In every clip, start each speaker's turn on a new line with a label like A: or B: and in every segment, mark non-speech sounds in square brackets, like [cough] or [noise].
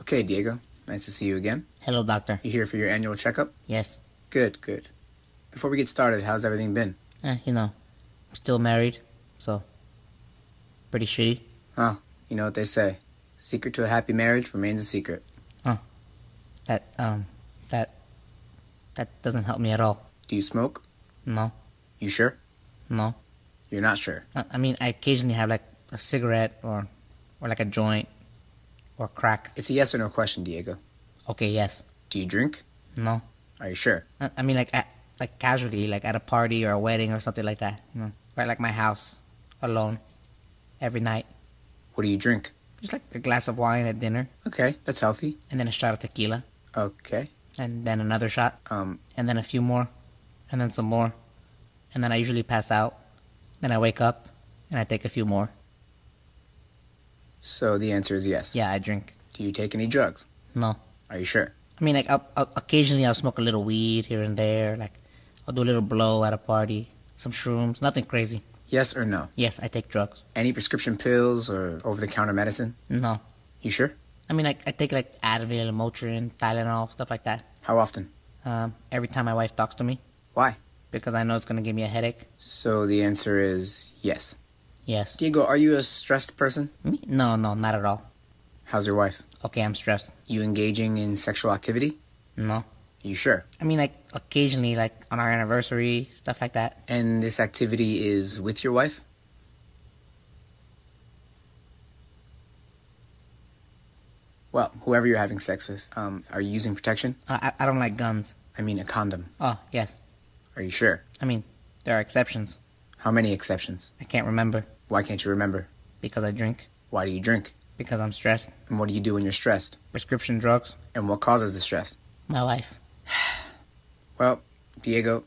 A: Okay, Diego. Nice to see you again.
B: Hello, doctor.
A: You here for your annual checkup?
B: Yes.
A: Good, good. Before we get started, how's everything been?
B: Eh, you know, I'm still married, so pretty shitty.
A: Huh, you know what they say. Secret to a happy marriage remains a secret.
B: That um, that that doesn't help me at all.
A: Do you smoke?
B: No,
A: You sure?
B: no. Uh,
A: You're not sure.
B: I, I mean, I occasionally have like a cigarette or or like a joint or crack.
A: It's a yes or no question, Diego.
B: Okay, yes.
A: Do you drink?
B: No.
A: Are you sure?
B: I, I mean, like at, like casually, like at a party or a wedding or something like that. You know, or at, like my house, alone, every night.
A: What do you drink?
B: Just like a glass of wine at dinner,
A: Okay, that's healthy.
B: and then a shot of tequila,
A: Okay.
B: and then another shot.
A: Um,
B: and then a few more, and then some more, and then I usually pass out. Then I wake up and I take a few more.
A: so the answer is yes.
B: Yeah, I drink.
A: Do you take any drugs?
B: No,
A: Are you sure?
B: I mean like I'll, I'll, occasionally I'll smoke a little weed here and there. Like I'll do a little blow at a party, some shrooms, nothing crazy.
A: Yes or no?
B: Yes, I take drugs.
A: Any prescription pills or over the counter medicine?
B: No,
A: You sure?
B: I mean like I take like Advil, Motrin, Tylenol, stuff like that.
A: How often?
B: Um, every time my wife talks to me,
A: Why?
B: because I know it's gonna give me a headache.
A: So the answer is yes.
B: Yes.
A: Diego, are you a stressed person?
B: Me? No, no, not at all.
A: How's your wife?
B: Okay, I'm stressed.
A: You engaging in sexual activity?
B: No.
A: You sure?
B: I mean, like occasionally, like on our anniversary, stuff like that.
A: And this activity is with your wife? Well, whoever you're having sex with, um, are you using protection?
B: Uh, I, I don't like guns.
A: I mean, a condom.
B: Oh, yes.
A: Are you sure?
B: I mean, there are exceptions.
A: How many exceptions?
B: I can't remember
A: Why can't you remember?
B: because I drink,
A: Why do you drink?
B: because I'm stressed.
A: And what do you do when you're stressed?
B: Prescription drugs,
A: And what causes the stress?
B: my wife.
A: Well, Diego,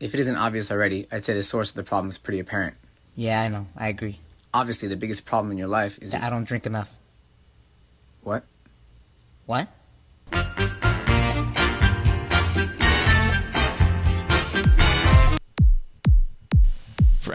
A: if it isn't obvious already, I'd say the source of the problem is pretty apparent.
B: Yeah, I know. I agree.
A: Obviously, the biggest problem in your life is
B: That I don't drink enough.
A: what?
B: What?
C: For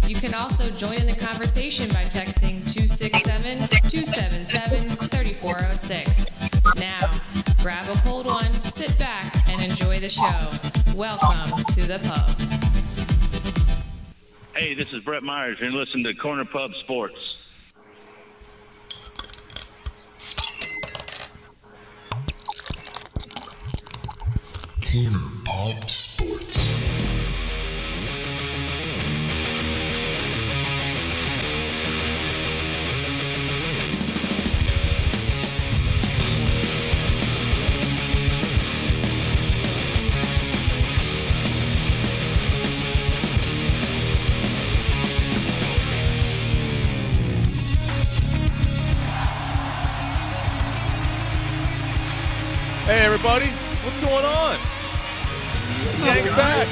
D: You can also join in the conversation by texting 267 277 3406. Now, grab a cold one, sit back, and enjoy the show. Welcome to the pub.
E: Hey, this is Brett Myers. You're listening to Corner Pub Sports.
F: Corner Pop Sports.
C: Hey, everybody, what's going on? Gang's back.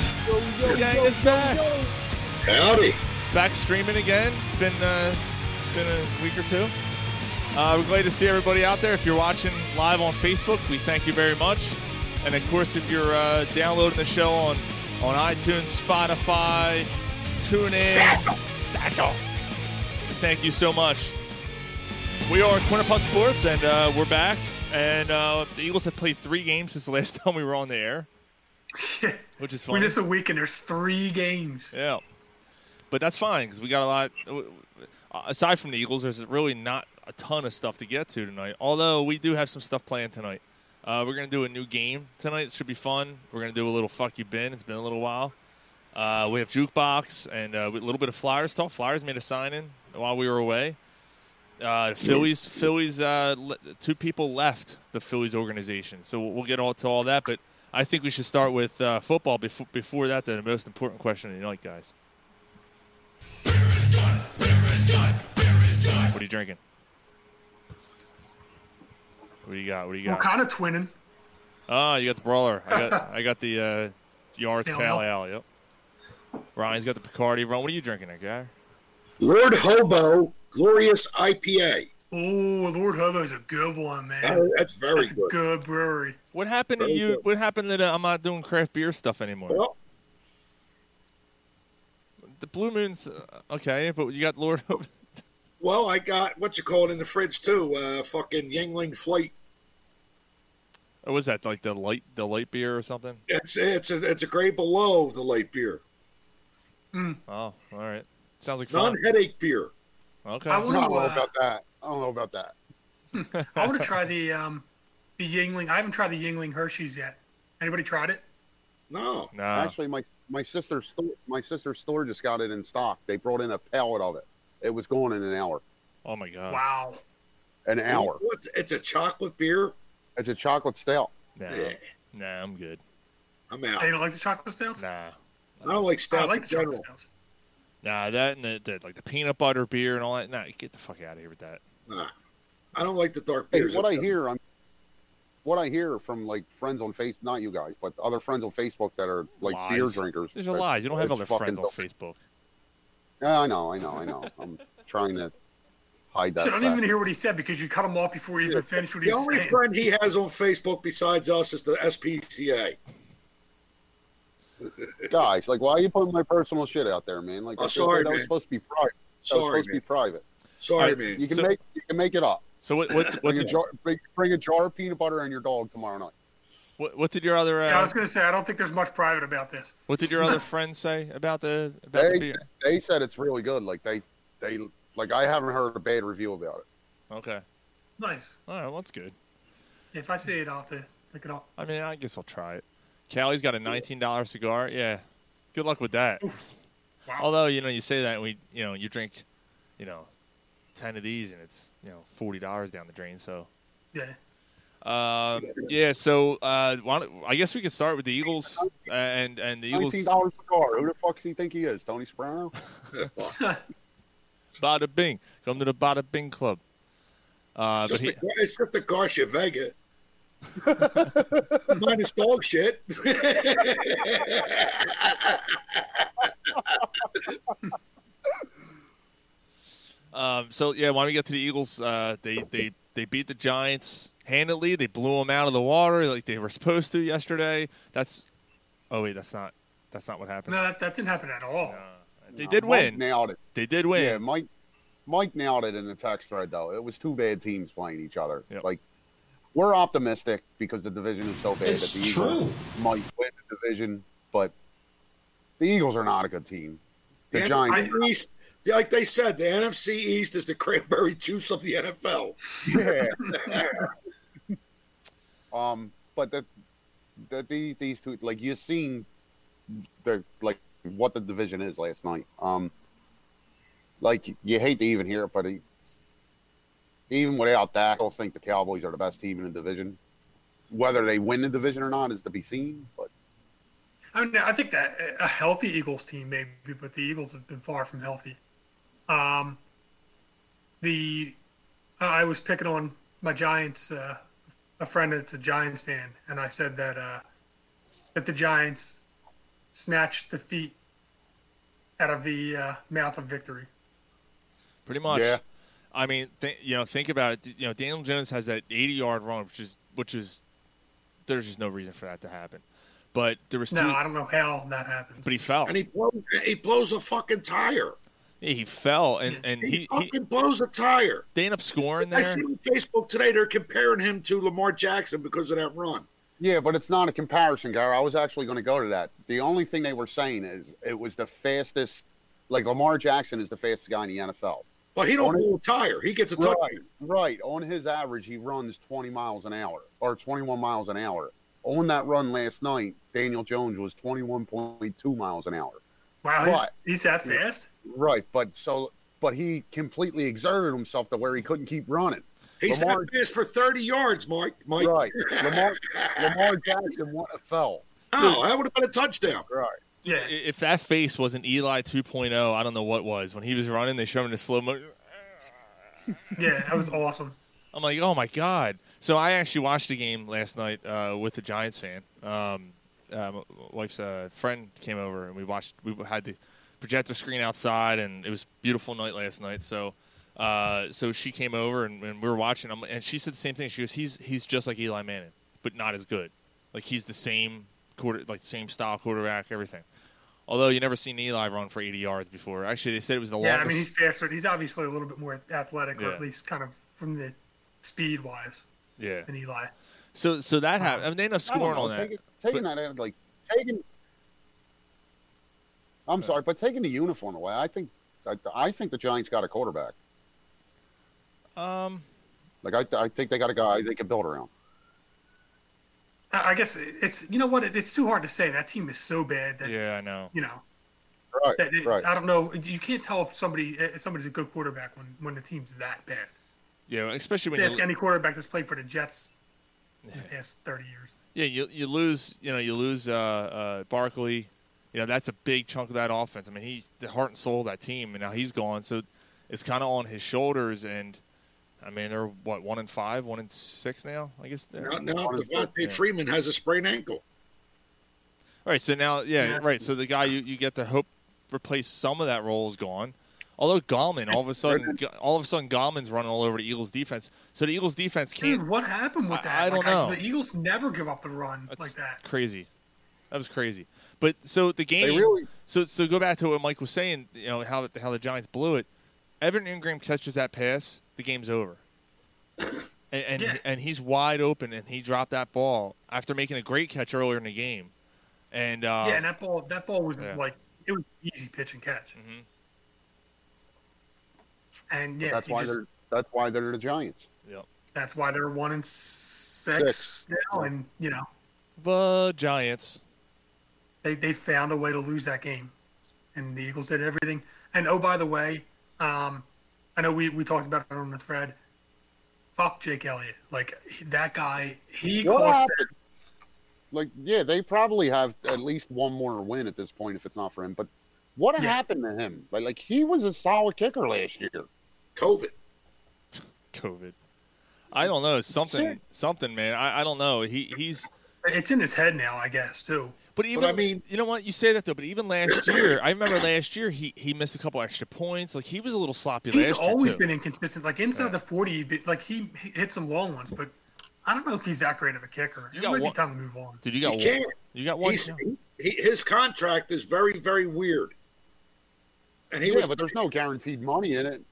C: Gang is back.
F: Howdy.
C: Back streaming again. It's been, uh, been a week or two. Uh, we're glad to see everybody out there. If you're watching live on Facebook, we thank you very much. And of course, if you're uh, downloading the show on, on iTunes, Spotify, TuneIn, Satchel. Satchel. Thank you so much. We are Corner Puff Sports, and uh, we're back. And uh, the Eagles have played three games since the last [laughs] time we were on the air, which is
G: We
C: fun.
G: miss a week and there's three games.
C: Yeah, but that's fine because we got a lot. uh, Aside from the Eagles, there's really not a ton of stuff to get to tonight. Although we do have some stuff planned tonight. Uh, we're gonna do a new game tonight. It should be fun. We're gonna do a little "fuck you, Ben." It's been a little while. Uh, we have jukebox and uh, a little bit of Flyers talk. Flyers made a sign in while we were away. Uh, Phillies, Phillies, uh, le- two people left the Phillies organization, so we'll get all to all that. But I think we should start with uh, football. Before before that, though, the most important question of the night, guys. What are you drinking? What do you got? What do you
G: We're
C: got?
G: kind of twinning.
C: Ah, you got the brawler. I
G: [laughs]
C: got I got the uh, yards
G: Yeah.
C: pale ale. Yep. Ryan's got the Picardi rum. What are you drinking, there, guy?
F: Lord Hobo Glorious IPA.
G: Oh, Lord Hobo's a good one, man.
F: Oh, that's very
G: That's a
F: good.
G: good brewery.
C: What happened to
F: Very
C: you?
F: good.
C: What happened that uh, I'm not doing craft beer stuff anymore?
F: Well,
C: The Blue Moon's uh, okay, but you got Lord. [laughs]
F: well, I got what you call it in the fridge too. Uh, fucking Yingling Flight.
C: What was that like the light the light beer or something?
F: It's it's a, it's a grade below the light beer.
C: Oh, all right. Sounds like fun.
F: Non-headache beer.
C: Okay.
G: I
H: I
G: would-
H: don't know
G: Ooh, uh,
H: about that. Oh. I don't know about that.
G: I want to try the um, the Yingling. I haven't tried the Yingling Hershey's yet. Anybody tried it?
F: No.
C: Nah.
H: Actually, my my sister's store, my sister's store just got it in stock. They brought in a pallet of it. It was gone in an hour.
C: Oh my god.
G: Wow.
H: An hour.
F: What's it's a chocolate beer.
H: It's a chocolate stale.
C: Nah.
F: Yeah.
C: Nah, I'm good.
F: I'm out.
G: Hey, you
F: I
G: don't like the chocolate stouts?
C: Nah.
F: don't like stout
G: I like
F: in
G: the
F: general.
G: chocolate stouts.
C: Nah, that and the, the like the peanut butter beer and all that. Nah, get the fuck out of here with that.
F: Nah. I don't like the dark
H: Hey,
F: beers.
H: what I hear, I'm what I hear from like friends on face not you guys, but other friends on Facebook that are like beer
C: Lies.
H: drinkers.
C: There's a
H: that-
C: lies. You don't have
H: it's
C: other friends
H: fucking
C: on
H: dope.
C: Facebook.
H: Yeah, I know, I know, I know. I'm trying to hide that.
G: Shit, I didn't
H: fact.
G: even hear what he said because you cut him off before you even finished what he
F: The
G: was
F: only
G: saying.
F: friend he has on Facebook besides us is the SPCA.
H: Guys, like, why are you putting my personal shit out there, man? Like,
F: Oh,
H: I said,
F: sorry,
H: that was
F: man.
H: supposed to be private. That was
F: Sorry,
H: supposed to
F: man.
H: be private.
F: Sorry,
C: All right.
F: man.
H: You can
C: So-
H: make you can make it up.
C: So what
H: [laughs]
C: what what
H: Bring a,
C: did,
H: jar, bring, bring a jar of peanut butter and your dog tomorrow night.
C: what, what did your other
G: Yeah, I
C: uh,
G: was gonna say I don't think there's much private about this.
C: what did your
G: [laughs]
C: other friend say about the about the
H: They
C: beer?
H: they said it's really good. Like they they like I haven't heard a bad review about it.
C: Okay.
G: Nice.
C: All right, well, that's good.
G: If I see it, I'll have to pick it up.
C: I mean, I guess I'll try it. Callie's got a nineteen dollar cigar. Yeah. Good luck with that.
G: Wow.
C: Although you know you say that we you know you drink, you know, ten of these and it's you know forty dollars down the drain. So
G: yeah.
C: uh, yeah. So uh, why don't, I guess we could start with the Eagles uh, and and the Eagles.
H: Nineteen dollars a car. Who the fuck does he think he is? Tony Soprano?
C: Bada Bing, come to the Bada Bing Club. Uh, but
F: Just
C: he,
F: the, it's just the
H: [laughs]
F: Garcia Vega. Minus dog shit.
C: um, so yeah, why don't we get to the Eagles? Uh, they they they beat the Giants handily. They blew them out of the water like they were supposed to yesterday. That's oh wait, that's not that's not what happened.
G: No, that, that didn't happen at all.
C: They did
H: Mike
C: win.
H: Nailed it.
C: They did win.
H: Yeah, Mike. Mike nailed it in the text thread though. It was two bad teams playing each other.
C: Yep.
H: Like we're optimistic because the division is so bad
F: It's
H: that the Eagles might win the division, but the Eagles are not a good team. The
F: [laughs] The
H: Giants,
F: NFC East, like they said, the NFC East is the cranberry juice of the NFL.
H: yeah. [laughs] um, but that that the, these two, like you seen the like what the division is last night. Um, like you hate to even hear it, but it, even without that, I still think the Cowboys are the best team in the division. Whether they win the division or not is to be seen, but
G: I mean, I think that a healthy Eagles team maybe, but the Eagles have been far from healthy. Um, the I was picking on my Giants, uh, a friend that's a Giants fan, and I said that uh, that the Giants snatched defeat out of the uh, mouth of victory.
C: Pretty much.
H: Yeah.
C: I mean, th- you know, think about it. You know, Daniel Jones has that 80-yard run, which is which is there's just no reason for that to happen. But there was
G: No,
C: two,
G: I don't know how that happens.
C: but he
H: Oh.
C: fell.
F: And he blows, he blows a fucking tire.
C: Yeah, he fell, and and
F: He,
C: he, he
F: fucking blows a tire.
C: they end up scoring
F: I
C: there.
F: see on Facebook today they're comparing him to Lamar Jackson because of that run.
H: yeah, but it's not a comparison, Gar. I was actually going to go to that. The only thing they were saying is it was the fastest. Like Lamar Jackson is the fastest guy in the NFL.
F: But he don't
H: Only-
F: blow a tire. He gets a
H: Right,
F: touchdown.
H: right. On his average, he runs 20 miles an hour or 21 miles an hour. On that run last night, Daniel Jones was 21.2 miles an hour.
G: wow, he's,
H: Right.
G: he's that fast.
H: Right, but so but he completely exerted himself to where he couldn't keep running.
F: He's
H: Lamar-
F: that fast for 30 yards, Mike. Mike.
H: Right. Lamar Lamar Jackson what a fell.
F: No, that would have been a touchdown.
H: Right.
G: Yeah,
C: I- If that face wasn't Eli 2.0, I don't know what was. When he was running, they showed him the slow mo.
G: yeah, that was awesome.
C: I'm like, oh my god. So I actually watched the game last night uh, with a Giants fan. Um, uh, my wife's uh, friend came over and we watched. We had the projector screen outside, and it was a beautiful night last night. So, uh, so she came over and, and we were watching. i and she said the same thing. She goes, "He's he's just like Eli Manning, but not as good. Like he's the same quarter, like same style quarterback, everything." Although you never seen Eli run for 80 yards before. Actually, they said it was the
G: Yeah, I
C: longest.
G: mean he's faster. He's obviously a little bit more athletic, or
C: Yeah.
G: at least kind of from the speed wise
C: yeah.
G: than Eli.
C: So so that happened. I mean, they ended up
H: I don't
C: scoring
H: know,
C: on that.
H: taking, Taking that out, like taking. I'm sorry, but taking the uniform away, I think, I, I think the Giants got a quarterback.
C: Um,
H: Like I, I think they got a guy they can build around.
G: I I guess it's you know what it- it's too hard to say. That team is so bad that
C: yeah, I know.
G: you know
H: Right,
G: that it-
H: right.
G: I don't know. You can't tell if somebody if somebody's a good quarterback when when the team's that bad.
C: Yeah, especially when
G: Ask
C: you,
G: any quarterback that's played for the Jets in the past thirty years.
C: yeah you, you lose you know you lose uh, uh, Barkley, you know that's a big chunk of that offense. I mean he's the heart and soul of that team, and now he's gone, so it's kind of on his shoulders. And I mean they're what one in five, one in six now, I guess. they're-
F: Now, now Devontae Freeman has a sprained ankle.
C: All right, so now, yeah,
G: Yeah.
C: right. So the guy you, you get to hope replace some of that role is gone. Although Gallman, all of a sudden, all of a sudden, Gallman's running all over the Eagles' defense. So the Eagles' defense
G: Dude,
C: can't.
G: what happened with
C: I-
G: that?
C: I don't
G: Like,
C: know.
G: the Eagles never give up the run
C: That's
G: like that.
C: crazy. That was crazy. But so the game.
H: really-
C: so so go back to what Mike was saying. You know how how the Giants blew it. Evan Ingram catches that pass. The game's
G: [coughs]
C: over. And and,
G: Yeah.
C: and he's wide open, and he dropped that ball after making a great catch earlier in the game. And uh,
G: yeah, and that ball that ball was
C: yeah.
G: like it was easy pitch and catch. And yeah,
H: that's
G: you
H: why
G: just-
H: they're that's why they're the Giants.
C: yep.
G: that's why they're one and six,
H: Six.
G: now, and you know
C: the Giants.
G: they they found a way to lose that game, and the Eagles did everything. And oh by the way, um, I know we we talked about it on the thread. Fuck Jake Elliott, like he- that guy. He
H: What
G: cost
H: happened? Like, yeah, they probably have at least one more win at this point if it's not for him. But what
G: Yeah.
H: happened to him? Like, like he was a solid kicker last year.
F: COVID.
C: COVID. I don't know. Something, something, man. I, I don't know. He he's.
G: It's in his head now, I guess too.
C: But even
F: I mean-
C: you know what you say that though. But even last year, I remember last year he he missed a couple extra points. Like he was a little sloppy
G: He's
C: last
G: always
C: year too.
G: been inconsistent. Like inside the forty, but, like he he hit some long ones, but I don't know if he's that great of a kicker.
C: You
G: it
C: got
G: might
C: one-
G: be time to move on.
C: Dude, you got
F: He
C: one.
F: can't.
C: You got one.
F: He's,
C: yeah.
F: he, his contract is very, very weird. And he
H: yeah,
F: was,
H: but there's no guaranteed money in it.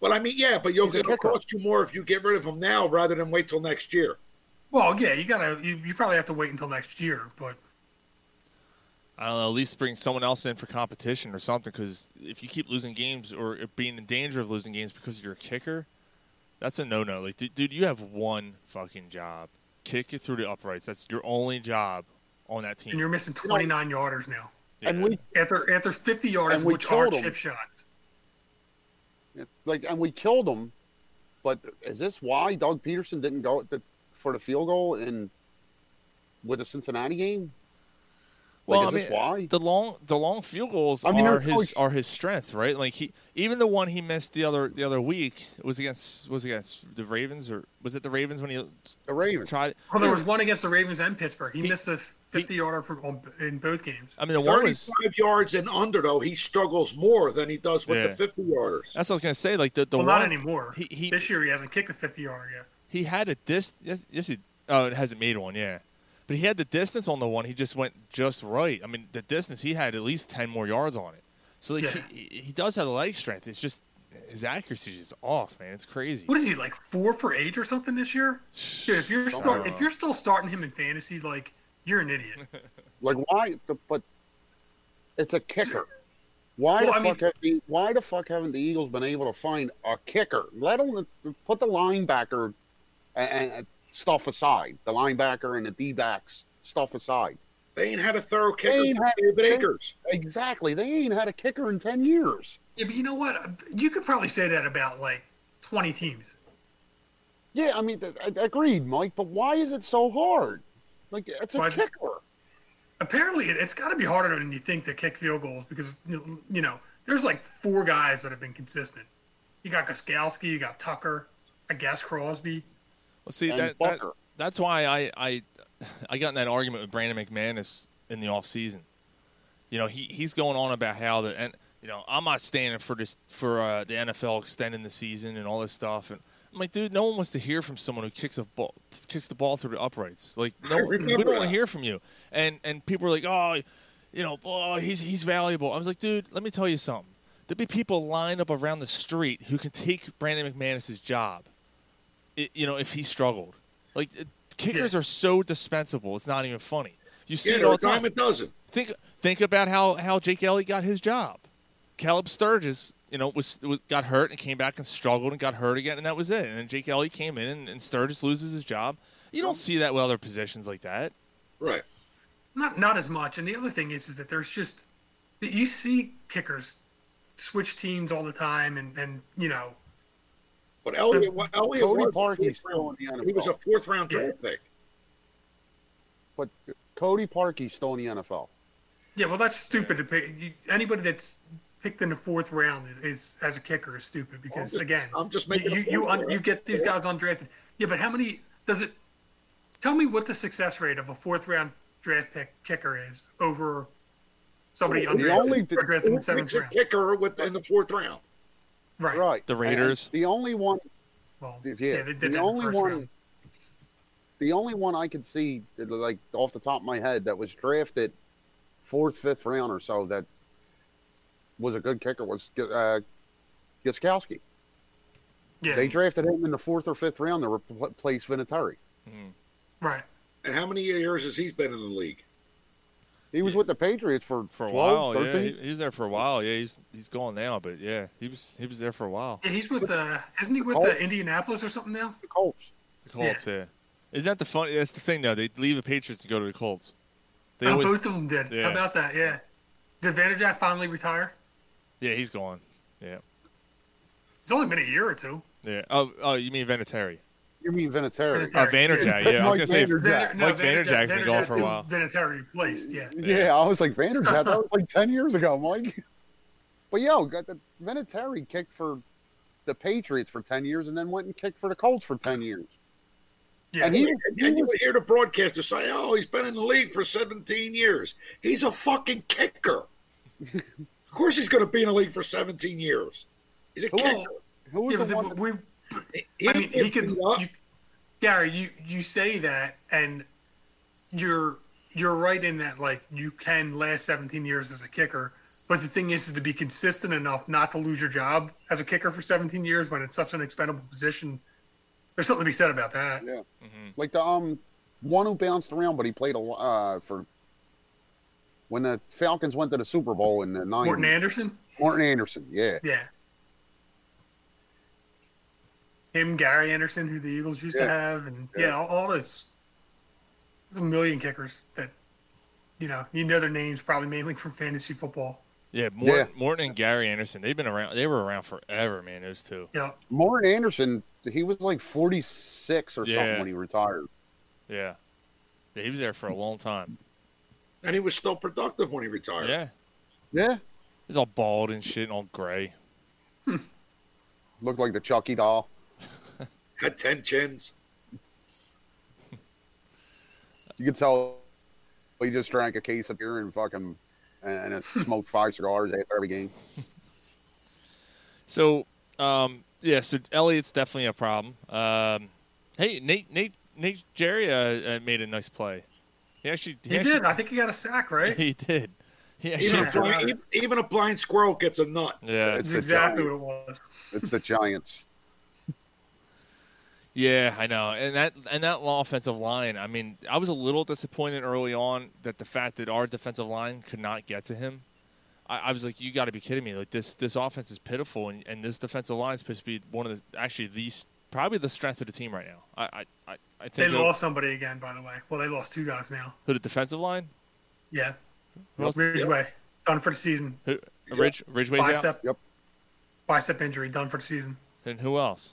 F: well, I mean, yeah, but you'll,
H: He's a
F: it'll
H: kicker.
F: cost you more if you get rid of him now rather than wait till next year.
G: Well, yeah, you gotta. You, you probably have to wait until next year, but
C: I don't know. At least bring someone else in for competition or something. Because if you keep losing games or being in danger of losing games because you're a kicker, that's a no no. Like, dude, dude, you have one fucking job. Kick it through the uprights. That's your only job on that
G: and
C: team.
G: you're missing twenty nine yarders now
H: And
C: Yeah.
H: we
G: after after fifty yards,
H: And we
G: which are
H: killed 'em.
G: chip shots.
H: like and we killed him. But is this why Doug Peterson didn't go at the, for the field goal in with the Cincinnati game? Like,
C: Well,
H: is
C: I
H: this
C: mean,
H: why?
C: the long the long field goals
H: I mean,
C: are
H: our
C: his
H: coach-
C: are his strength, right? Like he even the one he missed the other the other week was against was against the Ravens or was it the Ravens when he
H: The Ravens.
C: tried?
G: Well, there was one against the Ravens and Pittsburgh. He,
C: He-
G: missed a fifty yarder from on, in both games.
C: I mean, the one was
F: 35 yards and under, though, he struggles more than he does with
C: Yeah.
F: the 50 yarders.
C: that's what I was gonna say. Like the the
G: Well,
C: one
G: not anymore.
C: He he
G: this year he hasn't kicked a fifty yarder yet.
C: he had a dist. Yes, yes, he. Oh, it hasn't made one. Yeah, but he had the distance on the one. He just went just right. I mean, the distance he had at least ten more yards on it. So like,
G: Yeah.
C: he, he he does have the leg strength. It's just his accuracy is just off, man. It's crazy.
G: What is he like four for eight or something this year? Dude, if you're start, if you're still starting him in fantasy, like you're an idiot.
H: Like why? But it's a kicker. Why the
G: Well, I mean-
H: fuck? have the, why the fuck haven't the Eagles been able to find a kicker? Let them put the linebacker and, and stuff aside. The linebacker and the D backs stuff aside.
F: They ain't had a thorough kicker
H: ain't
F: since
H: had-
F: David
H: they-
F: Akers.
H: Exactly. They ain't had a kicker in ten years.
G: Yeah, but you know what? You could probably say that about like 20 teams.
H: Yeah, I mean, th- I- agreed, Mike. But why is it so hard? Like it's a
G: Why is it-
H: kicker.
G: Apparently, it, it's got to be harder than you think to kick field goals because you know there's like four guys that have been consistent. You got Gaskowski, you got Tucker, I guess Crosby.
C: Well, see
H: and
C: that, that
H: Booker.
C: that's why I, I I got in that argument with Brandon McManus in the off season. You know, he, he's going on about how the and you know I'm not standing for this for uh, the NFL extending the season and all this stuff. And I'm like, dude, no one wants to hear from someone who kicks a ball kicks the ball through the uprights. Like, no, we
F: remember
C: don't want to
F: that.
C: hear from you. And and people are like, oh, you know, oh, he's he's valuable. I was like, dude, let me tell you something. There'd be people lined up around the street who can take Brandon McManus's job it, you know, if he struggled. Like it, kickers
G: Yeah.
C: are so dispensable. It's not even funny. You see
F: Yeah,
C: it
F: there
C: all
F: are a
C: the time.
F: dime a dozen.
C: Think think about how how Jake Elliott got his job. Caleb Sturgis, you know, was, was got hurt and came back and struggled and got hurt again, and that was it. And then Jake Elliott came in, and, and Sturgis loses his job. You don't see that with other positions like that.
F: Right.
G: Not not as much. And the other thing is, is that there's just that you see kickers switch teams all the time, and and you know,
F: But Elliot, what, Elliot
H: Cody
F: was, a
H: Parkey's
F: fourth
H: still
F: round-
H: in the NFL.
F: he was a fourth round draft pick.
H: But Cody Parkey's still in the NFL.
G: yeah. Well, that's stupid to pick. You, anybody that's picked in the fourth round is as a kicker is stupid because
F: just-
G: again,
F: I'm just
G: you-
F: making a
G: you you,
F: point
G: un,
F: here.
G: you get these guys undrafted. Yeah, but how many does it? Tell me what the success rate of a fourth round draft pick kicker is over somebody
H: The
G: undrafted
H: only-
G: or drafted in the seventh
F: It's a
G: round.
F: kicker with, in the fourth round.
G: Right.
H: Right.
C: The Raiders.
H: And the only one
G: Well,
H: Yeah,
G: yeah, they did that in
H: the
G: the
H: only
G: first
H: one,
G: round.
H: the only one I could see, that, like off the top of my head, that was drafted fourth, fifth round or so, that was a good kicker was uh, Guskowski.
G: Yeah.
H: They drafted him in the fourth or fifth round to replace Vinatieri.
G: right.
F: And how many years has he been in the league?
H: He was with the Patriots for
C: For a
H: 12,
C: while, yeah,
H: 13.
C: he, he was there for a while. Yeah, he's he's gone now, but yeah, he was he was there for a while.
G: Yeah, he's with uh isn't he with
H: Colts.
G: uh, Indianapolis or something now?
H: the Colts.
C: The Colts, yeah. Isn't that the funny? That's the thing, though. They leave the Patriots to go to the Colts. They
G: Oh,
C: always-
G: both of them did.
C: Yeah.
G: How about that? Yeah. Did Vanderjack finally retire?
C: yeah, he's gone. Yeah.
G: It's only been a year or two.
C: Yeah. Oh, oh, you mean Vinatieri?
H: You mean Vinatieri?
G: Vinatieri.
C: Uh,
G: Sorry.
C: Vanderjack. Yeah, I was
H: Mike
C: gonna say.
H: Vander-
G: Vander-
C: Mike Vanderjack's been gone for a
G: Vanderjack-
C: while.
G: Vinatieri replaced, yeah.
H: Yeah, I was like Vanderjack. that was
G: [laughs]
H: like ten years ago, Mike. But yo, got the Vinatieri kicked for the Patriots for ten years, and then went and kicked for the Colts for ten years.
G: Yeah.
H: And he-
F: And, and you would hear the broadcaster say, "Oh, he's been in the league for 17 years. He's a fucking kicker. of course, he's going to be in the league for 17 years. He's a
H: Who-
F: kicker.
H: Who was
G: yeah,
H: the
G: but
H: one?
G: the- we
F: He
G: I mean,
F: didn't
G: he
F: get
G: could.
F: beat up.
G: You, Gary, you you say that, and you're you're right in that. Like you can last 17 years as a kicker, but the thing is, is to be consistent enough not to lose your job as a kicker for 17 years when it's such an expendable position. There's something to be said about that.
H: yeah, like the um one who bounced around, but he played a lo- uh for when the Falcons went to the Super Bowl in the nine.
G: Morton Anderson,
H: Morton Anderson, yeah,
G: yeah. Him, Gary Anderson, who the Eagles used
H: Yeah.
G: to have, and
H: Yeah.
G: yeah, all, all this. There's a million kickers that, you know, you know their names probably mainly from fantasy football.
C: Yeah, Morton,
H: Yeah.
C: Morton and Gary Anderson. They've been around. They were around forever, man. Those two.
G: Yeah,
H: Morton Anderson. He was like forty six or
C: Yeah.
H: something when he retired.
C: Yeah. yeah. He was there for a long time.
F: and he was still productive when he retired.
C: Yeah.
H: Yeah,
C: He's all bald and shit and all gray.
H: looked like the Chucky doll.
F: Had 10 chins.
H: You could tell he just drank a case of beer and fucking and and smoked five cigars after every game.
C: So, um, yeah. So Elliott's definitely a problem. Um, hey, Nate, Nate, Nate Jerry uh, uh, made a nice play. He actually. He,
G: he
C: actually,
G: did. I think he got a sack,
C: [laughs]
G: right?
C: He did. He actually.
F: Even,
G: Yeah.
F: a blind, even, even a blind squirrel gets a nut.
C: [laughs] Yeah.
H: It's
G: That's
H: the
G: exactly what
H: Giants.
G: it was.
H: It's the Giants.
C: Yeah, I know, and that and that long offensive line. I mean, I was a little disappointed early on that the fact that our defensive line could not get to him. I, I was like, you got to be kidding me! Like this this offense is pitiful, and, and this defensive line is supposed to be one of the actually the s- probably the strength of the team right now. I I, I, I
G: They
C: think of-
G: lost somebody again, by the way. Well, they lost two guys now.
C: who the defensive line.
G: Yeah,
C: Who else-
G: Ridgeway done for the season.
C: who- Ridge Ridgeway's out,
G: Bicep,
H: Yep.
G: bicep injury done for the season.
C: and who else?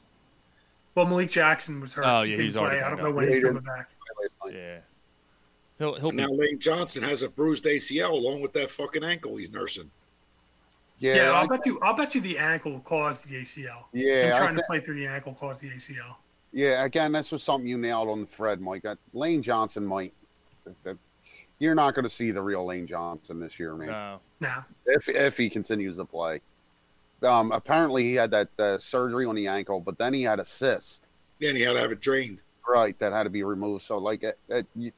G: Well, Malik Jackson was hurt.
C: Oh,
G: He
C: yeah,
G: didn't
C: he's already
G: play. I
C: banged
G: don't know
C: up.
G: when he's
H: Yeah, he
G: coming back.
C: Yeah, he'll he'll
F: And now Lane Johnson has a bruised ACL along with that fucking ankle he's nursing.
H: Yeah,
G: Yeah, I'll
H: I,
G: bet you. I'll bet you the ankle caused the ACL.
H: Yeah,
G: him
H: I
G: trying
H: thi-
G: to play through the ankle caused the ACL.
H: Yeah, again, that's just something you nailed on the thread, Mike. That Lane Johnson might. That, that- you're not going to see the real Lane Johnson this year, man.
C: No.
G: Now,
H: If if he continues to play, um, apparently he had that uh, surgery on the ankle, but then he had a cyst,
F: Then you had to have it drained.
H: right, that had to be removed. So like, it, it, you,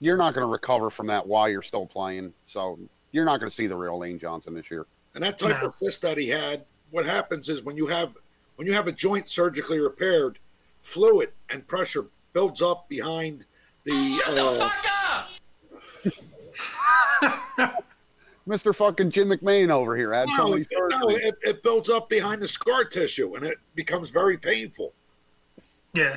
H: you're not going to recover from that while you're still playing. So you're not going to see the real Lane Johnson this year.
F: And that type
G: No.
F: of cyst that he had, what happens is when you have when you have a joint surgically repaired, fluid and pressure builds up behind the.
D: Ah,
F: uh,
H: Mister fucking Jim McMahon over here had so
F: no,
H: many
F: it, no,
H: surgeries.
F: it, it builds up behind the scar tissue and it becomes very painful.
G: yeah,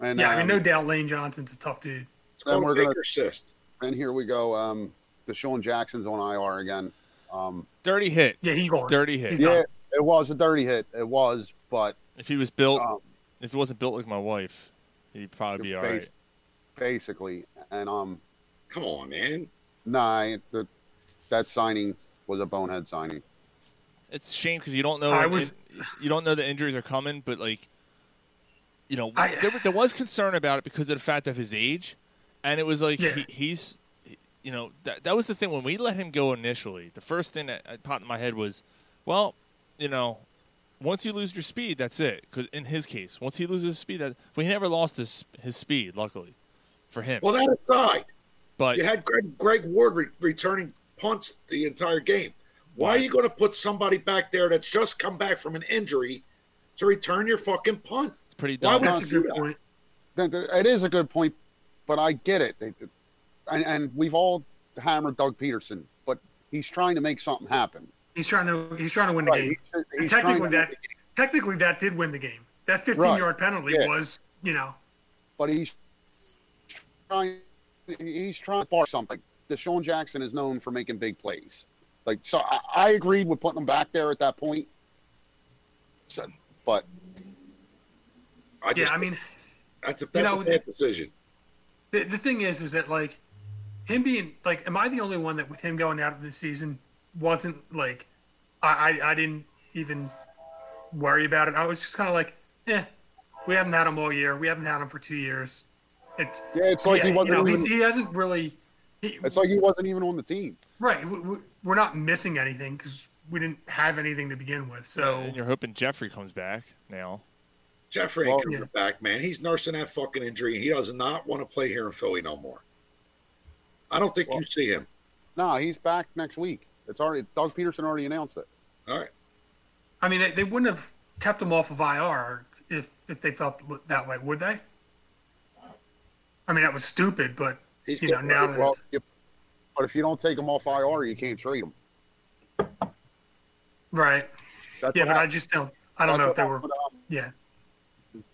H: and,
G: yeah. I mean,
H: um,
G: no doubt Lane Johnson's a tough dude.
F: It's
H: Then
F: called a
H: we're gonna-
F: Baker cyst.
H: And here we go. Um, Deshaun Jackson's on IR again. Um,
C: Dirty hit.
G: Yeah, he's going.
C: Dirty hit.
G: He's
H: yeah,
G: done.
H: it was a dirty hit. It was, but
C: If he was built,
H: um,
C: if he wasn't built like my wife, he'd probably Oh, be all
H: bas-
C: right.
H: basically, and um,
F: Come on, man.
H: nah, it- the, that signing was a bonehead signing.
C: It's a shame because you don't know.
G: I
C: when
G: was-
C: in- you don't know the injuries are coming, but like, you know,
G: I-
C: there, there was concern about it because of the fact of his age, and it was like
G: Yeah.
C: he, he's, you know, that that was the thing when we let him go initially. The first thing that uh, popped in my head was, well, you know, once you lose your speed, that's it. 'Cause in his case, once he loses his speed, that we never lost his his speed, luckily, for him.
F: Well, that aside,
C: but
F: you had Greg, Greg Ward re- returning punts the entire game. Why are you going to put somebody back there that's just come back from an injury to return your fucking punt?
C: it's pretty
F: why
C: dumb.
F: would
G: That's a
F: do
G: good
F: that.
G: point.
H: Th- th- It is a good point, but I get it. They- they- And, and we've all hammered Doug Peterson, but he's trying to make something happen.
G: He's trying to he's trying to win the
H: Right,
G: game.
H: he's-
G: And
H: he's trying
G: technically
H: to-
G: that technically that did win the game. That 15
H: Right.
G: yard penalty
H: Yeah.
G: was you know
H: but he's trying he's trying to bar something. Deshaun Jackson is known for making big plays. Like so I, I agreed with putting him back there at that point. So, but
F: I
G: yeah.
F: just,
G: I mean,
F: that's a, that's
G: know,
F: a bad decision.
G: the, the thing is, is that like him being like, am I the only one that with him going out of the season wasn't like, I I, I didn't even worry about it. I was just kind of like, eh, we haven't had him all year. We haven't had him for two years. It's
H: yeah, it's like
G: yeah,
H: he wasn't
G: you know, he's-
H: even,
G: he hasn't really. He,
H: it's like he wasn't even on the team.
G: right, we, we- we're not missing anything because we didn't have anything to begin with. So
C: And you're hoping Jeffrey comes back now.
F: Jeffrey ain't
H: Well-
F: coming
G: Yeah.
F: back, man. He's nursing that fucking injury. and He does not want to play here in Philly no more. I don't think you see him.
H: No, he's back next week. It's already Doug Peterson already announced it.
F: All right.
G: I mean, they, they wouldn't have kept him off of IR if if they felt that way, would they? I mean, that was stupid, but
F: He's
G: you know
F: getting
G: now
F: ready.
G: that
H: Well,
G: it's-
H: you- but if you don't take him off IR, you can't trade him.
G: right?
H: That's
G: Yeah,
H: what
G: but I
H: happened-
G: just don't. I
H: that's
G: don't know
H: what
G: if they were.
H: happened, um,
G: Yeah,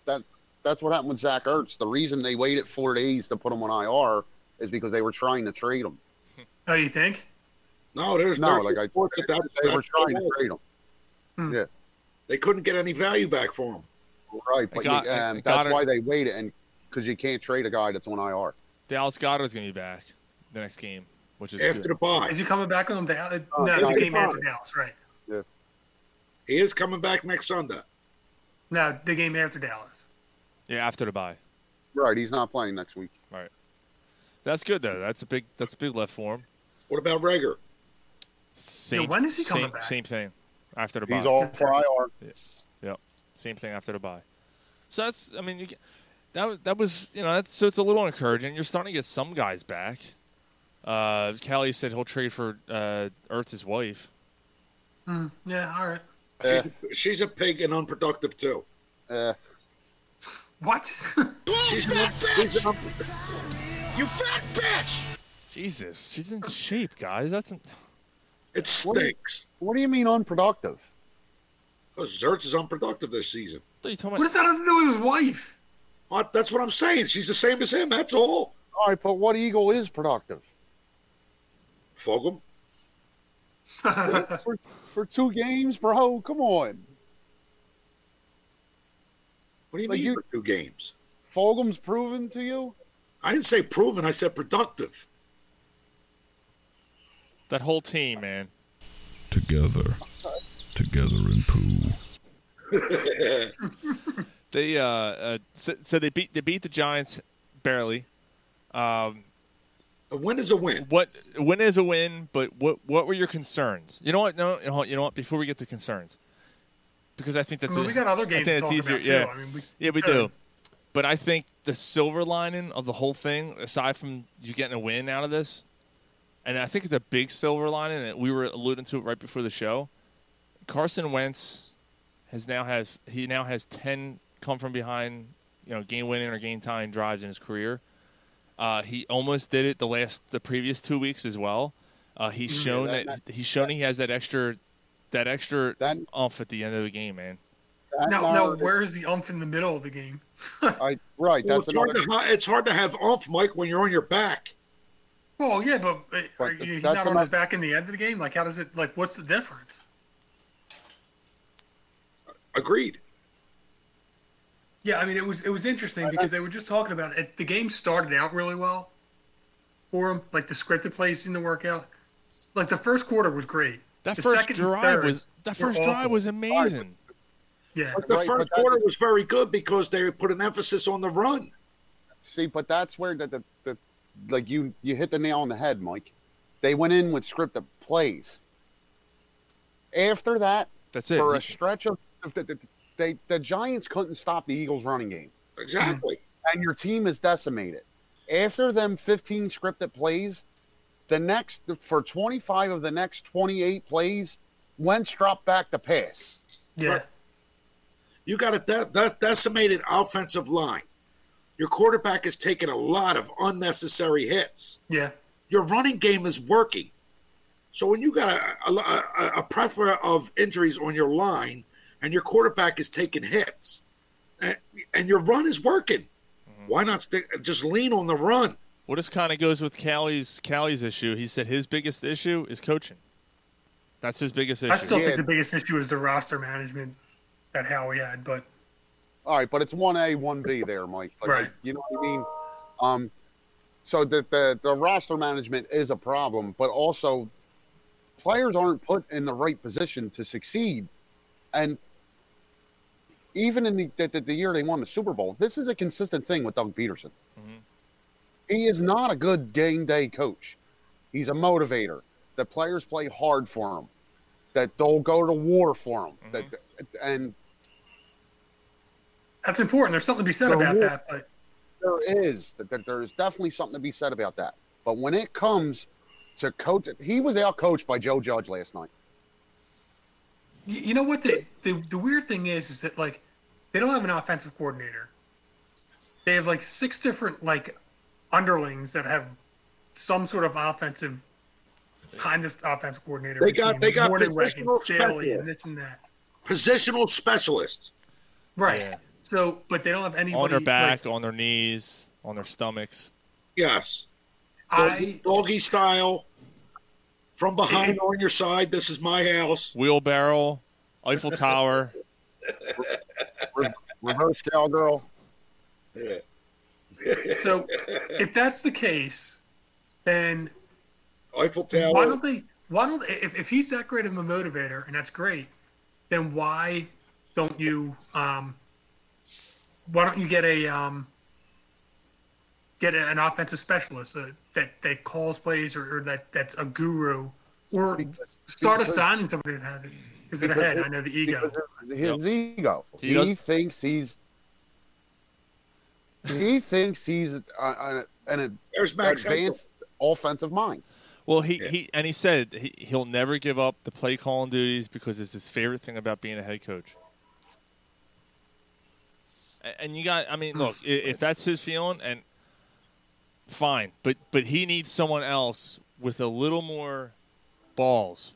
H: that that's what happened with Zach Ertz. The reason they waited four days to put him on IR is because they were trying to trade him.
G: how do you think?
F: No, there's
H: No,
F: no
H: like I
F: that, that,
H: they were trying to
F: that-
H: trade him.
F: they couldn't get any value back for him.
H: Right, but
C: got-
H: you,
C: I- I
H: um,
C: got
H: that's
C: it.
H: why they waited, and because you can't trade a guy that's on IR.
C: Dallas Goddard's going to be back the next game, which is
F: After
C: good.
F: the bye,
G: Is he coming back home to Al-
H: Oh,
G: uh, no?
H: no,
G: the
H: he's
G: game after
H: fine.
G: Dallas, right?
F: he is coming back next Sunday.
G: No, the game after Dallas.
C: yeah after the bye.
H: Right, he's not playing next week.
C: That's good though. That's a big that's a big left for him.
F: What about Rager?
C: Same
G: when is he
C: same,
G: coming back?
C: Same thing after the bye.
H: He's all for IR.
C: Yep. Same thing after the bye. So that's I mean you, get- that was that was you know that's so it's a little encouraging. You're starting to get some guys back. Uh, Kelly said he'll trade for uh, Ertz's wife.
G: Hmm, yeah, all right.
H: Eh,
F: She's a pig and unproductive too.
H: eh.
G: What? [laughs]
F: She's not she's an unpro-
C: Jesus, she's in shape, guys. That's
F: It
H: What do you-
F: stinks
H: what do you mean unproductive?
F: because Zertz is unproductive this season.
C: what are you talking
G: what
C: about?
G: does that have to do with his wife?
F: What- That's what I'm saying. She's the same as him. That's all.
H: All right, but what eagle is productive?
F: Fogum.
H: [laughs] for, for two games, bro. Come on,
F: What do you
H: But
F: mean
H: you-
F: for two games?
H: Fogum's proven to you.
F: I didn't say proven. I said productive.
C: That whole team, man.
I: Together. Together in poo.
C: They uh, uh so, so they beat they beat the Giants barely.
F: A win is a win.
C: What win is a win, but what what were your concerns? You know what? No, you know what- you know what? Before we get to concerns, because I think that's
G: I mean,
C: a-
G: we got other
C: I
G: games
C: think
G: to
C: that's
G: talk
C: easier.
G: about, too.
C: yeah,
G: I mean, we
C: yeah, we
G: could.
C: do. But I think the silver lining of the whole thing, aside from you getting a win out of this, and I think it's a big silver lining, and we were alluding to it right before the show. Carson Wentz has now has he now has ten come from behind, you know, game winning or game tying drives in his career. Uh, he almost did it the last the previous two weeks as well. Uh, he's shown
H: Mm-hmm. that-
C: that, he's shown he has that extra that extra
H: That-
C: umph at the end of the game, man.
H: That
G: Now, now,
H: narrative-
G: where's the umph in the middle of the game?
H: I, right,
F: Well,
H: that's
F: it's, hard
H: another.
F: to, hi- it's hard to have umph, Mike, when you're on your back.
G: Well, yeah, but, uh, are
H: th-
G: you, he's
H: that's
G: not on
H: another-
G: his back in the end of the game. Like, how does it? Like, what's the difference?
F: Agreed.
G: Yeah, I mean, it was it was interesting because they were just talking about it. The game started out really well for him. Like the scripted plays seemed to work out. Like the first quarter was great.
C: That
G: The
C: first
G: second and
C: drive
G: third
C: was that
G: were
C: first drive
G: awful.
C: was amazing.
G: Yeah,
F: The
H: Right, but
F: first
H: that-
F: quarter was very good because they put an emphasis on the run.
H: See, but that's where the, the, the like you you hit the nail on the head, Mike. They went in with scripted plays. After that,
C: That's it.
H: for a stretch of of the, the, they, the Giants couldn't stop the Eagles' running game,
F: Exactly.
H: and your team is decimated. After them 15 scripted plays, the next for 25 of the next 28 plays, Wentz dropped back the pass.
G: yeah.
F: You got a de- de- decimated offensive line. Your quarterback is taking a lot of unnecessary hits.
G: Yeah,
F: Your running game is working. So when you got a, a, a, a plethora of injuries on your line and your quarterback is taking hits and, and your run is working, why not stick, just lean on the run?
C: Well, this kind of goes with Callie's Callie's issue. He said his biggest issue is coaching. That's his biggest issue.
G: I still
H: Yeah.
G: think the biggest issue is the roster management that Howie had. But
H: All right, but it's one A, one B there, Mike. Like,
G: Right.
H: You know what I mean? Um, so the, the the roster management is a problem, but also players aren't put in the right position to succeed. And even in the the, the- the year they won the Super Bowl, this is a consistent thing with Doug Peterson. He is not a good game day coach. He's a motivator. The players play hard for him. That they'll go to war for him. That, and
G: that's important. There's something to be said
H: The
G: about
H: war-
G: that. But
H: there is that that there is definitely something to be said about that. But when it comes to coach, he was out coached by Joe Judge last night.
G: You, you know what the, the the weird thing is is that like they don't have an offensive coordinator. They have like six different like underlings that have some sort of offensive kind of offensive coordinator.
F: They got-
G: between
F: they got
G: Warden Wiggins,
F: positional
G: Staley, and
F: specialists.
G: this and that.
F: Positional specialist.
G: Right.
C: Yeah.
G: So, but they don't have anybody
C: on their
G: like,
C: back, on their knees, on their stomachs.
F: Yes.
G: I
F: Doggy style. From behind on your side. This is my house.
C: Wheelbarrow, Eiffel Tower.
H: Re- Reverse cowgirl.
G: so if that's the case, then
F: Eiffel Tower.
G: Why don't they? Why don't if, if he's that great of a motivator and that's great, then why don't you? Um, why don't you get a um, get a, an offensive specialist uh, that that calls plays or, or that that's a guru or start
H: because-
G: assigning somebody that has it. Because of the
H: because
G: head,
H: it-
G: I know the ego.
H: because of His ego.
C: He
H: He,
C: does-
H: thinks he's. he thinks he's a, a, an
F: There's Max Hensel.
H: advanced offensive mind.
C: Well, he, he and he said he, he'll never give up the play calling duties because it's his favorite thing about being a head coach. A- And you got, I
H: Hmm.
C: mean, look, i- if that's his feeling, and fine, but but he needs someone else with a little more balls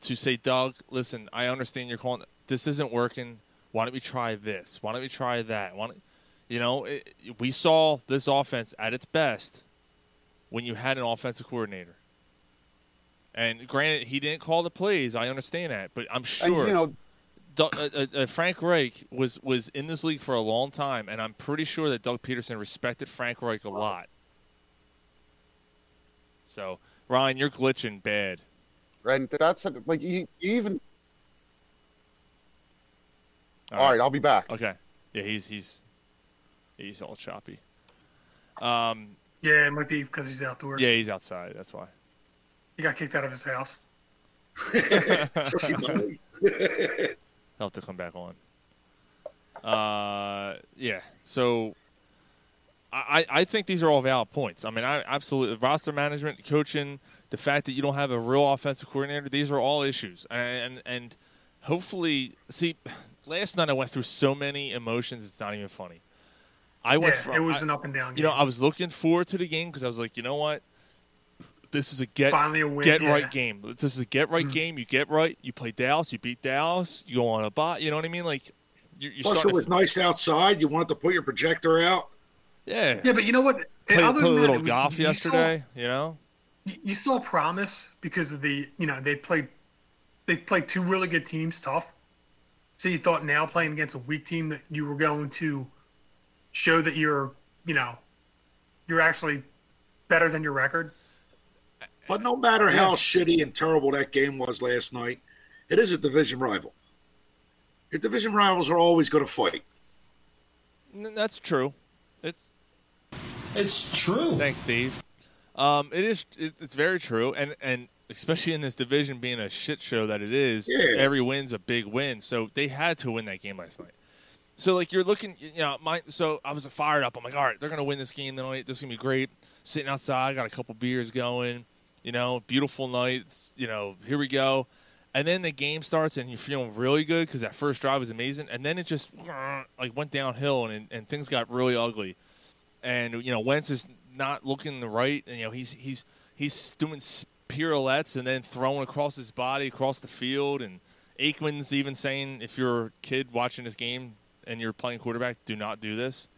C: to say, Doug, listen, I understand you're calling. This isn't working. Why don't we try this? Why don't we try that? Why don't, you know, it, we saw this offense at its best when you had an offensive coordinator. And granted, he didn't call the plays. I understand that, but I'm
H: And,
C: sure
H: you know,
C: Du- uh, uh, uh, Frank Reich was was in this league for a long time, and I'm pretty sure that Doug Peterson respected Frank Reich a lot. So, Ryan, you're glitching bad.
H: and that's a, like he, even.
C: All
H: all right, I'll be back.
C: Okay. Yeah, he's he's he's all choppy.
G: Yeah, it might be because he's outdoors.
C: Yeah, he's outside. That's why.
G: He got kicked out of his house.
C: He'll have to come back on. Uh, yeah. So I, I I think these are all valid points. I mean, I absolutely roster management, coaching, the fact that you don't have a real offensive coordinator. These are all issues, and and hopefully, see, last night I went through so many emotions. It's not even funny. I
G: Yeah,
C: went. from,
G: it was
C: I-
G: an up and down game.
C: you know, I was looking forward to the game because I was like, you know what, this is a get
G: Finally a win,
C: get
G: yeah. Mm-hmm.
C: right game. This is a get right game. You get right. You play Dallas. You beat Dallas. You go on a bot. You know what I mean? Like, you're, you're
F: Plus,
C: starting.
F: it was
C: to,
F: nice outside. You wanted to put your projector out.
C: yeah,
G: yeah, but you know what?
C: play,
G: Other
C: play a
G: than that,
C: little
G: it was-
C: golf
G: you saw-
C: yesterday. You know,
G: you- you saw promise because of the you know they played they played two really good teams tough so you thought now playing against a weak team that you were going to show that you're you know you're actually better than your record
F: But no matter how shitty and terrible that game was last night, it is a division rival. Your division rivals are always going to fight.
C: N- that's true. It's
I: It's true.
C: thanks, Dave. Um, it is. It, it's very true, and and especially in this division being a shit show that it is,
F: Yeah.
C: every win's a big win. So they had to win that game last night. So like you're looking, you know, my so I was fired up. I'm like, all right, they're gonna win this game tonight. This is gonna be great. Sitting outside, got a couple beers going. You know, beautiful night. It's, You know, here we go. And then the game starts, and you're feeling really good because that first drive was amazing. And then it just like went downhill, and and things got really ugly. And you know, Wentz is not looking the right, and you know he's he's he's doing s- pirouettes and then throwing across his body across the field. And Aikman's even saying, if you're a kid watching this game and you're playing quarterback, do not do this.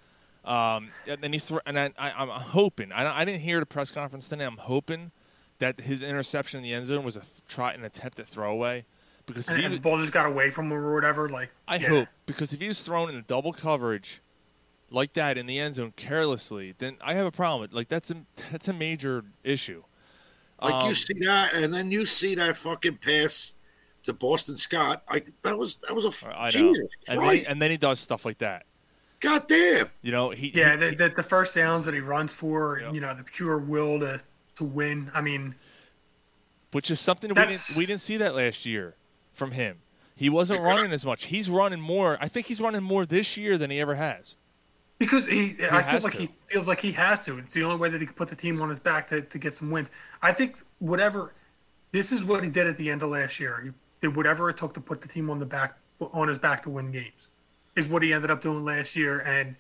C: Um, and then he thro- and I, I, I'm hoping. I, I didn't hear the press conference today. I'm hoping that his interception in the end zone was a th- try an attempt at throwaway because if
G: and,
C: he
G: and the
C: was-
G: ball just got away from him or whatever like
C: I
G: yeah.
C: hope because if he was thrown in a double coverage like that in the end zone carelessly, then I have a problem. with Like that's a that's a major issue.
F: Like
C: Um,
F: you see that, and then you see that fucking pass to Boston Scott. Like that was that was a f-
C: I know,
F: Jesus
C: and then,
F: Christ,
C: and then he does stuff like that.
F: God damn.
C: You know, he
G: yeah
C: he-
G: the, the, the first downs that he runs for
C: Yep.
G: you know the pure will to to win i mean
C: which is something we
G: That's-
C: didn't we didn't see that last year from him. He wasn't running as much. He's running more. I think he's running more this year than he ever has.
G: Because he, I feel
C: has
G: like
C: to.
G: he feels like he has to. It's the only way that he can put the team on his back to, to get some wins. I think whatever, this is what he did at the end of last year. He did whatever it took to put the team on the back on his back to win games, is what he ended up doing last year, and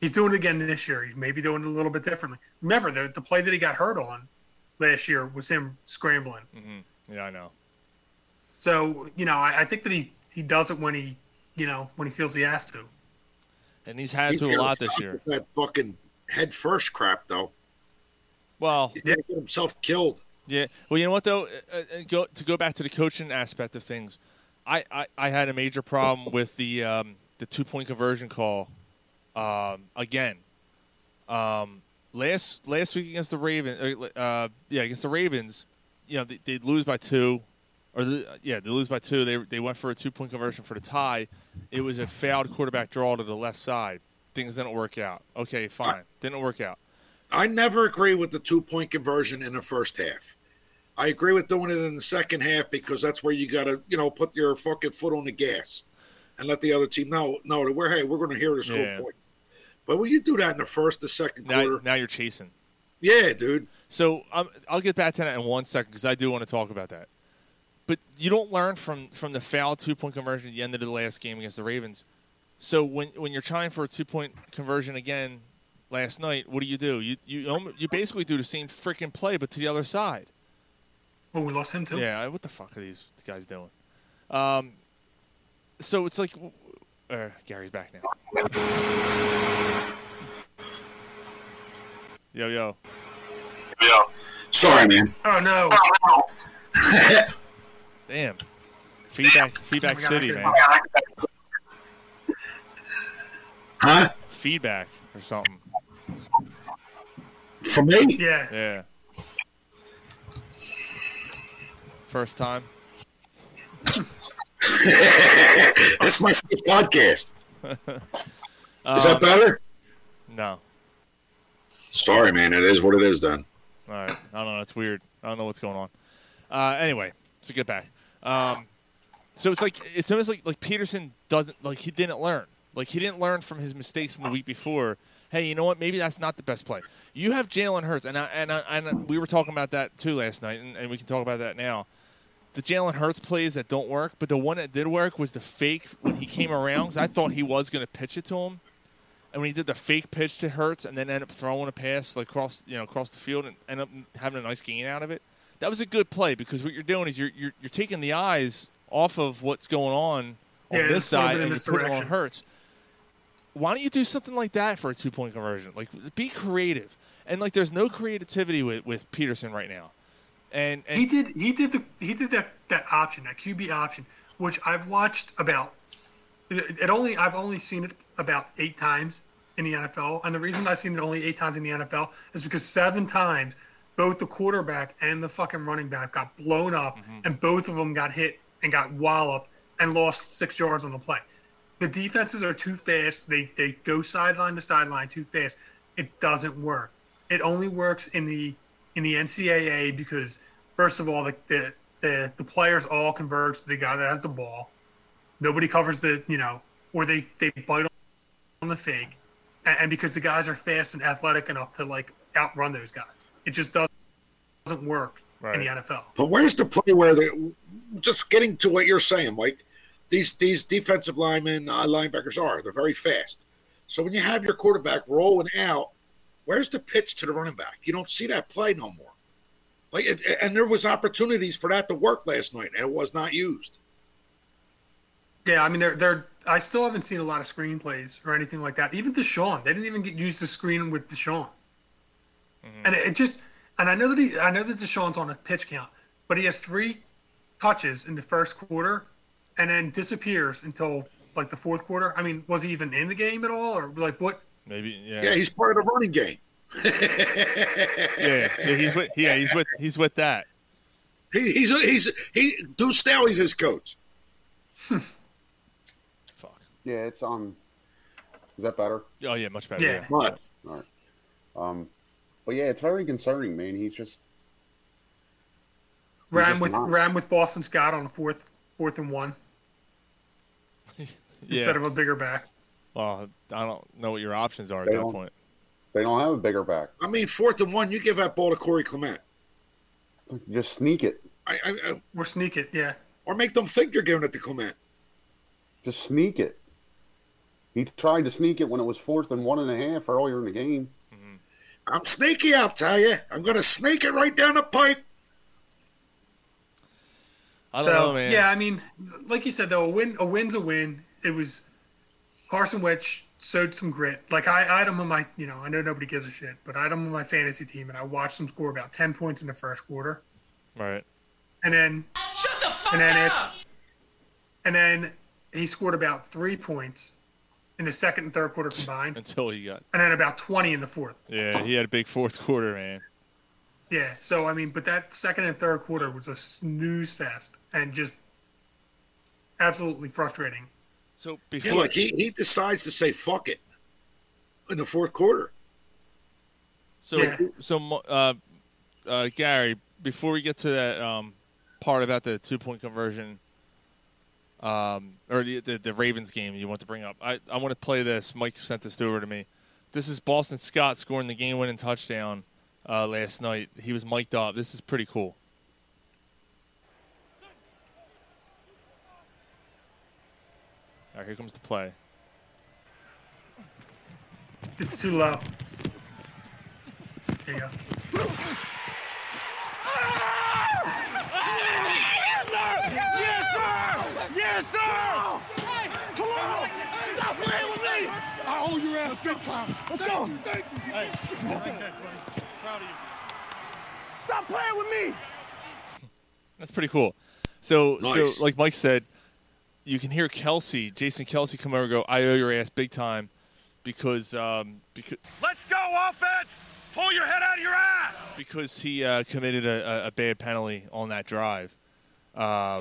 G: he's doing it again this year. He's maybe doing it a little bit differently. Remember the the play that he got hurt on last year was him scrambling.
C: Mm. Yeah, I know.
G: So you know, I, I think that he he does it when he you know when he feels he has to.
C: And he's had
F: He's
C: to a
F: gotta
C: lot this
F: stop
C: year.
F: with That fucking head first crap though.
C: Well,
F: He's gonna get himself killed.
C: Yeah. Well, you know what though, uh, uh, go, to go back to the coaching aspect of things, I, I, I had a major problem with the um, the two point conversion call um, again. Um, last last week against the Ravens, uh, uh, yeah, against the Ravens, you know they, they'd lose by two, or the, yeah, they lose by two. They they went for a two point conversion for the tie. It was a fouled quarterback draw to the left side. Things didn't work out. Okay, fine, didn't work out.
F: I never agree with the two point conversion in the first half. I agree with doing it in the second half because that's where you gotta, you know, put your fucking foot on the gas and let the other team know no that we're hey, we're gonna hear this
C: Yeah.
F: whole point. But when you do that in the first, the second
C: Now
F: quarter,
C: now you're chasing.
F: yeah, dude.
C: So um, I'll get back to that in one second because I do want to talk about that. But you don't learn from from the foul two point conversion at the end of the last game against the Ravens. So when when you're trying for a two point conversion again last night, what do you do? You you almo- you basically do the same freaking play but to the other side.
G: Oh, we lost him too.
C: Yeah, I- what the fuck are these guys doing? Um, so it's like, w- uh, Gary's back now. Yo yo.
F: Yeah. Sorry, man.
G: Oh no.
C: Damn. Feedback Feedback
G: Oh my God,
C: City,
G: I feel
C: man.
F: Huh?
C: It's feedback or something.
F: For me?
G: Yeah.
C: Yeah. First time. [laughs]
F: That's my first podcast. Is
C: Um,
F: that better?
C: No.
F: Sorry, man. It is what it is. Then
C: All right. I don't know. It's weird. I don't know what's going on. Uh, anyway, so get back. Um, so it's like it's almost like like Peterson doesn't like he didn't learn. Like he didn't learn from his mistakes in the week before. Hey, you know what? Maybe that's not the best play. You have Jalen Hurts, and I, and I, and we were talking about that too last night, and, and we can talk about that now. The Jalen Hurts plays that don't work, but the one that did work was the fake when he came around. 'cause I thought he was going to pitch it to him, and when he did the fake pitch to Hurts and then end up throwing a pass like across you know across the field and end up having a nice gain out of it, that was a good play because what you're doing is you're you're, you're taking the eyes off of what's going on on
G: Yeah,
C: this
G: it's a little
C: side
G: bit
C: and
G: of
C: you put it on
G: misdirection.
C: Hurts. Why don't you do something like that for a two point conversion? Like be creative and like there's no creativity with with Peterson right now, and and
G: He did. He did the. He did that. That option, that QB option, which I've watched about. It it only. I've only seen it about eight times in the NFL, and the reason I've seen it only eight times in the NFL is because seven times, both the quarterback and the fucking running back got blown up, and both of them got hit and got walloped and lost six yards on the play. The defenses are too fast. They they go sideline to sideline too fast. It doesn't work. It only works in the in the NCAA because first of all, the the, the, the players all converge to the guy that has the ball. Nobody covers the you know, or they they bite on the fake, and, and because the guys are fast and athletic enough to like outrun those guys, it just doesn't doesn't work in the
C: Right.
G: NFL.
F: But where's the play where the just getting to what you're saying, Mike? These these defensive linemen, uh, linebackers are they're very fast. So when you have your quarterback rolling out, where's the pitch to the running back? You don't see that play no more. Like it, and there was opportunities for that to work last night, and it was not used.
G: Yeah, I mean, they're, they're I still haven't seen a lot of screenplays or anything like that. Even Deshaun, they didn't even get used to screen with Deshaun. And it, it just, and I know that he, I know that Deshaun's on a pitch count, but he has three touches in the first quarter, and then disappears until like the fourth quarter. I mean, was he even in the game at all, or like what?
C: maybe
F: Yeah, he's part of the running game.
C: yeah, yeah, he's with yeah, he's with he's with that.
F: He, he's he's he. Deuce Staley's his coach.
C: Fuck.
H: Yeah, it's um. Is that better?
C: Oh yeah, much better.
G: Yeah.
C: Yeah.
F: But
H: All right. Um, but yeah, it's very concerning, man. He's just
G: Ran
H: just
G: with
H: not.
G: ran with Boston Scott on a fourth fourth and one
C: Yeah.
G: instead of a bigger back.
C: well, I don't know what your options are at
H: They
C: that
H: don't-
C: point.
H: they don't have a bigger back.
F: I mean, fourth and one, you give that ball to Corey Clement,
H: Just sneak it.
F: I, I, I,
G: Or sneak it, yeah.
F: or make them think you're giving it to Clement.
H: Just sneak it. He tried to sneak it when it was fourth and one and a half earlier in the game.
F: I'm sneaky, I'll tell you. I'm going to sneak it right down the pipe.
C: I don't
G: so,
C: know, man.
G: Yeah, I mean, like you said, though, a win, a win's a win. It was Carson Wentz showed some grit. Like I, I had him on my, you know, I know nobody gives a shit, but I had him on my fantasy team, and I watched him score about ten points in the first quarter,
C: Right.
G: and then
I: Shut the fuck
G: and then it, and then he scored about three points in the second and third quarter combined,
C: Until he got
G: and then about twenty in the fourth.
C: yeah, he had a big fourth quarter, man.
G: Yeah. So I mean, but that second and third quarter was a snooze fest and just absolutely frustrating.
C: So
F: Yeah,
C: before
F: like he, he decides to say fuck it in the fourth quarter.
C: So,
G: Yeah.
C: so Mo- uh, uh, Gary, before we get to that um, part about the two point conversion, um, or the, the the Ravens game you want to bring up, I, I want to play this. Mike sent this over to me. This is Boston Scott scoring the game winning touchdown uh, last night. He was mic'd up. This is pretty cool. All right, here comes the play.
G: It's too low. There you go.
C: That's pretty cool. So,
F: Nice.
C: so like Mike said, you can hear Kelsey, Jason Kelsey, come over and go, "I owe your ass big time," because um, because
E: Let's go, offense! Pull your head out of your ass!
C: because he uh, committed a, a, a bad penalty on that drive.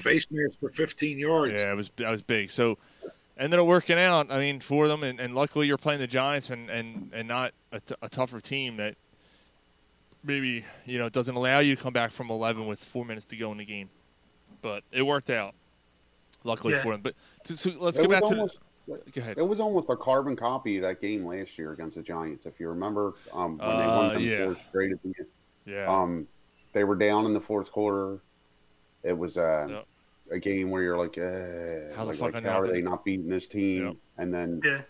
F: Face mask for 15 yards.
C: Yeah, it was that was big. So ended up working out. I mean, for them, and, and luckily you're playing the Giants and and and not a, t- a tougher team that maybe you know doesn't allow you to come back from 11 with four minutes to go in the game. But it worked out, luckily
G: Yeah.
C: for them. But t- so let's
H: It
C: get
H: was
C: back
H: almost-
C: to the, go ahead.
H: It was almost a carbon copy of that game last year against the Giants. If you remember, um, when they
C: Uh,
H: won them
C: yeah.
H: four straight at the end.
C: Yeah,
H: Um, they were down in the fourth quarter. It was uh,
C: Yep.
H: a game where you're like, eh,
C: How the
H: like,
C: fuck
H: like,
C: I
H: how are
C: know?
H: they not beating this team?
C: Yep.
H: And then,
G: Yeah.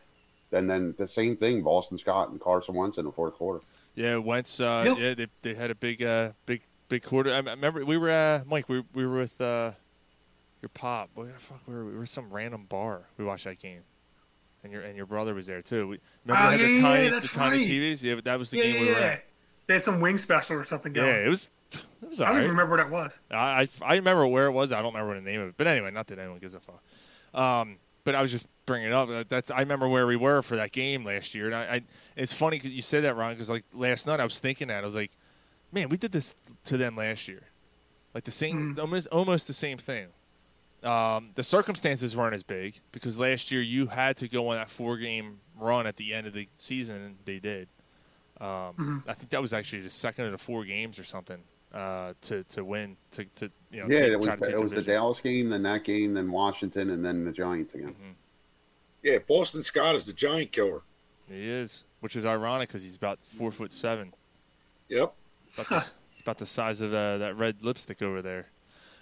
H: and then the same thing: Boston Scott and Carson Wentz in the fourth quarter.
C: yeah. Wentz. Uh,
G: Yep.
C: Yeah, they they had a big uh, big big quarter. I, I remember we were uh, Mike. We we were with uh, your pop. Where the fuck were we? We were some random bar. We watched that game. And your, and your brother was there too. We, remember
G: Oh,
C: they had
G: yeah,
C: the
G: yeah,
C: tiny,
G: yeah,
C: the
G: that's
C: tiny
G: right.
C: TVs. Yeah, but that was the
G: yeah,
C: game
G: yeah,
C: we were
G: yeah.
C: at.
G: They had some wing special or something
C: Yeah,
G: going.
C: it was it was
G: I don't
C: alright.
G: even remember what it was.
C: I, I I remember where it was. I don't remember the name of it. But anyway, not that anyone gives a fuck. Um, but I was just bringing it up. That- That's I remember where we were for that game last year, and I, I it's funny 'cause you said that Ron because like last night I was thinking that I was like, man, we did this to them last year, like the same almost almost the same thing. Um, the circumstances weren't as big because last year you had to go on that four game run at the end of the season, and they did. Um, I think that was actually the second of the four games or something uh, to to win to, to you know
H: yeah,
C: take,
H: it was
C: try to take
H: it was the
C: division.
H: Dallas game, then that game, then Washington, and then the Giants again.
C: Mm-hmm.
F: Yeah, Boston Scott is the giant killer.
C: He is, which is ironic because he's about four foot seven.
F: Yep.
C: About
G: [laughs]
C: the, it's about the size of uh, that red lipstick over there.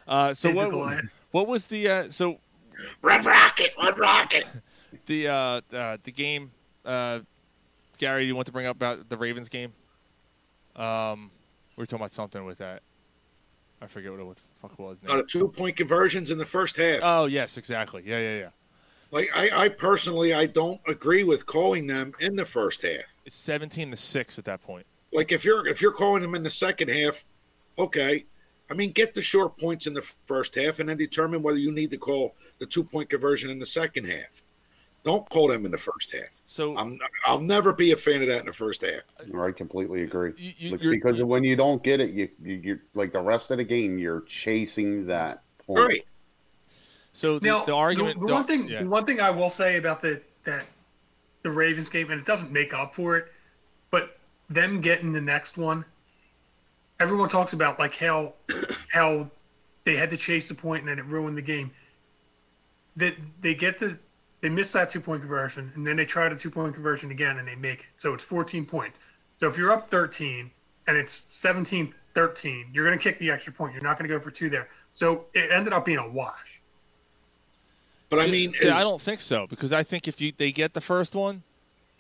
C: Uh, so
G: David
C: what?
G: Goliath.
C: What was the uh, so
F: Red Rocket, Red Rocket.
C: the uh, uh, the game? Uh, Gary, you want to bring up about the Ravens game? Um, we were talking about something with that. I forget what it what the fuck it was
F: Out
C: now.
F: of two point conversions in the first half.
C: Oh yes, exactly. Yeah, yeah, yeah.
F: Like I, I personally, I don't agree with calling them in the first half.
C: It's seventeen to six at that point.
F: Like if you're if you're calling them in the second half, okay. I mean, get the short points in the first half, and then determine whether you need to call the two point conversion in the second half. Don't call them in the first half.
C: So
F: I'm I'll never be a fan of that in the first half.
H: I completely agree.
C: You- you-
H: Like,
C: you're-
H: because when you don't get it, you, you you like the rest of the game, you're chasing that point.
F: Right.
C: so the,
G: Now,
C: the argument.
G: the one thing,
C: yeah.
G: the one thing I will say about the that the Ravens game, and it doesn't make up for it, but them getting the next one, everyone talks about like how how they had to chase the point and then it ruined the game. That they get the they miss that two point conversion and then they try the two point conversion again and they make it. So it's 14 points. So if you're up 13 and it's 17 13, you're going to kick the extra point. You're not going to go for two there. So it ended up being a wash.
F: But I
C: See-
F: mean,
C: see,
F: is-
C: I don't think so because I think if you they get the first one,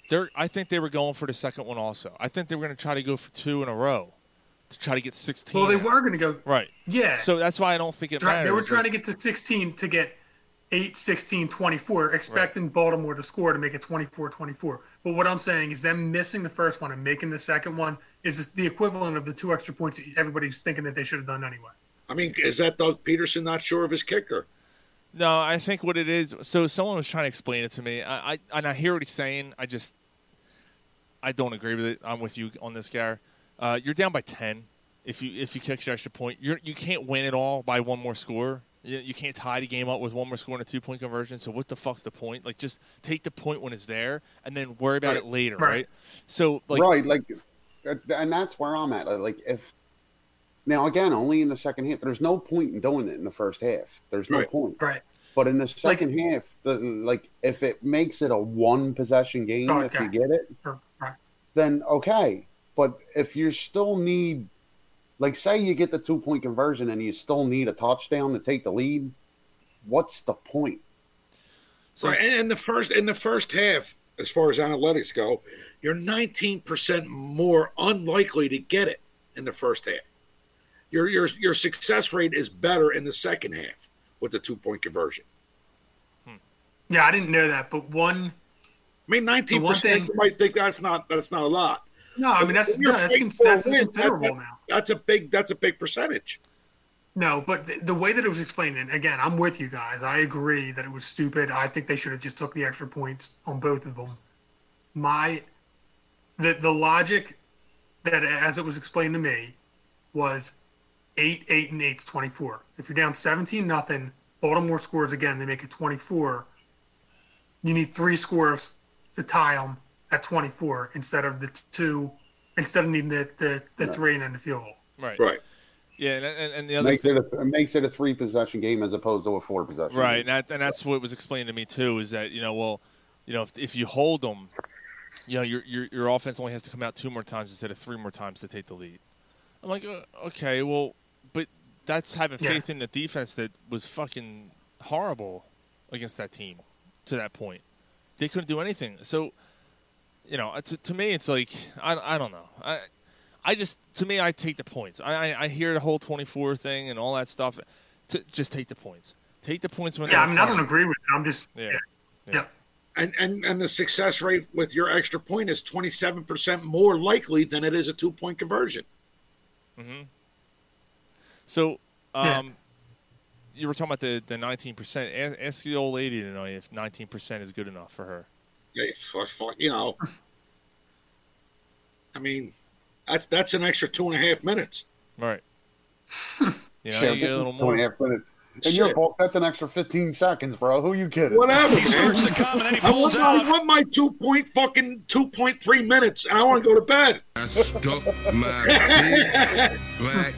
C: they're I think they were going for the second one also. I think they were going to try to go for two in a row to try to get sixteen.
G: Well, they were going to go.
C: right.
G: Yeah.
C: So that's why I don't think it
G: try,
C: matters.
G: they were trying to get to 16 to get 8, 16, 24, expecting Baltimore to score to make it 24 24. But what I'm saying is them missing the first one and making the second one is the equivalent of the two extra points that everybody's thinking that they should have done anyway.
F: I mean, is that Doug Peterson not sure of his kicker?
C: No, I think what it is. So someone was trying to explain it to me. I, I and I hear what he's saying. I just I don't agree with it. I'm with you on this, Gar. Uh, you're down by ten. If you if you kick your extra point, you're you can't win it all by one more score. You, you can't tie the game up with one more score and a two point conversion. So what the fuck's the point? Like just take the point when it's there and then worry about it later, right?
G: Right.
C: So like
H: right, like, that- and that's where I'm at. Like, if now again, only in the second half, there's no point in doing it in the first half. There's no
F: Right.
H: point.
G: Right.
H: But in the second half, the, like, if it makes it a one possession game, if
G: Okay.
H: you get it,
G: Or- right.
H: then okay. But if you still need, like, say you get the two point conversion and you still need a touchdown to take the lead, what's the point?
C: so
F: right. And, and the first in the first half, as far as analytics go, you're 19% more unlikely to get it in the first half. Your your your success rate is better in the second half with the two point conversion.
G: Yeah, I didn't know that, but one.
F: I mean, 19%.
G: thing-
F: you might think that's not that's not a lot.
G: No, I mean that's
F: If you're
G: no, that's,
F: fighting
G: con-
F: for a
G: that's
F: win, that-
G: considerable
F: that-
G: now.
F: That's a big that's a big percentage.
G: No, but the, the way that it was explained, and again, I'm with you guys. I agree that it was stupid. I think they should have just took the extra points on both of them. My, the the logic that as it was explained to me was eight, eight, and eight's twenty four. If you're down seventeen nothing, Baltimore scores again. They make it twenty four. you need three scores to tie them at 24 instead of the two, instead of needing the, the, the three and then the field goal.
C: Right.
F: Right.
C: Yeah, and, and, and the
H: It
C: other
H: makes
C: thing,
H: it, a, it makes it a three possession game as opposed to a four possession.
C: right,
H: game.
C: and, that, and that's what was explained to me too is that you know, well, you know, if, if you hold them, you know, your, your your offense only has to come out two more times instead of three more times to take the lead. I'm like, uh, okay, well, but that's having
G: Yeah.
C: faith in the defense that was fucking horrible against that team to that point. They couldn't do anything. So, you know, to, to me, it's like I, I don't know. I I just to me, I take the points. I I, I hear the whole 24 thing and all that stuff. To, just take the points. Take the points when.
G: Yeah,
C: they're
G: I mean, I
C: in
G: don't
C: front.
G: agree with it. I'm just,
C: Yeah.
G: yeah.
C: Yeah.
G: yeah.
F: And, and and the success rate with your extra point is 27% more likely than it is a two point conversion.
C: So,
G: Yeah.
C: um, you were talking about the the 19 percent. Ask, ask the old lady tonight if 19 percent is good enough for her.
F: Yeah, fu- fu- You know, I mean, that's that's an extra two and a half minutes.
G: [laughs]
C: Right. you know,
H: Shit,
C: you get a little
H: two and a
C: more.
H: half minutes. And your
F: Shit.
H: fault, that's an extra 15 seconds, bro. Who you kidding?
F: Whatever.
I: He
F: man.
I: starts to come and then he
F: I want,
I: pulls
F: my, I
I: out.
F: want my two point fucking two point three minutes, and I want to go to bed.
J: I stuck my big black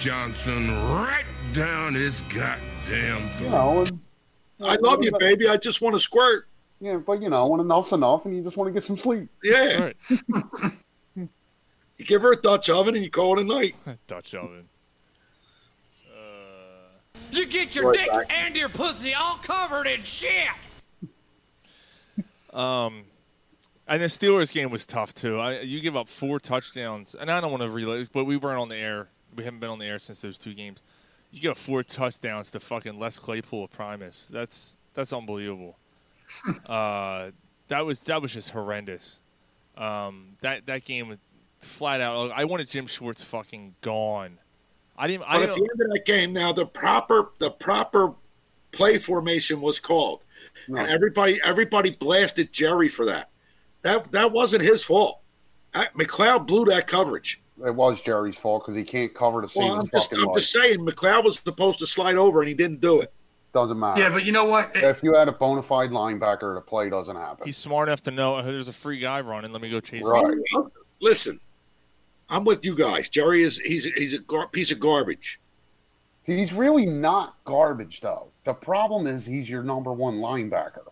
J: Johnson right down his goddamn
H: You
J: throat.
H: know, and,
F: I love you, baby. I just want to squirt.
H: yeah, but you know, when enough's enough and you just want to get some sleep.
F: Yeah,
C: Right.
F: you give her a Dutch oven, and you call it a night.
C: Dutch oven.
I: You get your dick and your pussy all covered in shit.
C: And the Steelers game was tough too. I, you give up four touchdowns, and I don't want to relate, but we weren't on the air. We haven't been on the air since those two games. You give up four touchdowns to fucking Les Claypool of Primus. That's that's unbelievable. uh, that was that was just horrendous. Um, that that game was flat out. I wanted Jim Schwartz fucking gone. I didn't. I
F: But at the
C: didn't.
F: end of that game, now the proper the proper play formation was called, and everybody everybody blasted Jerry for that. That that wasn't his fault. That- McLeod blew that coverage.
H: It was Jerry's fault because he can't cover the
F: Well,
H: same
F: I'm just
H: fucking
F: I'm
H: life.
F: just saying McLeod was supposed to slide over, and he didn't do it.
H: Doesn't matter.
G: Yeah, but you know what? It-
H: if you had a bona fide linebacker, the play doesn't happen.
C: He's smart enough to know oh, there's a free guy running. Let me go chase him.
H: right.
F: Listen, I'm with you guys. Jerry is he's he's a gar- piece of garbage.
H: He's really not garbage, though. The problem is he's your number one linebacker.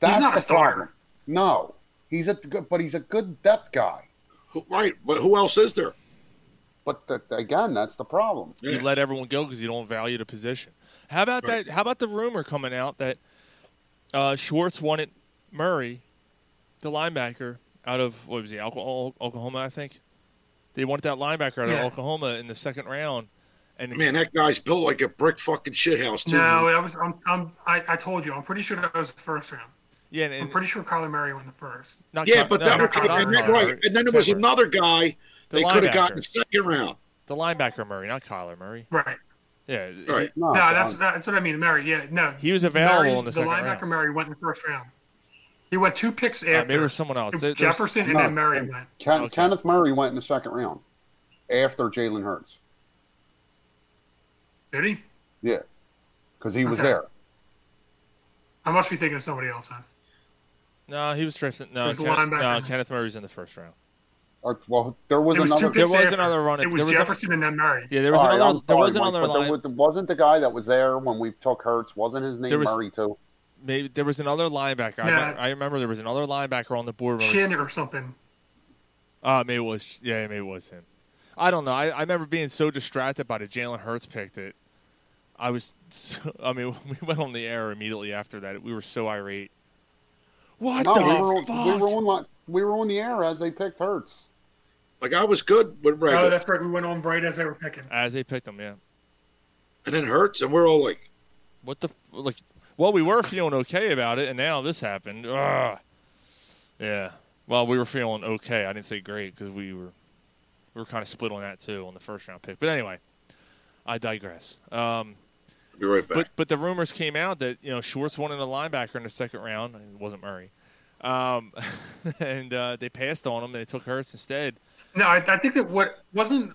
H: That's
G: not a
H: the
G: starter.
H: problem. No, he's a good, but he's a good depth guy.
F: Who- Right, but who else is there?
H: But th- again, that's the problem.
C: You let everyone go because you don't value the position. How about that? How about the rumor coming out that uh, Schwartz wanted Murray, the linebacker out of what was he, Alco- Oklahoma, I think. They wanted that linebacker out
G: Yeah.
C: of Oklahoma in the second round, and it's,
F: Man, that guy's built like a brick fucking shithouse too.
G: no, I was. I'm. I'm I, I told you. I'm pretty sure that was the first round.
C: yeah, and,
G: I'm pretty sure Kyler Murray won the first.
C: not
F: yeah,
C: Con-
F: but
C: no,
F: that
C: not
G: okay,
C: Conor
F: and then,
C: Murray,
F: right, and then there was
C: Trevor.
F: another guy
C: The
F: they could
C: linebacker.
F: have gotten second round.
C: the linebacker Murray, not Kyler Murray.
G: Right.
C: Yeah,
F: Right.
H: No,
G: No, that's that's what I mean. Murray. Yeah. No.
C: He was available in the second
G: linebacker
C: round.
G: Murray went in the first round. He went two picks
C: Uh,
G: after.
C: maybe it was someone else. There- there's-
G: Jefferson and
H: No,
G: then Murray went.
H: Ken-
C: Okay.
H: Kenneth Murray went in the second round after Jalen Hurts.
G: Did he?
H: Yeah, because he was
G: Okay.
H: there.
G: I must be thinking of somebody else. Then.
C: No, he was drafted. No,
G: There's a
C: Kenneth, no,
G: linebacker.
C: Kenneth Murray was in the first round.
H: Or, Uh, well, there was
G: It was
H: another.
G: two picks
C: There was
G: after.
C: another running-
G: It was
C: there was a-
G: Jefferson and then Murray.
C: Yeah, there was
H: All right,
C: another.
H: I'm
C: There was
H: sorry, Mike,
C: another
H: but there
C: line.
H: was- wasn't the guy that was there when we took Hurts? Wasn't his
C: There
H: name
C: was-
H: Murray too?
C: Maybe there was another linebacker. I,
G: Yeah.
C: me- I remember there was another linebacker on the board. when we-
G: Chin or something.
C: Uh, maybe it was. Yeah, maybe it was him. I don't know. I, I remember being so distracted by the Jalen Hurts pick that I was. [laughs] So, I mean, [laughs] we went on the air immediately after that. We were so irate. What
H: No,
C: the
H: we were, on-
C: fuck?
H: we were on like, we were on the air as they picked Hurts.
F: Like I was good with
G: Oh,
F: Rager,
G: that's right. We went on right as they were picking.
C: As they picked him, yeah.
F: and then Hurts, and we're all like,
C: What the f- like? Well, we were feeling okay about it, and now this happened. Ugh. Yeah. Well, we were feeling okay. I didn't say great because we were we were kind of split on that too on the first round pick. But anyway, I digress. Um,
F: "I'll "Be right back."
C: but but the rumors came out that you know Schwartz wanted a linebacker in the second round. It wasn't Murray, um, [laughs] and uh, they passed on him. They took Hurts instead.
G: No, I, I think that what wasn't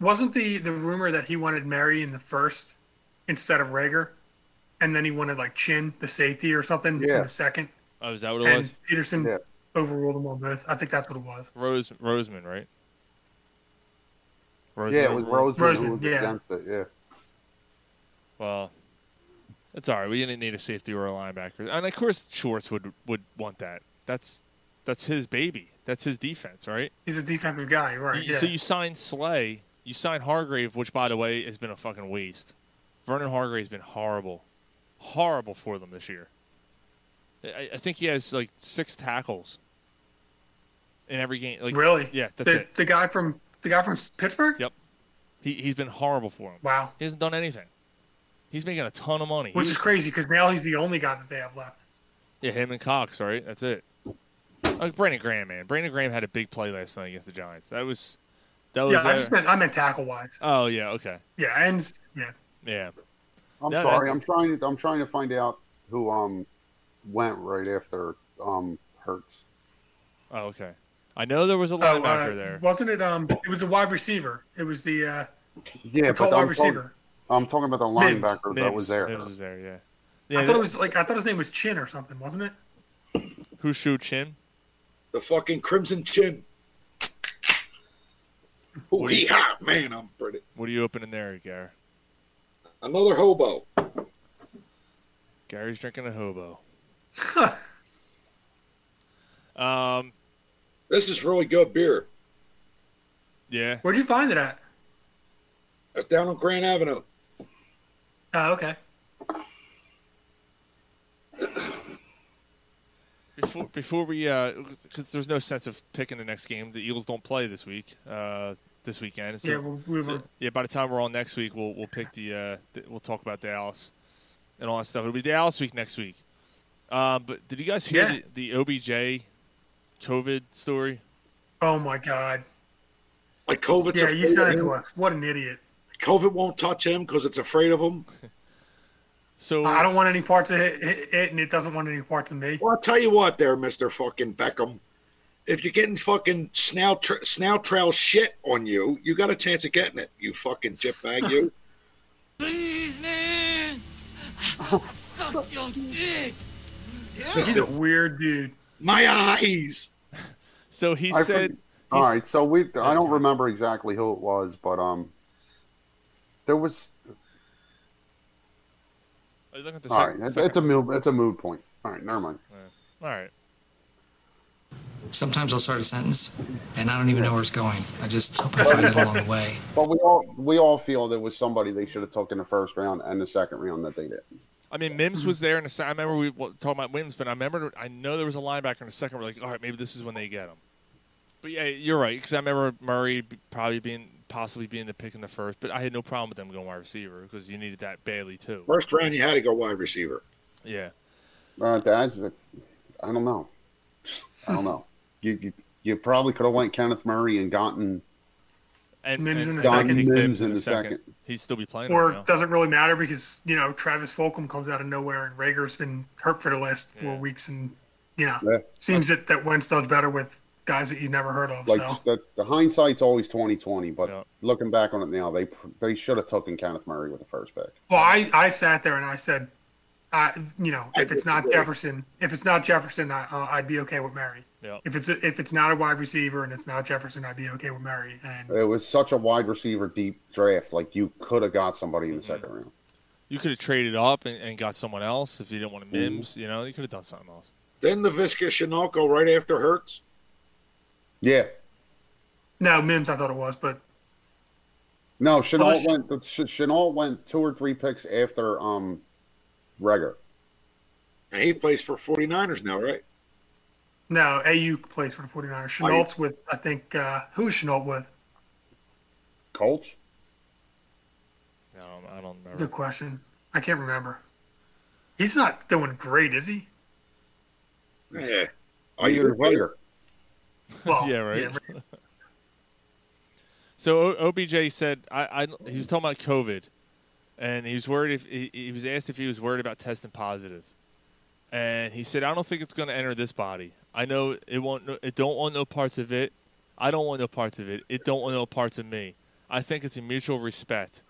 G: wasn't the the rumor that he wanted Mary in the first instead of Rager. and then he wanted like Chin, the safety or something,
C: Yeah.
G: in the second.
C: Oh, is that what it
G: and
C: was?
G: Peterson overruled him on both. I think that's what it was.
C: Rose Roseman, right? Roseman
H: yeah, it was
C: overruled?
H: Roseman, who was against it. Yeah.
C: Well, it's all right. We didn't need a safety or a linebacker, and of course Schwartz would would want that. That's that's his baby. That's his defense, right?
G: He's a defensive guy, right?
C: You-
G: yeah.
C: So you sign Slay, you sign Hargrave, which by the way has been a fucking waste. Vernon Hargrave's been horrible, horrible for them this year. I, I think he has like six tackles in every game. Like
G: really?
C: Yeah, that's
G: the,
C: it.
G: The guy from the guy from Pittsburgh.
C: Yep. He he's been horrible for him.
G: Wow.
C: He hasn't done anything. He's making a ton of money.
G: Which
C: He-
G: is crazy because now he's the only guy that they have left.
C: Yeah, him and Cox, right? That's it. Like Brandon Graham, man. Brandon Graham had a big play last night against the Giants. That was that was.
G: yeah, I
C: uh,
G: just meant I meant tackle wise.
C: oh yeah, okay,
G: Yeah, and yeah,
C: yeah.
H: I'm
C: No,
H: sorry.
C: that-
H: I'm trying. I'm trying to find out who um went right after um Hurts.
C: Oh okay. I know there was a
G: Oh, uh,
C: linebacker there.
G: Wasn't it? Um, it was a wide receiver. It was the uh,
H: Yeah,
G: a tall
H: but
G: wide
H: I'm talking-
G: receiver.
H: I'm talking about the
G: Mims.
H: linebacker that was there.
C: Mims was there, yeah. Yeah,
G: I thought it was like I thought his name was Chin or something, wasn't it?
C: who shoot Chin?
F: The fucking Crimson Chin. Ooh,
C: What do you-
F: he hot man. I'm pretty.
C: What are you opening there, Gar?
F: Another hobo.
C: Gary's drinking a
G: [laughs]
C: hobo. um,
F: This is really good beer.
C: yeah.
G: Where'd you find it at?
F: It's down on Grand Avenue.
G: Oh, okay.
C: Before, before we, because there's no sense of picking the next game. The Eagles don't play this week, uh, this weekend. So,
G: Yeah, we- we
C: so-
G: were-
C: yeah. By the time we're on next week, we'll we'll pick the, uh, th- we'll talk about Dallas and all that stuff. It'll be Dallas week next week. Um, but did you guys hear
G: Yeah.
C: the, the OBJ COVID story?
G: Oh my God.
F: Like COVID's
G: yeah,
F: afraid
G: you said
F: of
G: it
F: him.
G: to us. What an idiot.
F: COVID won't touch him because it's afraid of him.
C: So
G: I don't want any parts of it, it, it, and it doesn't want any parts of me.
F: Well, I'll tell you what, there, Mister Fucking Beckham. If you're getting fucking snout tr- snout trail shit on you, you got a chance of getting it. You fucking
G: [laughs]
F: jitbag, you.
I: Please, man. Suck your dick.
G: He's a weird dude.
F: My eyes.
C: So he
H: I
C: said,
H: forget- all right, so we I don't remember exactly who it was, but um there was
C: Are you looking at the
H: all right.
C: second,
H: It's,
C: second-
H: it's a mood it's a mood point. All right, never mind.
C: All right.
K: Sometimes I'll start a sentence and I don't even know where it's going. I just hope I find it along the way.
H: But we all we all feel there was somebody they should have took in the first round and the second round that they did.
C: I mean, Mims was there, and I remember we were talking about Mims, but I remember I know there was a linebacker in the second. We're like, all right, maybe this is when they get him. But yeah, you're right because I remember Murray b- probably being possibly being the pick in the first, but I had no problem with them going wide receiver because you needed that badly too.
F: [laughs] First round, you had to go wide receiver.
C: Yeah,
H: Uh, that's I don't know. I
C: [laughs]
H: don't know. You you, you probably could have went Kenneth Murray and gotten
C: and
G: Mims in the
C: Don
G: second.
C: take
H: Mims in the second.
C: He'd still be playing.
G: Or
C: right now.
G: it doesn't really matter because, you know, Travis Fulcom comes out of nowhere and Rager's been hurt for the last four weeks and, you know,
H: Yeah.
G: seems that, that Wentz does better with guys that you never heard of.
H: like
G: so,
H: the, the hindsight's always twenty twenty, but
C: Yeah.
H: looking back on it now, they they should have taken Kenneth Murray with the first pick.
G: well, I, I sat there and I said, I, you know, if it's not Jefferson, if it's not Jefferson, I, uh, I'd be okay with Mary.
C: Yeah.
G: If it's if it's not a wide receiver and it's not Jefferson, I'd be okay with Murray. And
H: It was such a wide receiver deep draft. Like you could have got somebody in the second round.
C: you could have traded up and, and got someone else if you didn't want to Mims. You know, you could have done something else.
F: Then the Visca Chanel go right after Hertz.
H: Yeah.
G: no, Mims, I thought it was, but
H: No, Chenault
G: Well, that's-
H: went. Ch- Chenault went two or three picks after um, Reger.
F: And he plays for 49ers now, right?
G: no, AU plays for the 49ers. Chenault's with, I think, uh, who is Chenault with?
H: Colts.
C: I don't, I don't
G: Good
C: remember.
G: question. I can't remember. He's not doing great, is he?
F: Yeah. Are
H: Neither
F: you
H: is Reger.
C: [laughs]
G: Well,
C: Yeah, right. So O- OBJ said I, I he was talking about COVID, and he was worried if he, he was asked if he was worried about testing positive, and he said I don't think it's going to enter this body. I know it won't. no- It don't want no parts of it. I don't want no parts of it. It don't want no parts of me. I think it's a mutual respect.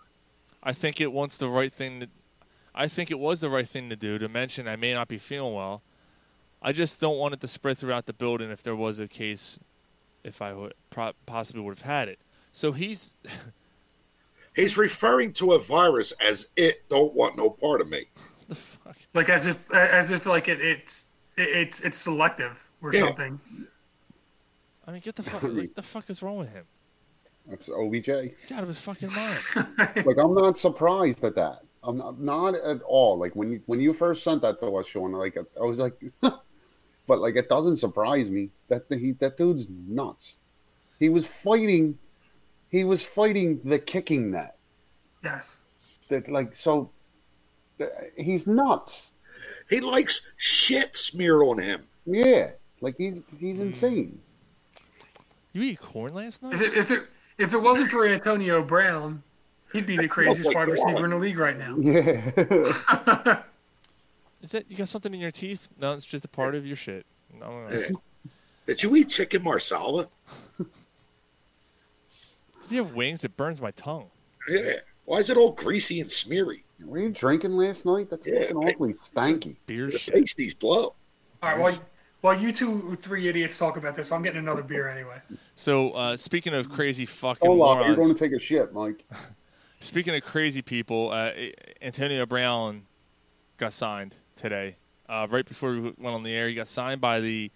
C: I think it wants the right thing. To, I think it was the right thing to do to mention I may not be feeling well. I just don't want it to spread throughout the building if there was a case, if I would pro- possibly would have had it. So he's [laughs]
F: He's referring to a virus as it don't want no part of me.
G: like as if as if like it, it's it, it's it's selective or
F: Yeah.
G: something.
C: I mean, get the fuck. what the fuck is wrong with him?
H: That's OBJ.
C: He's out of his fucking mind.
H: like I'm not surprised at that. I'm not, not at all. Like when you when you first sent that to us, Sean, like I was like, [laughs] but like it doesn't surprise me that he that dude's nuts. He was fighting, he was fighting the kicking net.
G: Yes.
H: That like so, th- he's nuts.
F: He likes shit smeared on him.
H: Yeah, like he's he's
F: Hmm.
H: insane. [laughs]
C: You eat corn last night?
G: If it, if it if it wasn't for Antonio Brown, he'd be the craziest wide receiver in the league right now.
H: Yeah.
C: Is that you got something in your teeth? No, it's just a part of your shit. No, no, no.
F: Yeah. Did you eat chicken marsala?
C: Did you have wings? It burns my tongue.
F: Yeah. Why is it all greasy and smeary?
H: Were you drinking last night? That's
F: Yeah,
H: fucking awfully
F: [laughs]
H: stanky.
C: Beer
F: The
C: shit.
F: pasties blow.
G: All right, while while you two three idiots talk about this, I'm getting another beer anyway.
C: So uh, speaking of crazy fucking
H: Hold on, you're
C: morons,
H: going to take a shit, Mike.
C: speaking of crazy people, uh, A- Antonio Brown got signed today. Uh, right before we went on the air, he got signed by the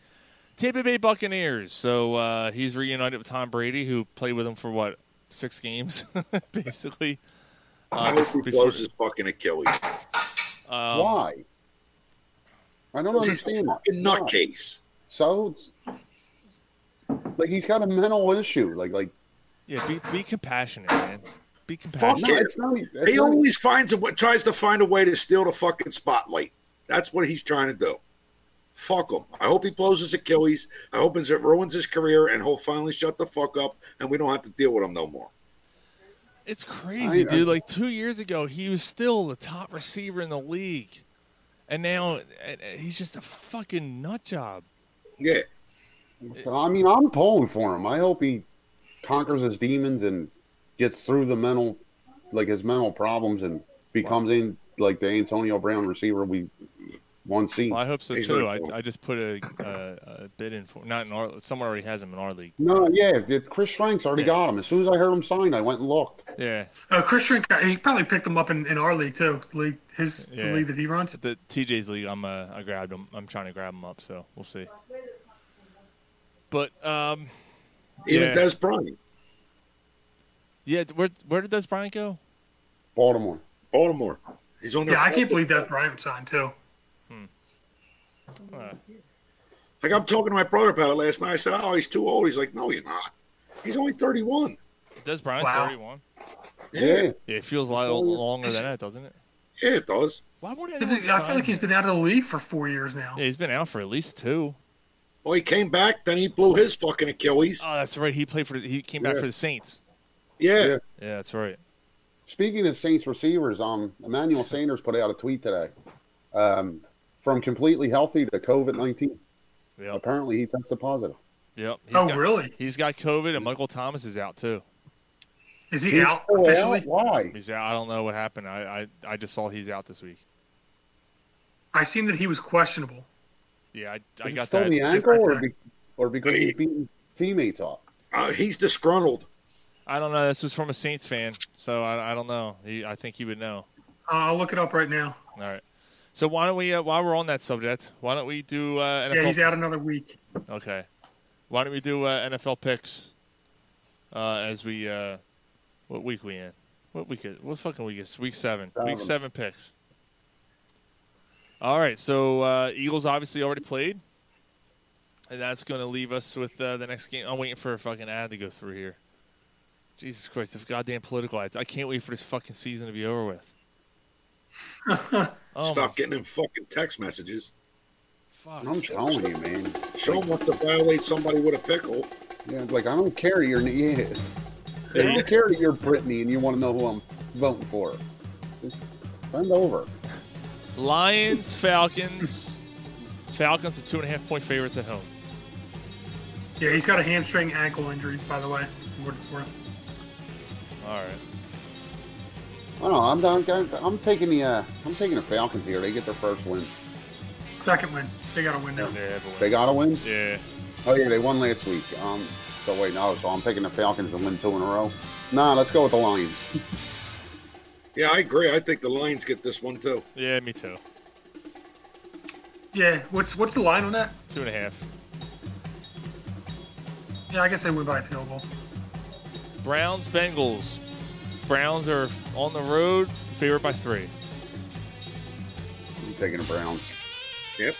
C: Tampa Bay Buccaneers. So uh, he's reunited with Tom Brady, who played with him for what six games, [laughs] basically.
F: I
C: Uh,
F: hope he
C: before-
F: blows his fucking Achilles.
C: um,
H: Why? I don't
F: He's a
H: understand. that.
F: fucking
H: Why?
F: nutcase.
H: So, like, he's got a mental issue. Like, like,
C: Yeah, be, be compassionate, man. Be
H: no,
C: compassionate.
F: Fuck it.
H: it's not. e- It's
F: He
H: not
F: always finds a what tries to find a way to steal the fucking spotlight. That's what he's trying to do. Fuck him. I hope he blows his Achilles. I hope it ruins his career and he'll finally shut the fuck up and we don't have to deal with him no more.
C: It's crazy,
H: I- I-
C: dude. like two years ago, he was still the top receiver in the league, and now uh, uh, he's just a fucking nut job.
F: Yeah.
H: I mean, I'm pulling for him. I hope he conquers his demons and gets through the mental, like his mental problems, and becomes in like the Antonio Brown receiver we once seen.
C: Well, I hope so
F: He's
C: too. I,
F: really cool.
C: I just put a, a, a bid in for not in our someone already has him in our league.
H: No, yeah, the- Chris Frank's already
C: Yeah.
H: got him. As soon as I heard him sign, I went and looked.
C: Yeah,
G: Uh, Chris Shrink, he probably picked him up in, in our league too. The league, his
C: Yeah.
G: the league that he runs.
C: the TJ's league. I'm uh, I grabbed him. I'm trying to grab him up, so we'll see. But um, Yeah.
F: Even Des Bryant.
C: yeah, where where did this Bryant go?
H: Baltimore.
F: Baltimore. He's on their
G: Yeah, I can't believe that Bryant signed too.
F: Like I'm talking to my brother about it last night. I said, "Oh, he's too old." He's like, "No, he's not. He's only 31."
C: Does Bryant's
G: Wow.
C: 31?
H: Yeah,
C: Yeah, it feels a lot longer than that, doesn't it?
F: Yeah, it does.
C: Why would
G: Is
C: anyone
G: it- I feel
C: sign
G: like he's
C: him?
G: been out of the league for four years now.
C: Yeah, he's been out for at least two.
F: Well, Oh, he came back, then he blew his fucking Achilles.
C: Oh, that's right. He played for. He came back
H: Yeah.
C: for the Saints.
F: Yeah,
H: yeah.
C: Yeah, that's right.
H: Speaking of Saints receivers, um, Emmanuel Sanders put out a tweet today. Um, from completely healthy to COVID nineteen.
C: Yep.
H: Apparently, he tested positive.
C: Yep. He's
G: oh,
C: got-
G: really?
C: He's got COVID, and Michael Thomas is out too.
G: Is he
H: He's
G: out
H: still out?
G: officially?
H: Why?
C: He's out. I don't know what happened. I I, I just saw he's out this week.
G: I seen that he was questionable.
C: Yeah, I, I
H: Is it
C: got
H: still
C: that.
H: the ankle, or,
G: Different.
H: be, or because he's beating teammates up?
F: Uh, he's disgruntled.
C: I don't know. This was from a Saints fan, so I, I don't know. He, I think he would know.
G: Uh, I'll look it up right now.
C: All right. So why don't we? Uh, while we're on that subject, why don't we do uh, NFL?
G: Yeah, he's out another week.
C: Okay. Why don't we do uh, NFL picks? Uh, as we uh, what week we in? What week? Is, what fucking week is? Week seven. Week
H: Seven.
C: seven picks. All right. So uh, Eagles obviously already played, and that's going to leave us with uh, the next game. I'm waiting for a fucking ad to go through here. Jesus Christ! The goddamn political ads. I can't wait for this fucking season to be over with. oh my
F: Stop getting him fucking text messages.
C: fuck!
H: I'm telling you, man.
F: Show him wants to violate somebody with a pickle.
H: Yeah, like I don't care your yeah. I don't care that you're Brittany and you want to know who I'm voting for. Just Bend over.
C: Lions, Falcons. [laughs] Falcons are two and a half point favorites at home.
G: Yeah, he's got a hamstring ankle injury, by the way. for What it's worth.
C: All right.
H: I don't know. I'm down. guy- I'm taking the. Uh, I'm taking the Falcons here. They get their first win.
G: Second win. They got a win now.
H: They got to win.
C: Yeah.
H: Oh yeah, they won last week. Um. So wait, no. So I'm taking the Falcons to win two in a row. Nah, let's go with the Lions. [laughs]
F: Yeah, I agree. I think the Lions get this one too.
C: Yeah, me too.
G: Yeah. What's what's the line on that?
C: Two and a half.
G: Yeah, I guess they win by a field goal.
C: Browns Bengals. Browns are on the road, favored by three.
H: I'm taking the Browns.
F: Yep.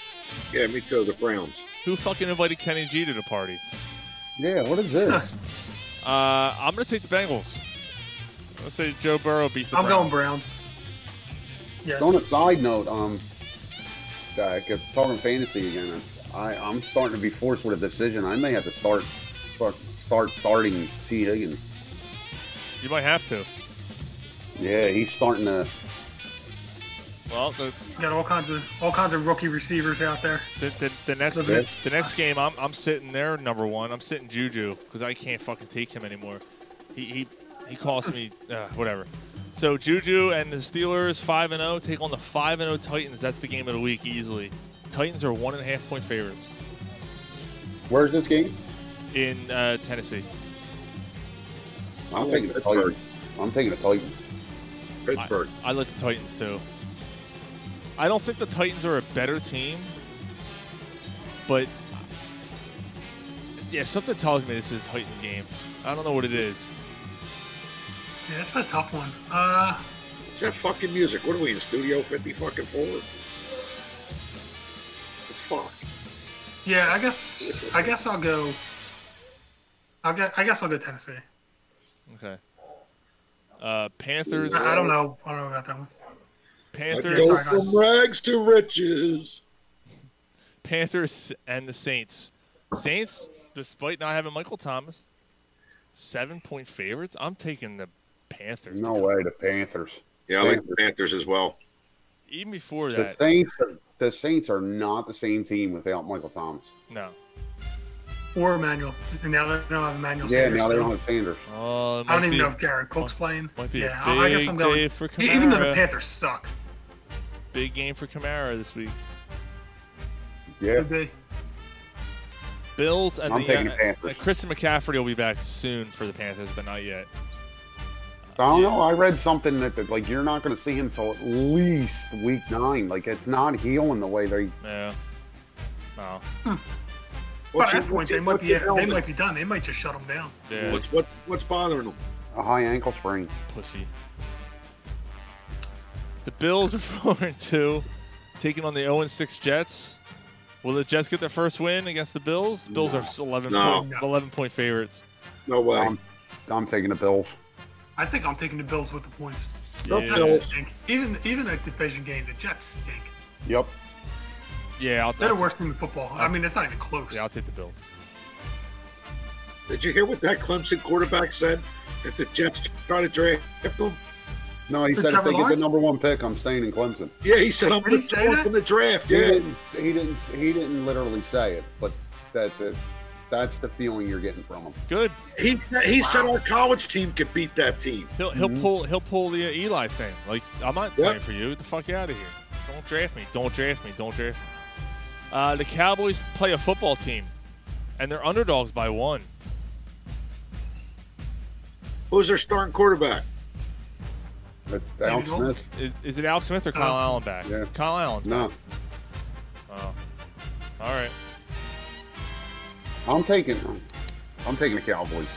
F: Yeah, me too. The Browns.
C: Who fucking invited Kenny G to the party?
H: Yeah. What is [laughs] this?
C: Uh, I'm gonna take the Bengals. Let's say Joe Burrow beats the
G: I'm
C: Browns.
G: going Brown. Yeah.
H: On a side note, um, uh, 'cause talking fantasy again, I I'm starting to be forced with a decision. I may have to start start, start starting T Higgins.
C: You might have to.
H: Yeah, he's starting to.
C: Well, the,
G: Got all kinds of all kinds of rookie receivers out there.
C: the, the, the next
G: Okay.
C: the, next game, I'm, I'm sitting there number one. I'm sitting Juju because I can't fucking take him anymore. He he he costs me uh, whatever. So Juju and the Steelers five and zero take on the five and zero Titans. That's the game of the week easily. Titans are one and a half point favorites
H: Where's this game?
C: in uh, Tennessee.
H: I'm taking the Titans. I'm taking the Titans.
F: Pittsburgh.
C: I like the Titans too. I don't think the Titans are a better team, but yeah, something tells me this is a Titans game. I don't know what it is.
G: Yeah, that's a tough one. Uh,
F: It's that fucking music. What are we in Studio 50 fucking forward? The fuck.
G: yeah, I guess I guess I'll go. I guess, I guess I'll go Tennessee.
C: Okay. Uh, Panthers.
G: I, I don't know. I don't know about that one.
F: I
C: Panthers.
F: go from rags to riches.
C: Panthers and the Saints. Saints, despite not having Michael Thomas, seven point favorites. I'm taking the Panthers.
H: No way, the Panthers.
F: Yeah, I like the Panthers as well.
C: Even before
H: The
C: that,
H: Saints. Are, the Saints are not the same team without Michael Thomas.
C: no.
G: Or Emmanuel. And now they don't have Emmanuel.
H: Yeah,
G: Sanders,
H: now they
G: so-
H: don't have Sanders.
C: Oh, it
G: I don't
C: might
G: even
C: be-
G: know if Garrett Cook's playing.
C: might be a
G: yeah, I I guess I'm
C: big
G: going.
C: day for
G: E- Even though the
C: Kamara.
G: Panthers suck,
C: Big game for Kamara this week.
H: Yeah.
G: could be.
C: Bills and
H: I'm
C: the,
H: taking the
C: uh,
H: Panthers.
C: uh, Christian McCaffrey will be back soon for the Panthers, but not yet.
H: I don't know. I read something that, that like you're not going to see him till at least week nine. Like it's not healing the way they.
C: No. No.
G: But at
F: What's
G: that
F: your-
G: point,
F: what's
G: they
F: your-
G: might
F: what's
G: be uh,
F: your
G: they
F: helmet?
G: might be done. They might just shut him down.
C: Yeah.
F: What's what what's bothering them?
H: A high ankle sprain.
C: pussy. The Bills are [laughs] four and two, taking on the zero and six Jets. Will the Jets get their first win against the Bills? The Bills are s- 11,
F: No.
C: point, 11 point favorites.
F: No way.
H: I'm, I'm taking the Bills.
G: I think I'm taking the Bills with the points.
F: No
C: Yeah.
G: Jets
F: Bills.
G: stink. Even even a division game, the Jets stink.
H: Yep.
C: Yeah, I'll,
G: They're
C: I'll
G: the worst team in football. I mean, it's not even close.
C: yeah, I'll take the Bills.
F: Did you hear what that Clemson quarterback said? If the Jets try to draft him,
H: No, he
G: For
H: said if
G: Trevor
H: they get the
G: Lawrence?
H: number one pick, I'm staying in Clemson.
F: yeah, he said I'm
G: Did he
F: going to
G: say
F: throw
G: that?
F: up in the draft.
H: He
F: Yeah,
H: didn't. He didn't. He didn't literally say it, but that, that that's the feeling you're getting from him.
C: Good.
F: he he said our college team could beat that team.
C: He'll he'll pull he'll pull the uh, Eli thing. Like I'm not playing for you. Get the fuck out of here. Don't draft me. Don't draft me. Don't draft me. Uh, the Cowboys play a football team, and they're underdogs by one.
F: Who's their starting quarterback?
H: That's Alex
G: Golden?
H: Smith.
C: Is, is it Alex Smith or Kyle
G: Oh.
C: Allen back?
H: Yeah.
C: Kyle Allen's
H: No,
C: All right.
H: I'm taking. I'm taking the Cowboys.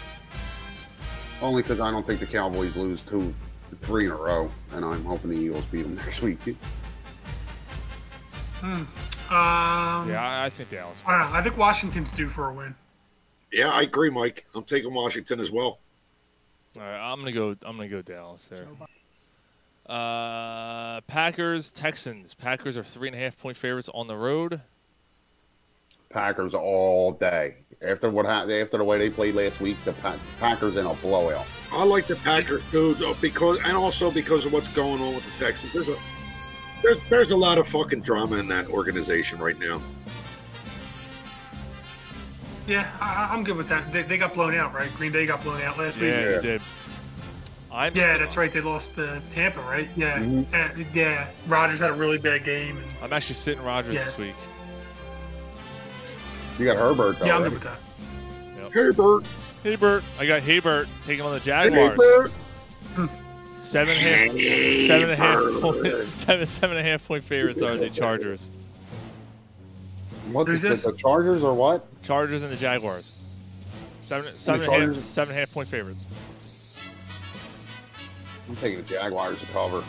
H: Only because I don't think the Cowboys lose two, three in a row, and I'm hoping the Eagles beat them [laughs] next week.
G: Um,
C: Yeah, I, I think Dallas.
G: I don't know. Uh, I think Washington's due for a win.
F: Yeah, I agree, Mike. I'm taking Washington as well.
C: All right, I'm gonna go. I'm gonna go Dallas there. Uh, Packers, Texans. Packers are three and a half point favorites on the road.
H: Packers all day. After what happened, after the way they played last week, the pa- Packers in a blowout.
F: I like the Packers too, though, because and also because of what's going on with the Texans. There's a there's there's a lot of fucking drama in that organization right now.
G: Yeah, I, I- I'm good with that. They, they got blown out, right? Green Bay got blown out last
C: Yeah,
G: week.
C: they did. I'm
G: yeah,
C: still-
G: that's right. They lost uh, Tampa, right? Yeah,
C: Mhm.
G: Uh, yeah. Rogers had a really bad game. And,
C: I'm actually sitting Rogers
G: Yeah.
C: this week.
H: You got Herbert.
G: yeah, I'm
H: already.
G: good with that.
C: Yep.
H: Herbert.
C: Hibbert. I got Hibbert taking on the Jaguars.
H: Herbert.
C: Seven and a half, seven and a half, point, [laughs] seven, seven and a half point favorites are the Chargers.
H: What
C: Who's
H: is this?
C: this?
H: The Chargers or what?
C: Chargers and the Jaguars. Seven, seven, and a half,
H: Chargers-
C: seven and a half point favorites.
H: I'm taking the Jaguars to cover.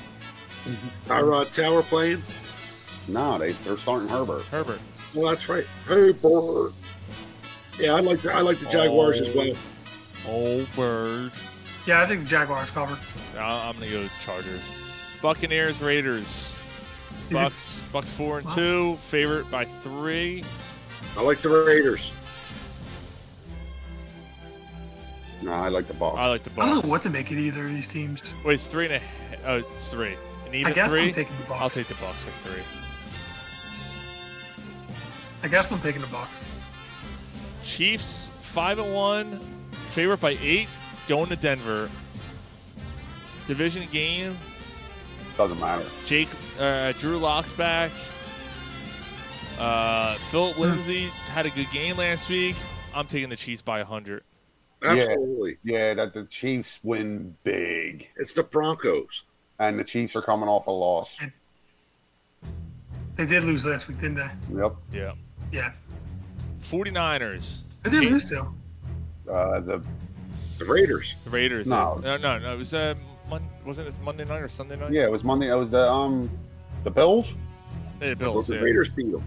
F: Tyrod Taylor uh, playing?
H: No, they they're starting Herbert.
C: Herbert.
F: Well, Oh, that's right. Hey, Bird. Yeah, I like the, I like the Jaguars as well.
C: Oh, bird.
G: Yeah, I think the Jaguars covered.
C: I- I'm gonna go Chargers. Buccaneers, Raiders.
G: You think-
C: Bucks, Bucks four and two, favorite by three.
F: I like the Raiders.
H: No, I like the ball.
C: I like the
G: I don't
C: Bucks.
G: know what to make of either of these teams.
C: Wait, it's three and a. ha- Oh, it's three. An even
G: guess I'm
C: three.
G: taking the Bucks.
C: I'll take the Bucks for three.
G: I guess I'm taking the Bucks.
C: Chiefs five and one, favorite by eight, going to Denver. Division game.
H: Doesn't matter.
C: Jake uh, Drew Locks back. Uh, Philip
G: Hmm.
C: Lindsay had a good game last week. I'm taking the Chiefs by 100.
F: Absolutely.
H: Yeah, yeah, that the Chiefs win big.
F: It's the Broncos.
H: And the Chiefs are coming off a loss.
G: They did lose last week, didn't they?
H: Yep.
C: Yeah.
G: Yeah.
C: 49ers.
G: They did lose to.
H: Uh, the
F: the Raiders.
C: The Raiders.
H: No.
C: No, no, no. It was uh, Mon- wasn't it Monday night or Sunday night?
H: Yeah, it was Monday. It was the um, the Bills.
C: Yeah, Bills.
H: The
C: Oh, yeah.
H: Raiders beat them.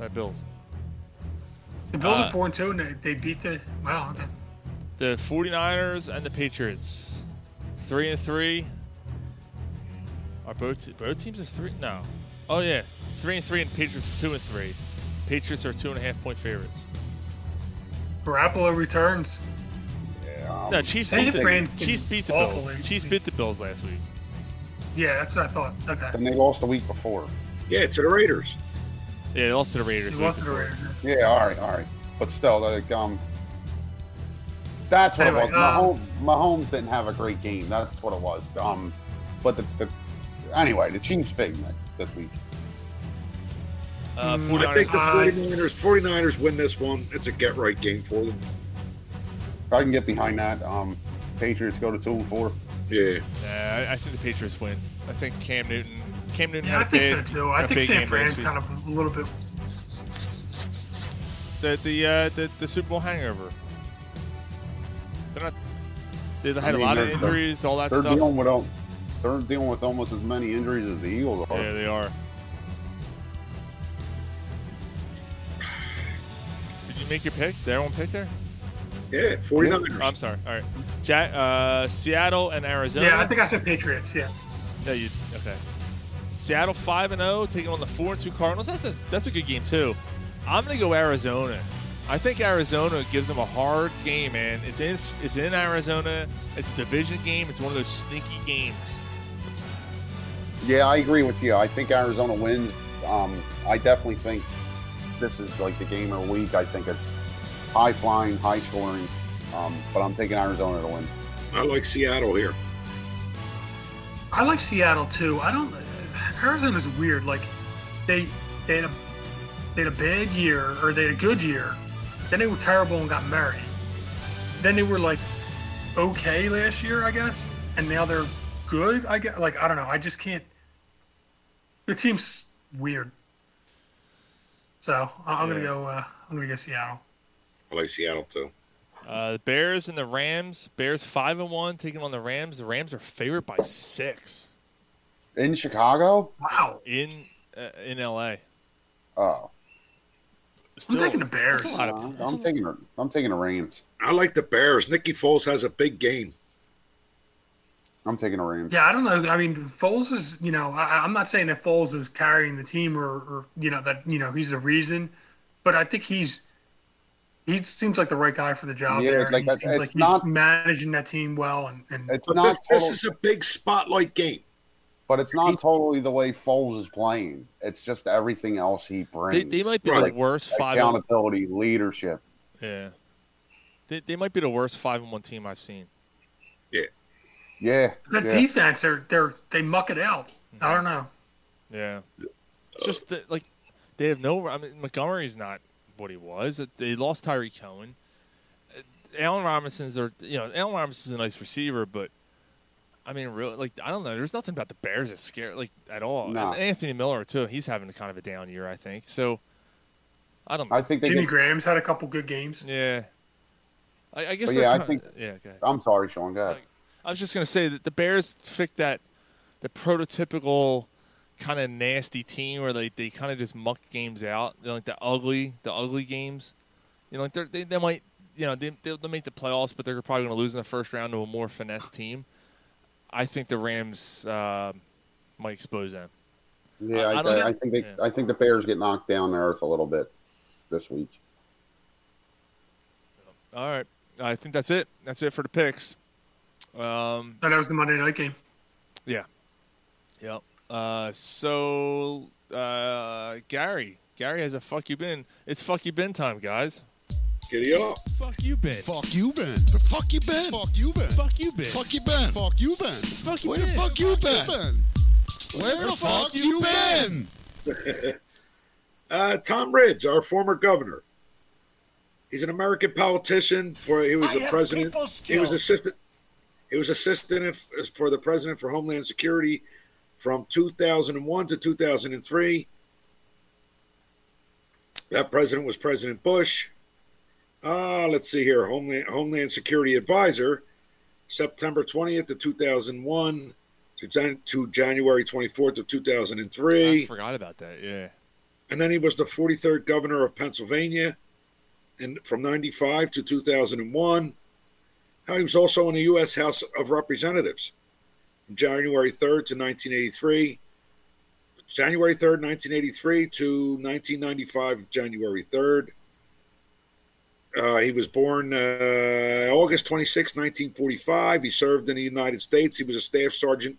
C: Uh, Bills.
G: The Bills
C: Uh,
G: are four and two, and they, they beat the. Wow. okay.
C: The 49ers and the Patriots. Three and three. Are both te- both teams are three? No. Oh yeah, three and three, and Patriots two and three. Patriots are two and a half point favorites.
G: Garoppolo returns.
H: Yeah.
C: No, Chiefs
G: San
C: beat the
G: Fran is
C: Chiefs beat the
G: awful
C: Bills.
G: last
C: Chiefs beat the Bills last week.
G: Yeah, that's what I thought. Okay.
H: Then they lost the week before.
F: Yeah, to the Raiders.
C: Yeah, they lost to the Raiders.
G: You
C: the
G: want
C: week
G: the
C: before.
G: Raiders.
H: Yeah, all right, all right. But still, like, um, that's what
G: Anyway,
H: it was. Mahomes,
G: uh,
H: Mahomes didn't have a great game. That's what it was. Um, but the, the anyway, the Chiefs big night this week.
C: Uh,
F: I think the
C: 49ers.
F: 49ers, 49ers win this one. It's a get right game for them.
H: I can get behind that. Um, Patriots go to two and four.
F: Yeah.
C: Yeah, I, I think the Patriots win. I think Cam Newton. Cam Newton
G: Yeah, I
C: had a
G: think so
C: big,
G: too.
C: had
G: I
C: a
G: think
C: big
G: San
C: game
G: Fran's
C: last week.
G: kind of a little bit.
C: the the uh, the, the Super Bowl hangover. They're not. They had a lot of injuries, all that
H: they're
C: stuff.
H: Dealing with, um, they're dealing with almost as many injuries as the Eagles are.
C: Yeah, they are. Did you make your pick? Did everyone pick there? Oh,
F: Yeah, 49ers.
C: I'm sorry. All right. Jack, uh, Seattle and Arizona.
G: Yeah, I think I said Patriots. Yeah.
C: No, you okay? Seattle five and zero, taking on the four and two Cardinals. That's a, that's a good game too. I'm gonna go Arizona. I think Arizona gives them a hard game, man. It's in it's in Arizona. It's a division game. It's one of those sneaky games.
H: Yeah, I agree with you. I think Arizona wins. Um, I definitely think this is like the game of the week. I think it's high flying, high scoring. Um, but I'm taking Arizona to win.
F: I like Seattle here.
G: I like Seattle too. I don't. Arizona's weird. Like they they had a they had a bad year or they had a good year, then they were terrible and got married. Then they were like okay last year, I guess, and now they're good. I guess. Like I don't know. I just can't. The team's weird. So I- I'm gonna
C: Yeah.
G: go. Uh, I'm gonna go Seattle.
F: I like Seattle too.
C: Uh, the Bears and the Rams. Bears five and one, taking on the Rams. The Rams are favored by six
H: In Chicago?
G: Wow.
C: in uh, in LA.
H: Oh,
C: Still,
G: taking the Bears.
C: that's a lot of-
H: I'm,
C: that's a-
H: I'm taking the- I'm taking the Rams.
F: I like the Bears. Nicky Foles has a big game.
H: I'm taking the Rams.
G: Yeah, I don't know. I mean, Foles is, you know, I, I'm not saying that Foles is carrying the team or, or, you know, that, you know, he's the reason, but I think he's, he seems like the right guy for the job
H: Yeah,
G: there.
H: it's like
G: he
H: that-
G: seems
H: it's
G: like he's
H: not-
G: managing that team well. And, and
H: It's
F: But
H: not
F: this, this
H: total-
F: is a big spotlight game.
H: but it's not totally the way Foles is playing. It's just everything else he
C: they,
H: brings.
C: they might be
F: Right.
C: the worst five. and- oh.
H: accountability, leadership.
C: yeah, they, they might be the worst five and one team I've seen.
F: Yeah.
H: Yeah.
G: The
H: yeah.
G: defense, they're, they're, they muck it out. I don't know.
C: Yeah. It's just that, like they have no. I mean, Montgomery's not what he was. They lost Tyree Cohen. Uh, Allen Robinson's their, you know, Allen Robinson's a nice receiver, but I mean, really, like I don't know. There's nothing about the Bears that scare like at all.
H: No.
C: And Anthony Miller too. He's having kind of a down year, I think. So I don't.
H: I think they
G: Jimmy
H: get-
G: Graham's had a couple good games.
C: Yeah. I, I guess.
H: But
C: they're
H: yeah, I
C: kinda-
H: think.
C: Yeah. Go ahead.
H: I'm sorry, Sean. Go ahead.
C: I was just gonna say that the Bears picked that the prototypical kind of nasty team where they, they kind of just muck games out. They're like the ugly the ugly games. You know, like they're, they they might you know they they'll, they'll make the playoffs, but they're probably gonna lose in the first round to a more finesse team. I think the Rams uh, might expose them. I-
H: Yeah, I,
C: I don't
H: I
C: know.
H: think they,
C: Yeah.
H: I think the Bears get knocked down to earth a little bit this week.
C: All right, I think that's it. That's it for the picks. Um,
G: No, Oh, that was the Monday night game.
C: Yeah. Yep. Uh, so uh, Gary, Gary has a fuck you been. It's fuck you been time, guys.
F: Giddy up.
C: Fuck you been.
L: Fuck you, Ben. Fuck you, Ben. Fuck you, Ben. Fuck you, Ben. Fuck you, Ben. Fuck you, Ben. Fuck you, Where the fuck you been? Where the fuck you been?
F: uh, Tom Ridge, our former governor. He's an American politician. For he was
L: I
F: a
L: have
F: president.
L: people
F: He was
L: skills.
F: assistant. He was assistant if, for the president for Homeland Security from 2001 to 2003. That president was President Bush. Uh, let's see here. Homeland Homeland Security Advisor, September 20th to 2001 to, Jan- to January 24th of 2003
C: I forgot about that. Yeah.
F: and then he was the 43rd governor of Pennsylvania, and from 95 to 2001. He was also in the U.S. House of Representatives, from January 3rd to 1983, January 3rd, 1983 to 1995, January 3rd. Uh, he was born uh, August 26, 1945. He served in the United States. He was a staff sergeant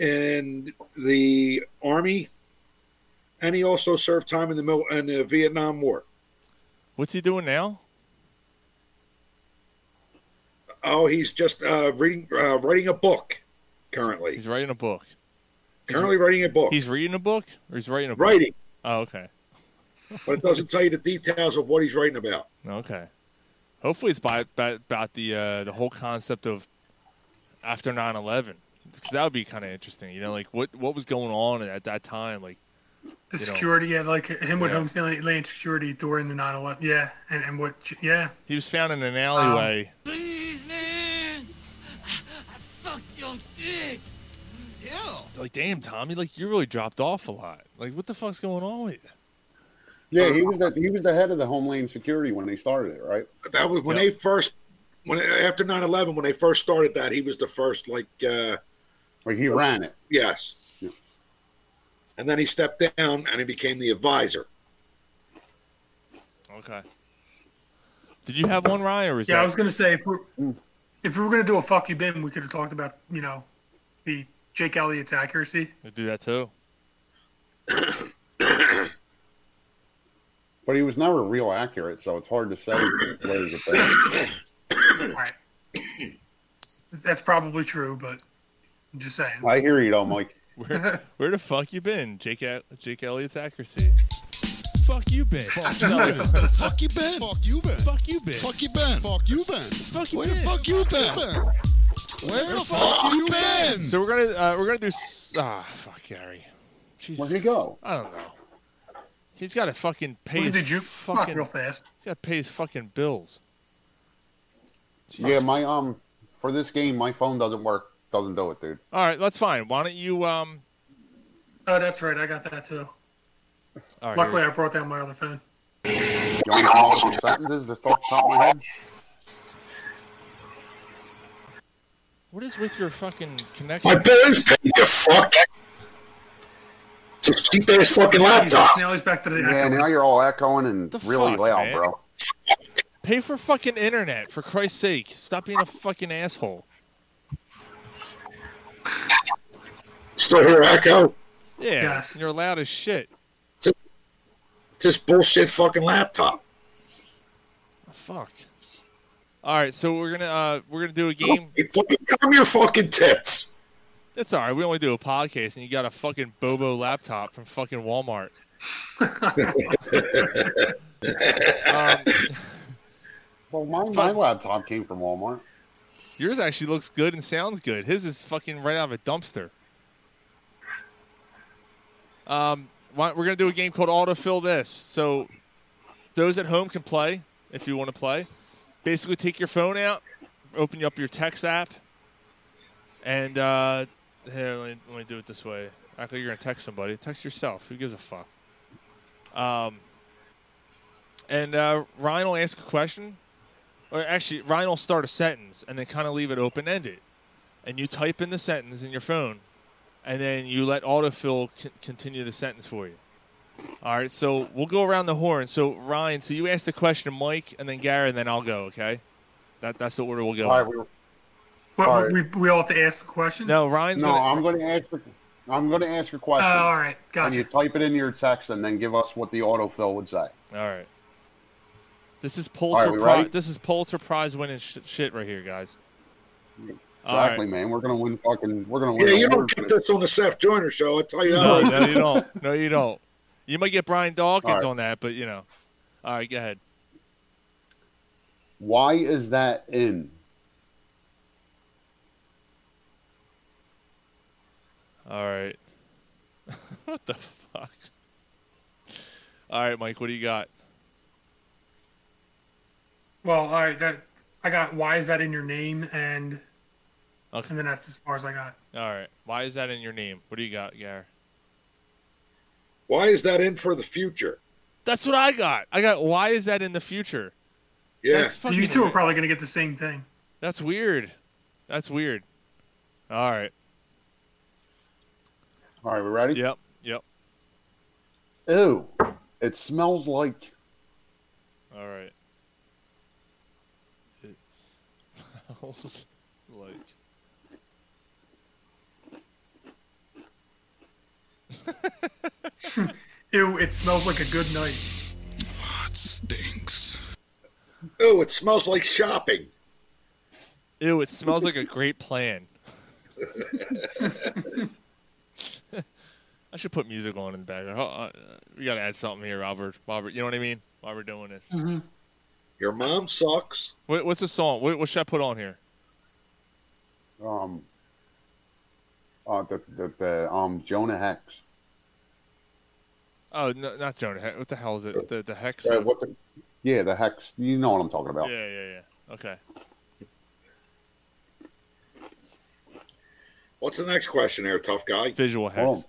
F: in the Army and he also served time in the mil- in the Vietnam War.
C: What's he doing now?
F: Oh, he's just uh, reading uh, writing a book currently.
C: He's writing a book.
F: currently writing a book.
C: He's reading a book, or he's writing a book?
F: writing,
C: Oh, okay.
F: but it doesn't tell you the details of what he's writing about.
C: Okay. Hopefully, it's by, by, about the uh, the whole concept of after 9-11. because that would be kind of interesting. You know, like what what was going on at that time? Like
G: The
C: You know.
G: security, yeah, like him with
C: Yeah.
G: Homeland Security during the 9 11. Yeah, and, and what, yeah.
C: he was found in an alleyway.
I: Please, man. I fucked your dick.
C: like, damn, Tommy, like you really dropped off a lot. Like, what the fuck's going on with you?
H: Yeah, he was the he was the head of the Homeland Security when they started it, right?
F: That was when
C: Yeah.
F: they first when after 9-11, when they first started that, he was the first like uh,
H: Like he ran it.
F: yes,
H: Yeah.
F: and then he stepped down and he became the advisor.
C: Okay. Did you have one, Ryan, or is
G: Yeah,
C: that
G: I was gonna say if we're,
H: Mm.
G: if we were gonna do a fuck you bin, we could have talked about you know the Jake Elliott's accuracy.
C: do that too?
H: But he was never real accurate, so it's hard to say. what he's a fan.
G: Right. That's probably true, but I'm just saying.
H: I hear you though, Mike.
C: Where, where the fuck you been, Jake? El- Jake Elliott's accuracy. Fuck you been.
L: Fuck you, Ben. Fuck you, Ben. Fuck you, Ben. Fuck you, Ben. Fuck you, Ben. Fuck you, Ben. Fuck you, Where the fuck you been? Where the fuck you been?
C: So we're gonna uh, we're gonna do s- ah fuck Gary. Jesus,
H: Where'd he go?
C: I don't know. He's got to fucking pay
G: Look at
C: his
G: the juke fuck
C: fucking.
G: real fast.
C: He's got to pay his fucking bills.
H: Yeah, my um for this game, my phone doesn't work. Doesn't do it, dude.
C: All right, that's fine. Why don't you um?
G: Oh, that's right. I got that too.
C: All right,
G: Luckily,
C: here
G: I brought down my other phone.
H: You want me to come up with some sentences just off the top of my head?
C: we- what is with your fucking
F: My
C: connection?
F: bill is paid. You fuck. It's a cheap ass fucking laptop.
G: Now he's back to the.
H: Yeah, now you're all echoing and
C: The
H: really
C: fuck,
H: loud,
C: man?
H: bro.
C: Pay for fucking internet, for Christ's sake! Stop being a fucking asshole.
F: Still here, Echo.
C: Yeah,
G: Yes.
C: you're loud as shit.
F: It's this bullshit fucking laptop.
C: Fuck. All right, so we're gonna uh, we're gonna do a game.
F: Come your fucking tits.
C: That's all right. We only do a podcast, and you got a fucking Bobo laptop from fucking Walmart.
H: Well, my, my laptop came from Walmart.
C: Yours actually looks good and sounds good. His is fucking right out of a dumpster. Um, why- we're gonna do a game called Autofill This. So those at home can play if you want to play. Basically, take your phone out, open up your text app, and uh, here let me, let me do it this way. Actually, you're gonna text somebody. Text yourself. Who gives a fuck? Um, and uh, Ryan will ask a question, or actually, Ryan will start a sentence and then kind of leave it open ended, and you type in the sentence in your phone, and then you let autofill c- continue the sentence for you. All right, so we'll go around the horn. So Ryan, so you ask the question, Mike, and then Gary, and then I'll go. Okay, that that's the order we'll go.
H: All right, we-
G: What,
H: All right.
G: we, we all have to ask the question?
C: No, Ryan's
H: no, I'm going to ask. I'm going to ask a question.
G: Oh, all right,
H: And you
G: gotcha.
H: type it in your text, and then give us what the autofill would say.
C: All right. This is
H: All
C: Pulitzer.
H: right, we
C: Pri-
H: ready?
C: this is Pulitzer Prize winning sh- shit right here, guys. All right.
H: Exactly, man. We're going to win fucking. We're going to win.
F: Yeah, you
H: awards
F: don't
H: for
F: get
H: this.
F: this on the Seth Joyner show. I tell you
C: No,
F: that.
C: no, you don't. No, you don't. You might get Brian Dawkins
H: All right.
C: on that, but you know. All right, go ahead.
H: Why is that in?
C: All right. [laughs] what the fuck? All right, Mike, what do you got?
G: Well, all right. That, I got why is that in your name? And
C: Okay.
G: and then that's as far as I got.
C: All right. Why is that in your name? What do you got, Gar?
F: Why is that in for the future?
C: That's what I got. I got why is that in the future?
F: Yeah.
C: That's fucking
G: you two are probably going to get the same thing.
C: That's weird. That's weird. All right.
H: All right, we ready?
C: Yep. Yep.
H: Ew! It smells like.
C: All right. It smells like.
G: Ew! It smells like a good night.
F: It stinks. Oh, it smells like shopping.
C: Ew! It smells like a great plan. [laughs] I should put music on in the background. Ho- uh, We gotta add something here, Robert. Robert, you know what I mean? While we're doing this,
F: Your mom sucks.
C: What- what's the song? What, what should I put on here?
H: Um. Uh, the, the, the um Jonah Hex.
C: Oh, no, not Jonah. Hex. What the hell is it? The the hex.
H: Uh,
C: of-
H: what's it- Yeah, the Hex. You know what I'm talking about.
C: Yeah, yeah, yeah. Okay.
F: What's the next question there, tough guy?
C: Visual hex.
H: Hold on.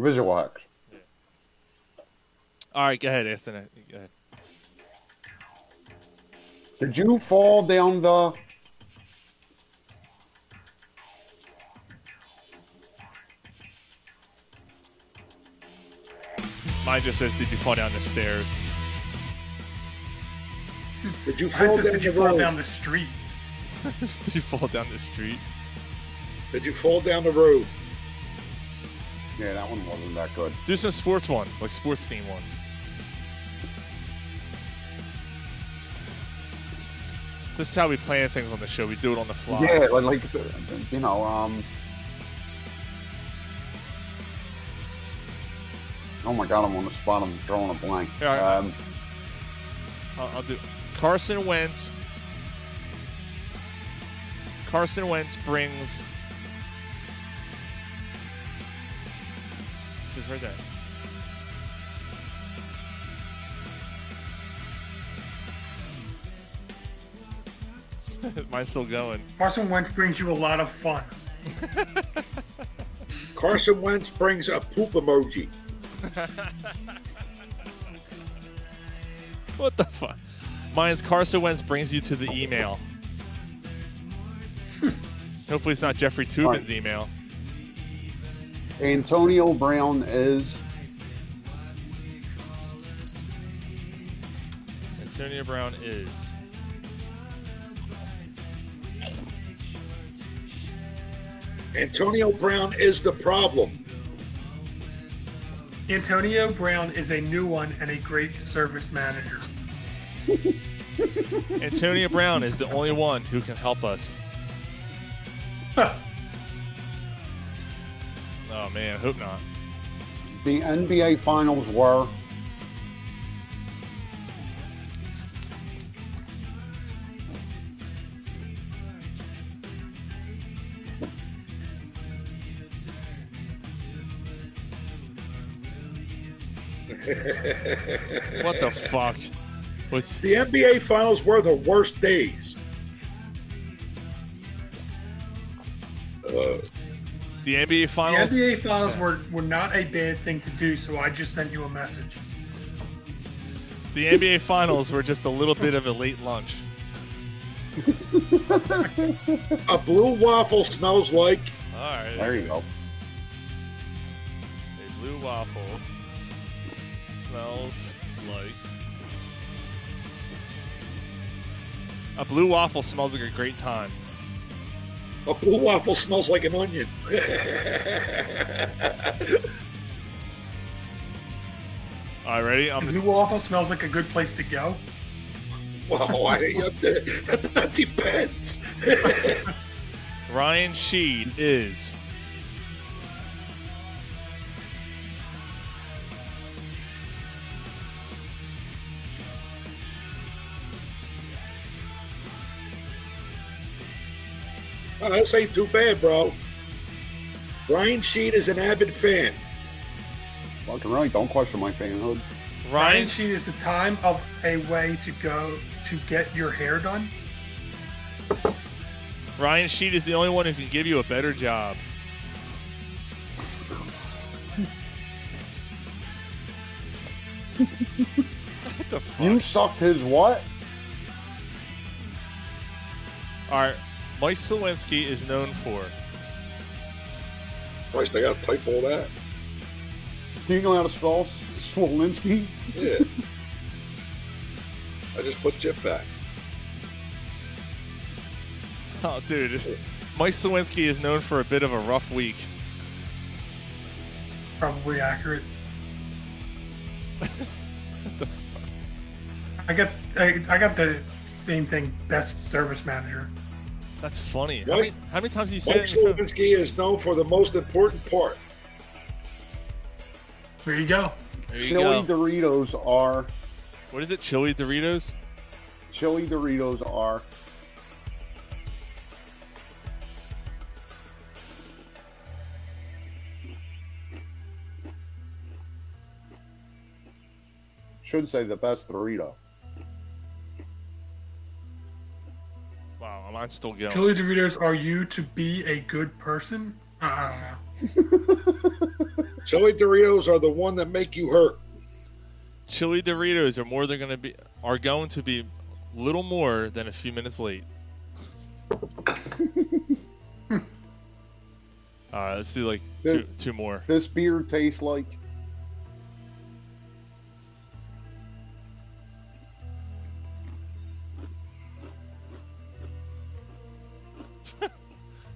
H: Visual Hex.
C: All right, go ahead, Aston. Go ahead.
H: Did you fall down the?
C: Mine just says, "Did you fall down the stairs?"
F: Did you
G: Mine
F: fall
G: says,
F: down
G: did
F: the
G: you fall
F: road?
G: down the street?
C: Did you fall down the street?
F: Did you fall down the road?
H: Yeah, that one wasn't that good.
C: Do some sports ones, like sports team ones. This is how we plan things on the show. We do it on the fly.
H: Yeah, like, like the- you know, um. Oh my god, I'm on the spot. I'm drawing a blank.
C: Yeah, I-
H: um,
C: I'll, I'll do Carson Wentz. Carson Wentz brings. It's right there. [laughs] Mine's still going.
G: Carson Wentz brings you a lot of fun.
F: Carson Wentz brings a poop emoji.
C: What the fuck? Mine's Carson Wentz brings you to the email. Hmm. Hopefully, it's not Jeffrey Tubin's email.
H: Antonio Brown is.
C: Antonio Brown is.
F: Antonio Brown is the problem.
G: Antonio Brown is a new one and a great service manager.
C: Antonio Brown is the only one who can help us. Oh man, I hope not.
H: The NBA Finals were.
C: What the fuck? What's
F: The NBA Finals were the worst days. Uh,
C: the NBA
G: The
C: Finals?
G: NBA finals were, were not a bad thing to do, so I just sent you a message.
C: The NBA Finals were just a little bit of a late lunch.
F: A blue waffle smells like.
C: All right.
H: There you go.
C: A blue waffle smells like. A blue waffle smells like a great time.
F: A blue waffle smells like an onion. [laughs]
C: All right, ready? Um, I'm
G: The new waffle smells like a good place to go.
F: Wow, I, that, that depends. [laughs]
C: Ryan Sheed is.
F: Oh, this ain't too bad, bro. Ryan Sheed is an avid fan.
H: Fucking right. Don't question my fanhood.
G: Ryan Sheet is the time of a way to go to get your hair done.
C: Ryan Sheed is the only one who can give you a better job.
H: You sucked his what?
C: All right, Mike Sawinski is known for. [laughs]
F: Christ, I gotta type all that.
H: Do you know how to spell Swolinski?
F: Yeah. I just put Chip back.
C: Oh, dude, it's- Mike Sawinski is known for a bit of a rough week.
G: Probably accurate. I got I, I got the same thing. Best service manager.
C: That's funny. How
F: What?
C: many, how many times do you say
F: Mike
C: that? in your show?
F: Slovinsky is known for the most important part.
G: There you go.
C: There you go.
H: Chili Doritos are.
C: What is it? Chili Doritos?
H: Chili Doritos are. Should say the best Dorito.
C: Wow, mine's still going.
G: Julie Doritos, are you to be a good person? Uh, I don't know.
F: Chili Doritos are the one that make you hurt.
C: Chili Doritos are more than going to be are going to be little more than a few minutes late. All right, let's do like two, two more.
H: This beer tastes like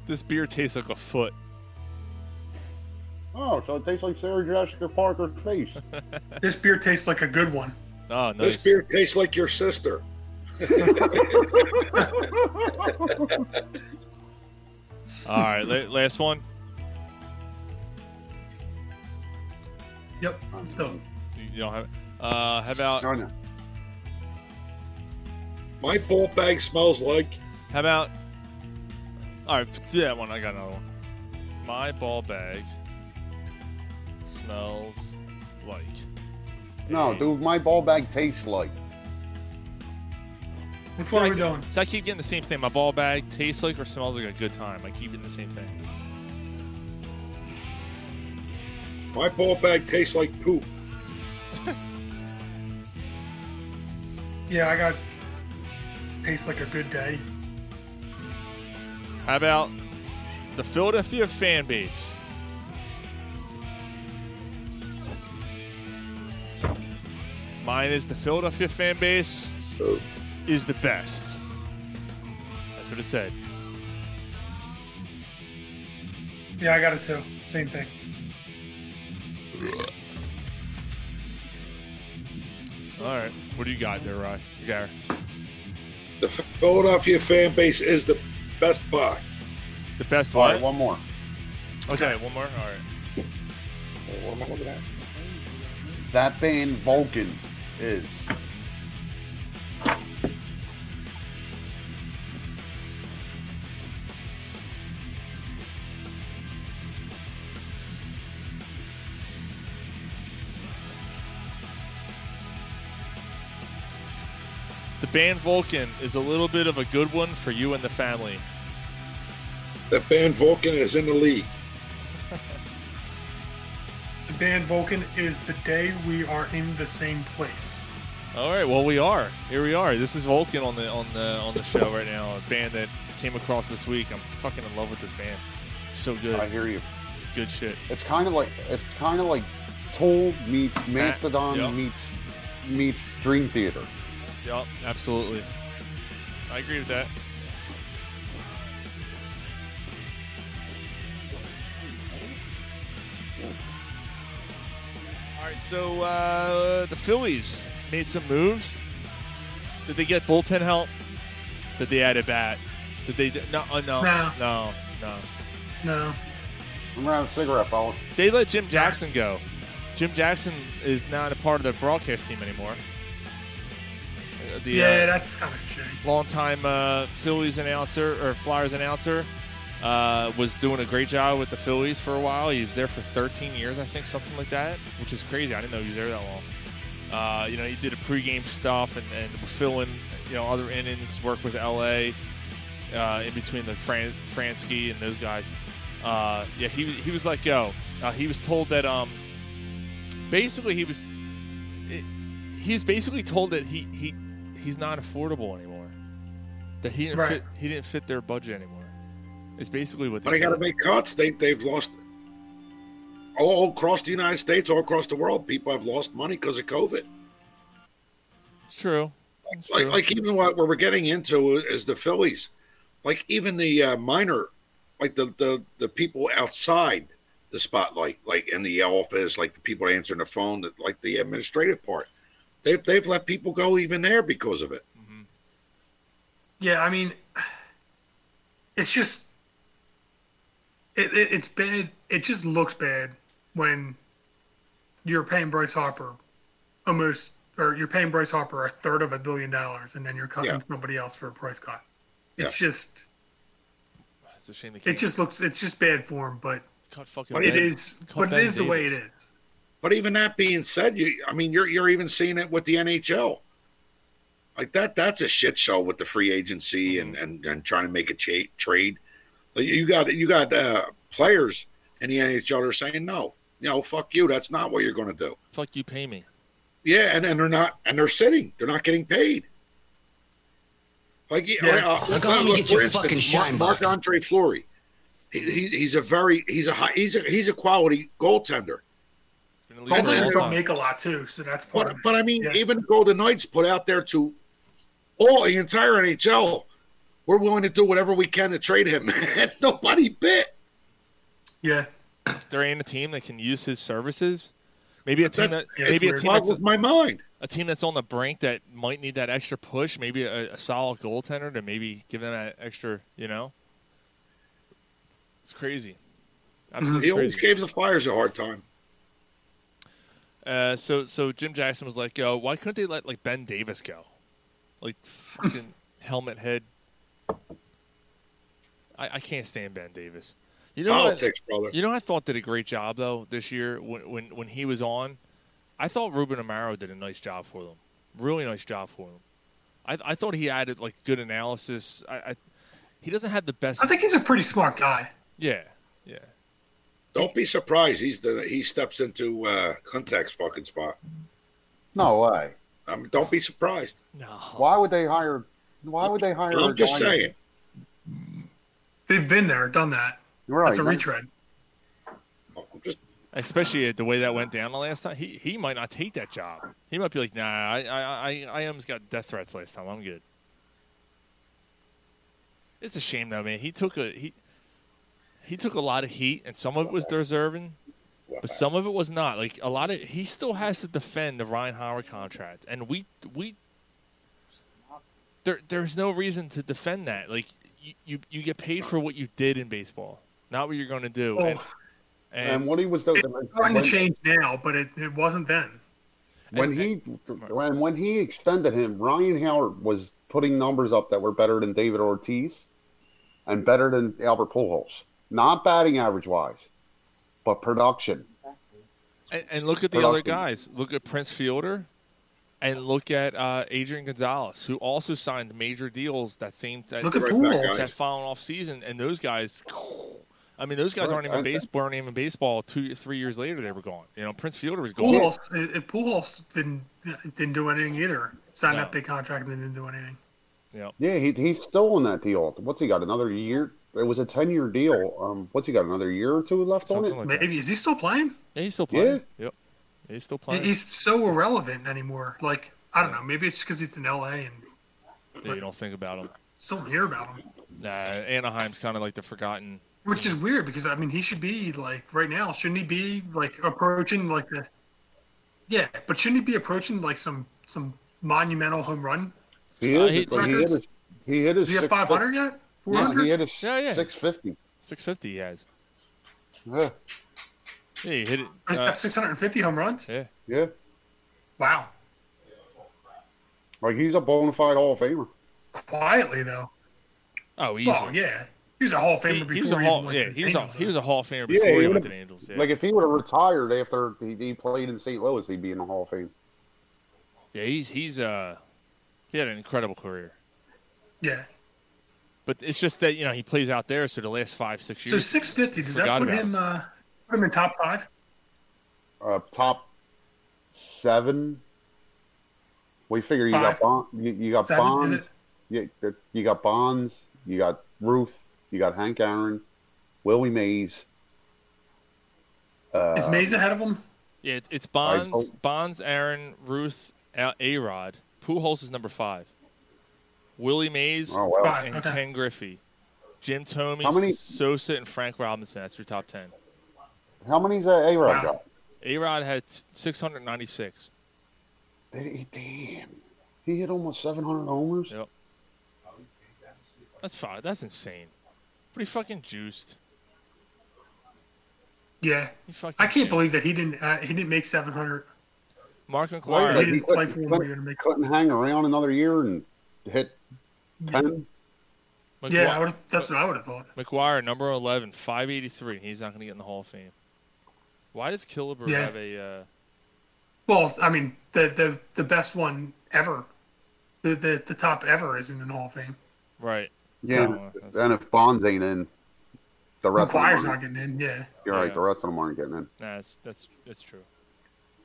C: This beer tastes like a foot.
H: oh, so it tastes like Sarah Jessica Parker's face.
G: This beer tastes like a good one.
C: Oh,
F: This
C: nice.
F: beer tastes like your sister.
C: [laughs] All right, la- last one.
G: Yep. So
C: You you don't have. [laughs] Uh, how about
H: no, no.
F: My ball bag smells like.
C: how about? All right, do that one. I got another one. My ball bag smells like.
H: no, dude, my ball bag tastes like.
G: which one are we
C: I keep-
G: doing?
C: So I keep getting the same thing. My ball bag tastes like or smells like a good time. I keep getting the same thing.
F: My ball bag tastes like poop.
G: Yeah, I got. Tastes like a good day.
C: How about the Philadelphia fan base? Mine is the Philadelphia fan base
F: Oh.
C: is the best. That's what it said.
G: Yeah, I got it too. Same thing.
C: All right, what do you got there, Ryan? You got
F: The Philadelphia fan base is the best buy.
C: The best
H: All
C: what?
H: right, one more.
C: Okay, one more. All right.
F: What am I looking at?
H: That band Vulcan is.
C: The band Vulcan is a little bit of a good one for you and the family.
F: The band Vulcan is in the league.
G: The band Vulcan is the day we are in the same place.
C: All right, well we are here. We are. This is Vulcan on the on the on the show right now. A band that came across this week. I'm fucking in love with this band. So good.
H: I hear you.
C: Good shit.
H: It's kind of like it's kind of like Tool meets Mastodon
C: yeah.
H: meets meets Dream Theater.
C: Yup, absolutely. I agree with that. All right, so uh, the Phillies made some moves. Did they get bullpen help? Did they add a bat? Did they? No, uh, no,
G: No.
C: no, no.
G: No.
H: I'm gonna have a cigarette, fellas.
C: They let Jim Jackson go. Jim Jackson is not a part of the broadcast team anymore. Uh, the,
G: yeah,
C: uh,
G: that's kind of shitty.
C: longtime uh, Phillies announcer or Flyers announcer, uh, was doing a great job with the Phillies for a while. He was there for 13 years, I think, something like that, which is crazy. I didn't know he was there that long. Uh, you know, he did a pregame stuff and, and fill in, you know, other innings, work with LA uh, in between the Fran- Fransky and those guys. Uh, yeah, he, he was let go. Uh, he was told that um, basically he was it, he's basically told that he, he he's not affordable anymore. That he didn't
F: Right.
C: fit he didn't fit their budget anymore. It's basically what they
F: But they
C: said.
F: got to make cuts. They they've lost all across the United States, all across the world. People have lost money because of COVID.
C: It's true. It's
F: like,
C: true.
F: like even what we're getting into is the Phillies, like even the uh, minor, like the, the the people outside the spotlight, like in the office, like the people answering the phone, that- like the administrative part, they've they've let people go even there because of it.
G: Yeah, I mean, it's just it, it, it's bad. It just looks bad when you're paying Bryce Harper almost, or you're paying Bryce Harper a third of a billion dollars, and then you're cutting
C: Yeah.
G: somebody else for a price cut. It's
C: Yeah.
G: just
C: It's a shame they
G: it
C: can't
G: just looks it's just bad form, but
C: cut fucking
G: it
C: Ben-
G: is
C: cut
G: but it
C: Ben
G: is the way it
C: Davis.
G: is.
F: But even that being said, you I mean you're you're even seeing it with the NHL. Like that that's a shit show with the free agency and
K: Mm-hmm.
F: and, and trying to make a cha- trade. Like, You got you got uh, players in the NHL that are saying no, you know, fuck you. That's not what you're going to do.
C: Fuck you, pay me.
F: Yeah, and, and they're not and they're sitting. They're not getting paid. Like yeah,
K: Yeah.
F: uh,
K: Now go home and
F: look,
K: get
F: for
K: your
F: instance,
K: fucking shine
F: Mark,
K: box.
F: Mark Andre Fleury. He, he, he's a very he's a high, he's a he's a quality goaltender. And
G: Goaltenders
F: they're-
G: don't make a lot too, so that's part
F: but,
G: of it.
F: but I mean, even Golden Knights put out there to all the entire NHL, we're willing to do whatever we can to trade him. [laughs] And Nobody bit.
G: Yeah.
C: There ain't a team that can use his services. Maybe a team that
F: That's- yeah,
C: maybe a
F: it's
C: team
F: weird.
C: that's
F: Boggles my mind.
C: A team that's on the brink that might need that extra push. Maybe a, a solid goaltender to maybe give them that extra. You know, it's crazy. Absolutely
F: He always
C: crazy.
F: gave the Flyers a hard time.
C: Uh, so so Jim Jackson was let go. Why couldn't they let like Ben Davis go? Like
F: [laughs]
C: fucking helmet head. I, I can't stand Ben Davis. You know
F: Politics,
C: what,
F: brother.
C: You know I thought did a great job though this year when when, when he was on. I thought Ruben Amaro did a nice job for them. Really nice job for them. I, I thought he added like good analysis. I, I he doesn't have the best.
G: I think he's a pretty smart guy.
C: yeah yeah.
F: Don't be surprised. He's the he steps into uh, Clintac's fucking spot.
H: No way.
F: I mean, don't be surprised.
H: Why would they hire? Why would they hire?
F: I'm
H: a
F: just
H: guy-
F: saying.
G: They've been there, done that.
H: Right.
G: That's a retread.
C: Especially the way that went down the last time, he he might not take that job. He might be like, "Nah, I I I, I almost got death threats last time. I'm good." It's a shame though, man. He took a he he took a lot of heat, and some of it was deserving, but some of it was not. Like a lot of he still has to defend the Ryan Howard contract, and we we there there's no reason to defend that. Like you, you, you get paid for what you did in baseball, not what you're going to do.
G: Oh.
C: And, and,
H: And what he was doing,
G: It's starting to change now, but it, it wasn't then.
H: when he when, when he extended him, Ryan Howard was putting numbers up that were better than David Ortiz and better than Albert Pujols. Not batting average wise, but production.
C: and, and look at the other
H: Productive.
C: guys. Look at Prince Fielder, and look at uh, Adrian Gonzalez, who also signed major deals that same that,
G: Look at
C: that,
G: Pujols.
C: following off season. And those guys, I mean, those guys
G: Right,
C: aren't even
G: aren't they?
C: base, weren't even baseball. Two three years later, they were gone. You know, Prince Fielder was gone.
G: Pujols, it, it- Pujols uh, didn't uh, didn't do anything either. Signed
C: No.
G: that big contract and didn't do anything.
H: Yeah, he, he's still on that deal. What's he got? Another year? It was a ten year deal. Um, what's he got? Another year or two left on it?
G: Maybe is he still playing?
C: Yeah, he's still
H: playing.
C: Yep. He's still
G: He-
C: playing.
G: He's so irrelevant anymore. Like I don't know. Maybe it's because he's in L.A. and
C: Yeah, you don't think about him.
G: still don't hear about him,
C: Nah, Anaheim's kind of like the forgotten.
G: which is weird because I mean he should be like right now. Shouldn't he be like approaching like the? Yeah, but shouldn't he be approaching like some some monumental home run?
H: He
G: Uh,
H: is.
G: he-
H: but he hit his. He hit his.
G: Does he have 500 yet?
H: Yeah,
G: 400?
H: he uh, hit his
G: Yeah, yeah.
H: six fifty.
C: Six fifty. He has.
H: Yeah.
C: Yeah, he hit it.
G: He's
C: uh,
G: got 650 home runs.
C: Yeah.
H: Yeah.
G: Wow.
H: Like he's a bona fide Hall of Famer.
G: Quietly though.
C: oh, easy.
G: Well, yeah. He was a Hall of Famer
C: He was
G: before
C: a
G: he even
C: hall.
G: went to
C: Yeah,
G: the
C: he was a
G: Angels.
C: he was a Hall of Famer
H: Yeah,
C: before
H: he
C: he went
H: would've-
C: to the Angels. Yeah.
H: Like if he would have retired after he, he played in St. Louis, he'd be in the Hall of Fame.
C: Yeah, he's he's uh he had an incredible career.
G: Yeah.
C: But it's just that you know he plays out there, so the last five six
G: So
C: years.
G: 650. Does that
C: forgot
G: put
C: about
G: him uh, put him in top five?
H: Uh, top seven. We figure you
G: Five.
H: got bond, you, you got
G: Seven, is
H: Bonds, you, you got Bonds, you got Ruth, you got Hank Aaron, Willie Mays. Uh,
G: Is Mays
C: Uh,
G: ahead of him?
C: Yeah, it- it's Bonds,
H: hope-
C: Bonds, Aaron, Ruth, A Rod. Pujols is number five. Willie Mays
H: Oh, wow.
C: and
H: Five, okay.
C: Ken Griffey, Jim Thomey,
H: How many-
C: Sosa, and Frank Robinson. That's your top ten.
H: How many's uh, A Rod
C: Wow. A Rod had six hundred ninety six.
H: got? Did he- Damn, he hit almost seven hundred homers.
C: Yep. That's fine. That's insane. Pretty fucking juiced.
G: Yeah. I can't believe that he didn't uh, he didn't make 700.
C: Mark
G: Why
C: McGuire.
G: did he didn't play for one year to
H: couldn't,
G: make?
H: couldn't hang around another year and hit ten.
G: Yeah, I would've- that's what I would have thought.
C: McGuire, number 11, 583. He's not going to get in the Hall of Fame. Why does Killebrew
G: Yeah.
C: have a. Uh,
G: Well, I mean, the the, the best one ever, the, the the top ever isn't in the Hall of Fame.
C: right.
H: Yeah, and if Bonds ain't in, the rest of
G: McGuire's
H: them
G: not
H: aren't.
G: getting in. Yeah,
H: You're right.
C: Yeah.
H: The rest of them aren't getting in.
C: Nah, that's, that's, that's true.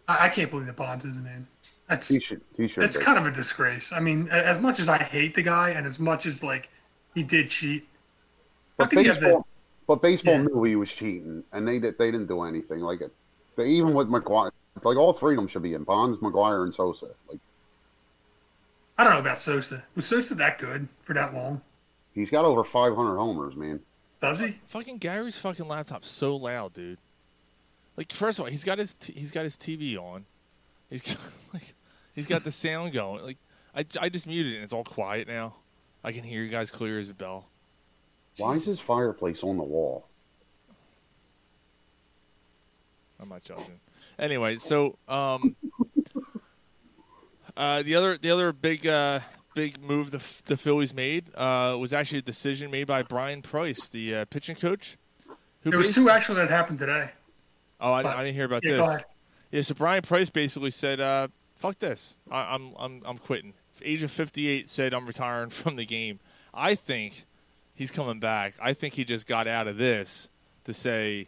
G: I, I can't believe that Bonds isn't in. That's
H: He should. He should.
G: It's kind of a disgrace. I mean, a- as much as I hate the guy, and as much as like he did cheat, how
H: But
G: can you have that?
H: baseball, but baseball
G: Yeah.
H: knew he was cheating, and they did. They didn't do anything. Like it. They, even with McGuire, like all three of them should be in Bonds, McGuire, and Sosa. Like
G: I don't know about Sosa. Was Sosa that good for that long?
H: he's got over 500 homers, man.
G: Does he?
C: Fucking Gary's fucking laptop's so loud, dude. Like, first of all, he's got his t- he's got his TV on. He's got, [laughs] like, he's got the sound going. Like, I, I just muted it and it's all quiet now. I can hear you guys clear as a bell.
H: Why is his fireplace on the wall?
C: I'm not judging. Anyway, so um, [laughs] uh, the other the other big uh, big move the the Phillies made uh, was actually a decision made by Brian Price, the uh, pitching coach.
G: There was
C: basi-
G: two actually that happened today.
C: Oh, I, I didn't hear about
G: Yeah, go
C: this.
G: ahead.
C: Yeah, so Brian Price basically said, uh, "Fuck this, I, I'm I'm I'm quitting." Age of 58 said, "I'm retiring [laughs] from the game." I think he's coming back. I think he just got out of this to say,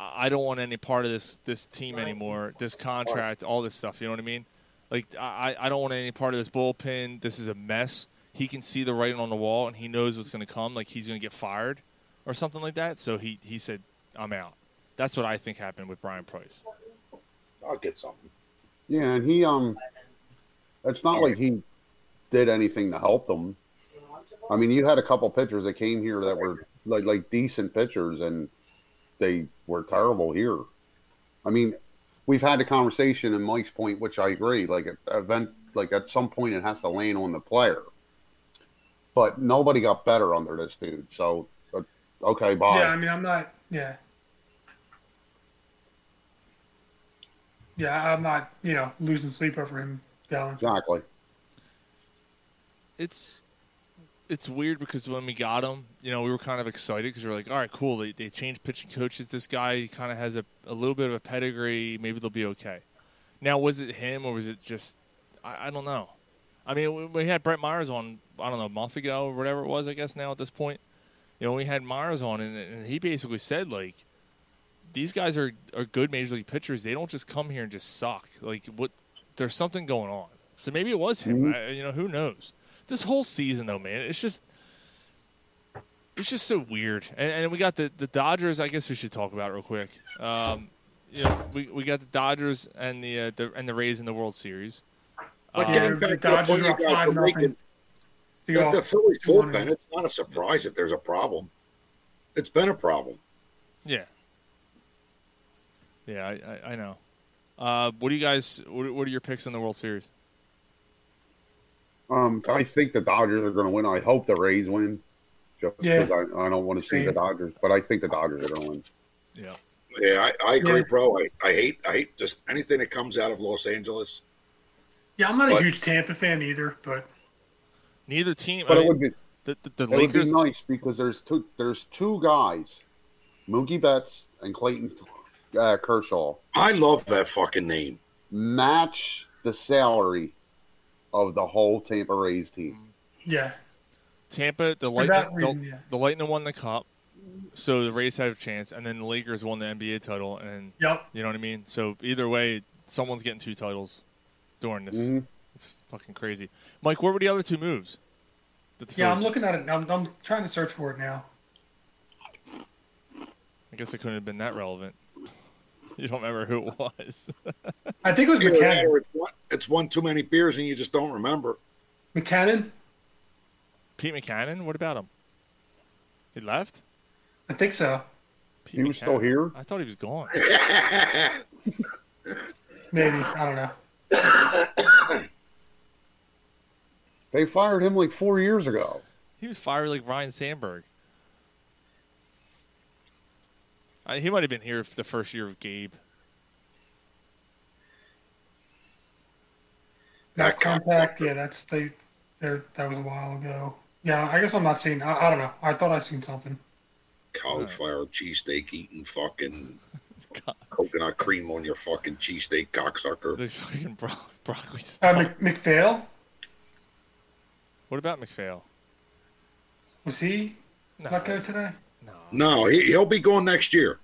C: "I I don't want any part of this this team anymore, this contract, all this stuff." You know what I mean? Like I I I don't want any part of this bullpen. This is a mess. He can see the writing on the wall, and he knows what's going to come. Like he's going to get fired or something like that. So he he said, "I'm out." That's what I think happened with Brian Price.
F: I'll get something.
H: Yeah, and he um, it's not like he did anything to help them. I mean, you had a couple pitchers that came here that were like like decent pitchers, and they were terrible here. I mean, we've had the conversation, and Mike's point, which I agree. Like at event, like at some point, it has to land on the player. but nobody got better under this dude. So, uh, okay, bye.
G: Yeah, I mean, I'm not. Yeah. Yeah, I'm not. You know, losing sleep over him yelling.
H: Exactly.
C: It's it's weird because when we got him, you know, we were kind of excited because we were like, all right, cool. They, they changed pitching coaches. This guy he kind of has a, a little bit of a pedigree. Maybe they'll be okay. Now, was it him or was it just, I, I don't know. I mean, we, we had Brett Myers on, I don't know, a month ago or whatever it was, I guess, now at this point. You know, we had Myers on, and, and he basically said, like, these guys are, are good major league pitchers. They don't just come here and just suck. Like, what? there's something going on. So maybe it was him.
H: Mm-hmm.
C: I, you know, who knows? this whole season though, man, it's just it's just so weird. And, and we got the, the Dodgers. I guess we should talk about real quick. Um, you know, we, we got the Dodgers and the, uh, the and the Rays in the World Series.
F: But
C: Um,
F: getting back to the
G: Dodgers
F: point
G: are
F: you
G: up
F: guys were
G: 5-0. To
F: making, that
G: go
F: the
G: off
F: Phillies
G: two runners.
F: bullpen, it's not a surprise that there's a problem. It's been a problem.
C: yeah, yeah, I, I, I know. Uh, what do you guys? What, what are your picks in the World Series?
H: Um, I think the Dodgers are going to win. I hope the Rays win, just
F: Yeah.
H: because I, I don't want to see the Dodgers. But I think the Dodgers are going to win.
C: Yeah.
F: Yeah, I, I agree,
G: Yeah.
F: bro. I, I hate I hate just anything that comes out of Los Angeles.
G: Yeah, I'm not a
F: But-
G: huge Tampa fan either, but
C: Neither team.
H: But
C: I
H: it
C: mean,
H: would be
C: the the,
H: it
C: the
H: would be
C: Lakers.
H: nice because there's two there's two guys, Mookie Betts and Clayton uh, Kershaw.
F: I love that fucking name.
H: Match the salary of the whole Tampa Rays team.
G: yeah,
C: Tampa, the
G: For
C: Lightning,
G: that reason,
C: the,
G: yeah.
C: the Lightning won the cup, so the Rays had a chance, and then the Lakers won the NBA title, and
G: Yep.
C: you know what I mean. So either way, someone's getting two titles during this.
H: Mm-hmm.
G: Mhm.
C: It's fucking crazy. Mike, what were the other two moves? that the
G: yeah, I'm
C: Phillies-
G: looking at it. I'm, I'm trying to search for it now.
C: I guess it couldn't have been that relevant. [laughs] You don't remember who it was. [laughs]
G: I think it was
F: Either that
G: McCann.
F: or It's one, it's one too many beers and you just don't remember. [laughs]
G: McCannon.
C: Pete McCannon. What about him? He left.
G: I think so.
C: Pete
H: He was still
C: McCann?
H: here?
C: I thought he was gone.
G: Maybe I don't know.
H: They fired him like four years ago.
C: He was fired like Ryan Sandberg. I, he might have been here for the first year of Gabe. [laughs]
G: That contact. Yeah, that's they. There, that was a while ago. Yeah, I guess I'm not seeing. I, I don't know. I thought I seen something.
F: Cauliflower cheesesteak eating
H: [laughs]
F: fucking coconut cream on your fucking cheesesteak cocksucker.
C: This fucking bro- broccoli
G: Uh, Mc, McPhail
C: What about McPhail?
G: was he not go today?
F: No, he, he'll be going next year.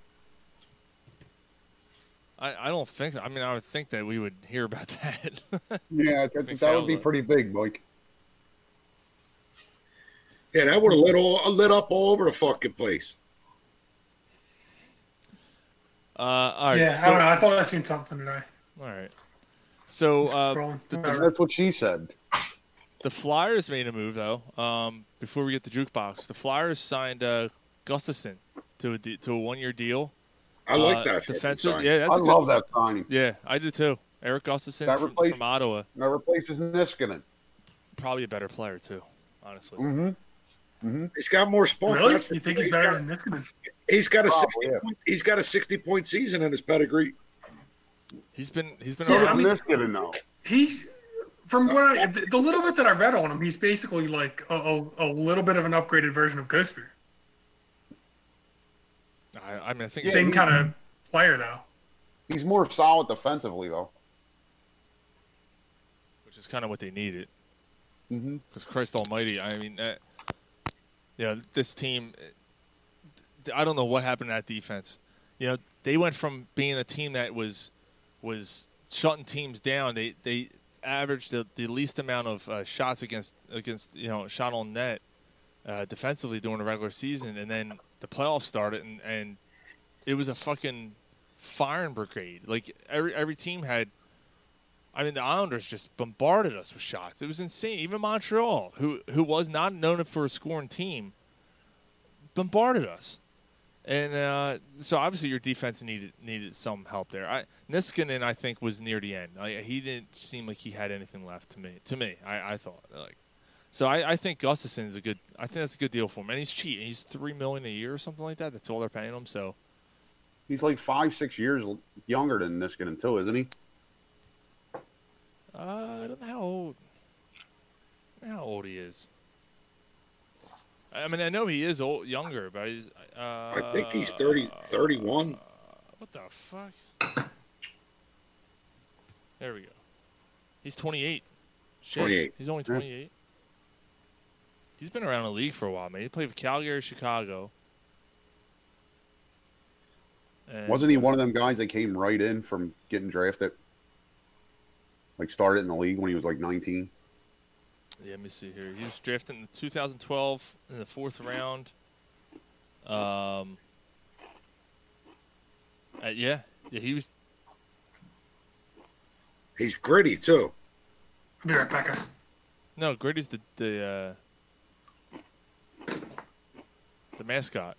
C: I, I don't think. I mean, I would think that we would hear about [laughs] that. Uh,
H: Yeah, that, that would be
C: McPhail, uh,
H: pretty big, Mike.
F: Yeah, that would have lit all lit up all over the fucking place.
C: Uh, all right.
G: yeah,
C: so,
G: I don't know. I thought I seen something today.
C: All right. So uh,
G: Scrolling.
C: the,
H: That's what she said.
C: the Flyers made a move though. Um, before we get the jukebox, the Flyers signed uh, Gustafson to a de- to a one year deal.
H: I like
C: Uh,
H: that fucking
C: defensive.
H: signing.
C: Yeah, that's
H: I
C: a good-
H: love that signing.
C: Yeah, I do too. Eric Gustafson
H: That
C: from,
H: replaced-
C: from Ottawa,
H: That replaces Niskanen.
C: probably a better player too, honestly.
H: Mm-hmm.
F: He's got more spunk.
G: Really?
F: that's for
G: You think he's
F: sure.
G: better than Niskanen?
F: He's got a
H: Probably,
F: sixty. Point, he's got a sixty point season in his pedigree.
C: He's been he's been
G: Yeah,
C: around.
G: I mean-
H: Niskanen, though.
G: He, from what I, the, the little bit that I read on him, he's basically like a, a, a little bit of an upgraded version of Ghostbeer.
C: I, I mean, I think
G: Same kind of player though.
H: He's more solid defensively, though.
C: which is kind of what they needed.
H: Mhm.
C: Because Christ Almighty, I mean, uh, you know, this team. th- I don't know what happened to that defense. You know, they went from being a team that was was shutting teams down. They they averaged the, the least amount of uh, shots against against you know shot on net uh, defensively during the regular season, and then the playoffs started, and, and it was a fucking firing brigade. Like every every team had I mean, the Islanders just bombarded us with shots. It was insane. Even Montreal, who who was not known for a scoring team, bombarded us. And uh, so obviously your defense needed needed some help there. I, Niskanen, I think, was near the end. I, he didn't seem like he had anything left to me. To me, I, I thought like So I, I think Gustafson is a good. I think that's a good deal for him, and he's cheap. He's three million a year or something like that. That's all they're paying him. So
H: He's like five, six years l- younger than Niskanen too, isn't he?
C: uh, I don't know how old how old he is. I I mean, I know he is old, younger, but he's. Uh,
F: I think he's 30, 31.
C: What the fuck? There we go. He's 28. Shit.
F: 28.
C: He's only 28. He's been around the league for a while, man. He played for Calgary, Chicago. And-
H: Wasn't he one of them guys that came right in from getting drafted? Like started in the league when he was like 19.
C: Yeah, let me see here. He was drafted in 2012 in the fourth round. Um. uh, yeah, yeah, he was.
F: He's gritty too.
G: I'll be right back, guys.
C: No, Grady's the the uh, the mascot.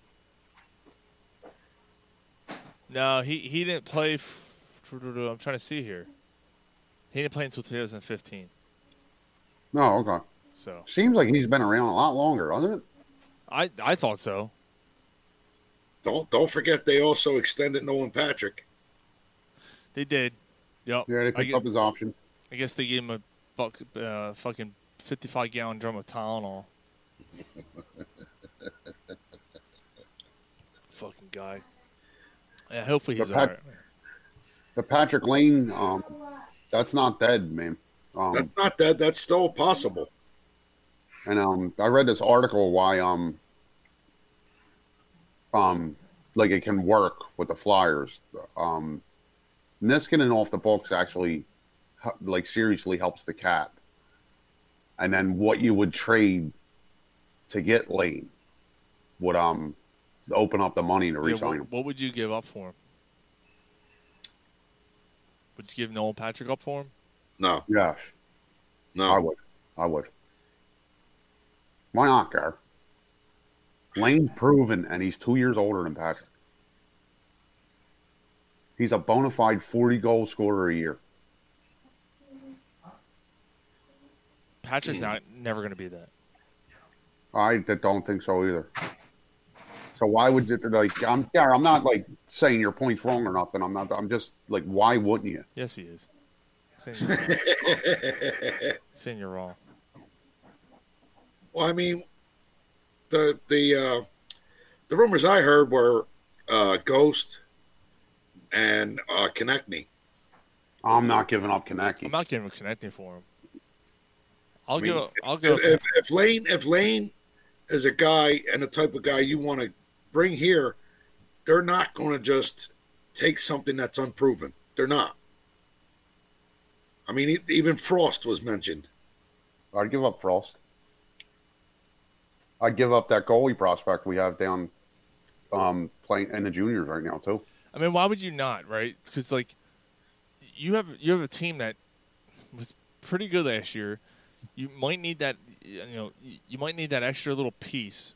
C: No, he he didn't play. F- I'm trying to see here. He didn't play until 2015.
H: No, okay.
C: So
H: Seems like he's been around a lot longer, doesn't it?
C: I I thought so.
F: Don't don't forget they also extended Nolan Patrick.
C: They did. Yep.
H: Yeah, they
C: I
H: picked
C: get-
H: up his option.
C: I guess they gave him a buck, uh, fucking 55 gallon drum of [laughs] Tylenol. fucking guy. Yeah, hopefully he's
H: The Pat-
C: alright.
H: The Patrick Lane, um, that's not dead, man. Um,
F: That's not that. That's still possible.
H: And um, I read this article why um, um, like it can work with the Flyers. Um, Niskanen off the books actually, h- like seriously helps the cap. And then what you would trade to get Lane would um open up the money to
C: Yeah,
H: resign him.
C: what, what would you give up for him? Would you give Noel Patrick up for him?
F: No,
H: Yeah.
F: No.
C: Oh.
H: I would. I would. Why not, Gar? Lane's proven, and he's two years older than Patrick. He's a bona fide 40 goal scorer a year.
C: Patrick's
F: Hmm.
C: not never going to be that.
H: I d- don't think so either. So why would you like? I'm Gar. I'm not like saying your point's wrong or nothing. I'm not. I'm just like, why wouldn't you?
C: Yes, he is. Saying
F: [laughs]
C: you're- saying you're wrong.
F: Well, I mean, the the uh, the rumors I heard were uh, Ghost and uh, Konechny.
H: I'm not giving up Kaneki.
C: I'm not giving connecting for him. I'll
F: mean,
C: give. I'll give.
F: If, if, if Lane if Lane is a guy and the type of guy you want to bring here, they're not going to just take something that's unproven. They're not. I mean, e- even Frost was mentioned.
H: I'd give up Frost. I'd give up that goalie prospect we have down um, playing in the juniors right now too.
C: I mean, why would you not, right? Because like, you have you have a team that was pretty good last year. You might need that, you know, you might need that extra little piece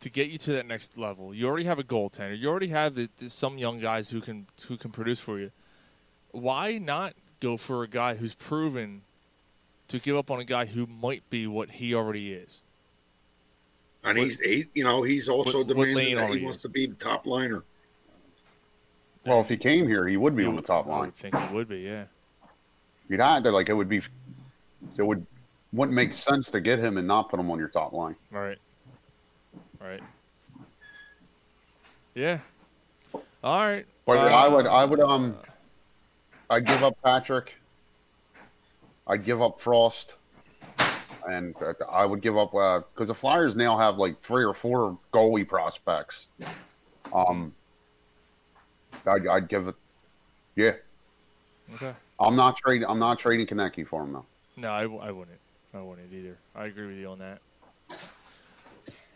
C: to get you to that next level. You already have a goaltender. You already have the, the- some young guys who can who can produce for you. Why not go for a guy who's proven to give up on a guy who might be what he already is?
F: And he's he, you know he's also
C: What- what
F: demanding
C: lane
F: that
C: are
F: he
C: you?
F: wants to be the top liner.
H: Well, if he came here, he would be on the top
C: I
H: line.
C: would think it would be, yeah.
H: You'd have to like it would be, it would wouldn't make sense to get him and not put him on your top line.
C: Right. Right. Yeah. All right.
H: But
C: Uh,
H: I would, I would, um, I'd give up Patrick. I'd give up Frost, and uh, I would give up because the Flyers now have like three or four goalie prospects. Um, I'd, I'd give it. Yeah,
C: Okay.
H: I'm not trading. I'm not trading Konecki for him though.
C: No, I, w- I wouldn't. I wouldn't either. I agree with you on that.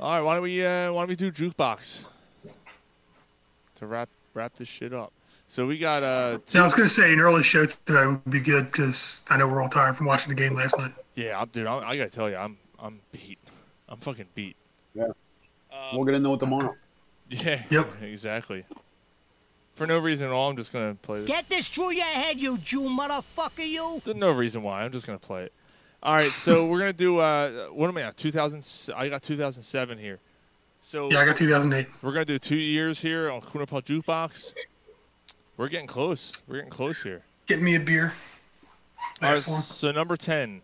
C: All right. Why don't we uh, Why don't we do jukebox to wrap wrap this shit up? So we got uh. Two-
G: Yeah, I was gonna say an early show today would be good because I know we're all tired from watching the game last night.
C: yeah, I'm, dude. I'm, I gotta tell you, I'm I'm beat. I'm fucking beat.
H: Yeah, we'll get into it tomorrow.
C: Yeah.
G: Yep.
C: [laughs] Exactly. For no reason at all, I'm just gonna play this.
M: Get this through your head, you Jew motherfucker, you!
C: There's no reason why. I'm just gonna play it. All
M: [laughs]
C: right, so we're gonna do. Uh, what am I at? Two thousand. I got two thousand seven here. So
G: Yeah, I got 2008.
C: We're gonna do two years here on Kuna Pump Jukebox. We're getting close. We're getting close here.
G: Get me a beer.
C: All right,
G: Excellent.
C: so number ten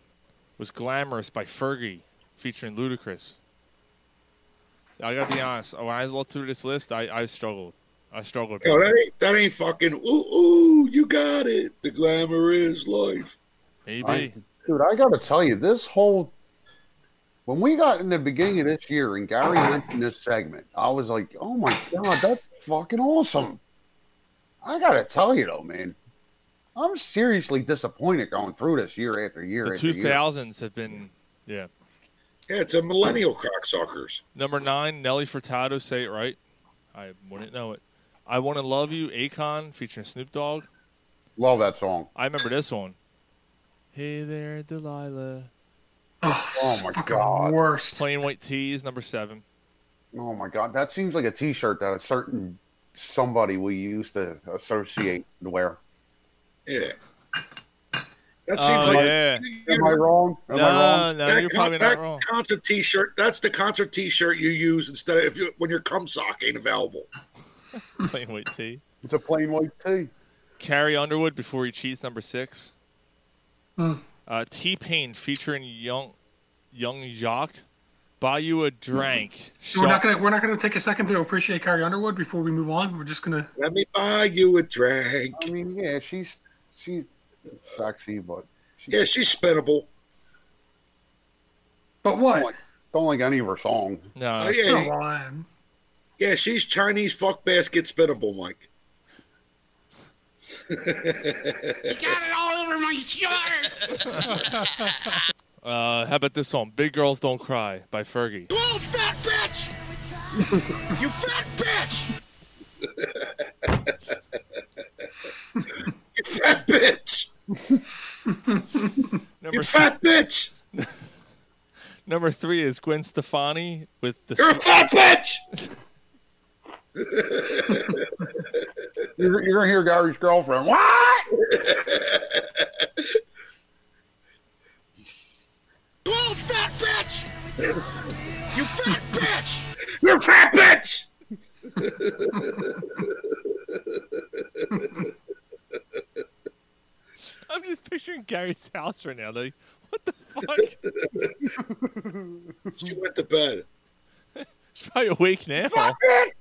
C: was "Glamorous" by Fergie, featuring Ludacris. I gotta be honest. When I looked through this list, I, I struggled. I struggled.
F: Yo, that ain't that ain't fucking. Ooh, ooh, you got it. The glamour is life.
C: Maybe.
H: I- dude, I gotta tell you, this whole when we got in the beginning of this year and Gary mentioned this segment, I was like, "Oh my god, that's fucking awesome!" I gotta tell you though, man, I'm seriously disappointed going through this year after year.
C: the
H: after
C: two
H: year.
C: thousands have been, yeah.
F: Yeah, it's a millennial cocksuckers.
C: Number nine, Nelly Furtado, say it right. I wouldn't know it. I want to love you, Akon featuring Snoop Dogg.
H: Love that song.
C: I remember this one. Hey there, Delilah.
G: Oh,
H: Oh my god.
G: Worst.
C: Plain white tees, number seven.
H: Oh my god, that seems like a T-shirt that a certain somebody we used to associate and wear.
F: Yeah. That
H: Oh,
C: Uh,
F: seems like.
H: yeah. Am I wrong? Am I wrong?
F: That con- that Concert T-shirt. That's the concert T-shirt you use instead of if you, when your cum sock ain't available.
C: Plain white tee.
H: It's a plain white tee.
C: Carrie Underwood before he cheats, number six.
G: Hmm.
C: Uh, T Pain featuring young, young Jacques. Buy you a drink.
G: We're
C: Shaw-
G: not gonna we're not gonna take a second to appreciate Carrie Underwood before we move on. We're just gonna
F: let me buy you a drink.
H: I mean, yeah, she's she's sexy, but
F: yeah, she's spinnable.
G: But what?
H: Don't like, don't like any of her songs.
C: No,
F: Oh, yeah. Yeah, she's Chinese fuck basket spinnable, Mike.
L: Got it all over my shorts.
C: Uh, how about this song, "Big Girls Don't Cry" by Fergie.
L: you old fat bitch. You fat bitch.
F: you fat bitch.
C: Number
F: you fat bitch.
C: Number three is Gwen Stefani with the.
F: You're a fat bitch.
H: You're, you're gonna hear Gary's girlfriend. What?
L: You old fat bitch. You fat bitch.
F: You fat bitch.
C: I'm just picturing Gary's house right now. Like, what the fuck?
F: she went to bed.
C: She's probably awake now.
F: it!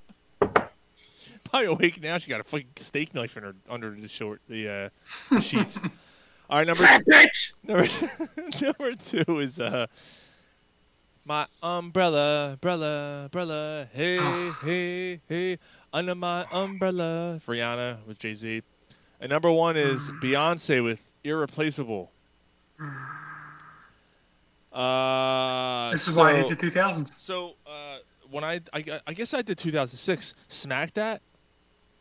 C: Probably awake now. She got a fucking steak knife in her under the short the, uh, the sheets. All right, number
L: Fat bitch!
C: number [laughs] number two is uh, my umbrella, umbrella, umbrella.
G: Ah.
C: Hey, hey, hey, under my umbrella. Rihanna with Jay Z, and number one
G: Mm.
C: is Beyonce with Irreplaceable. Uh,
G: This is why I hate
C: so-
G: the two thousands.
C: So uh, when I, I I guess I did 2006. Smack that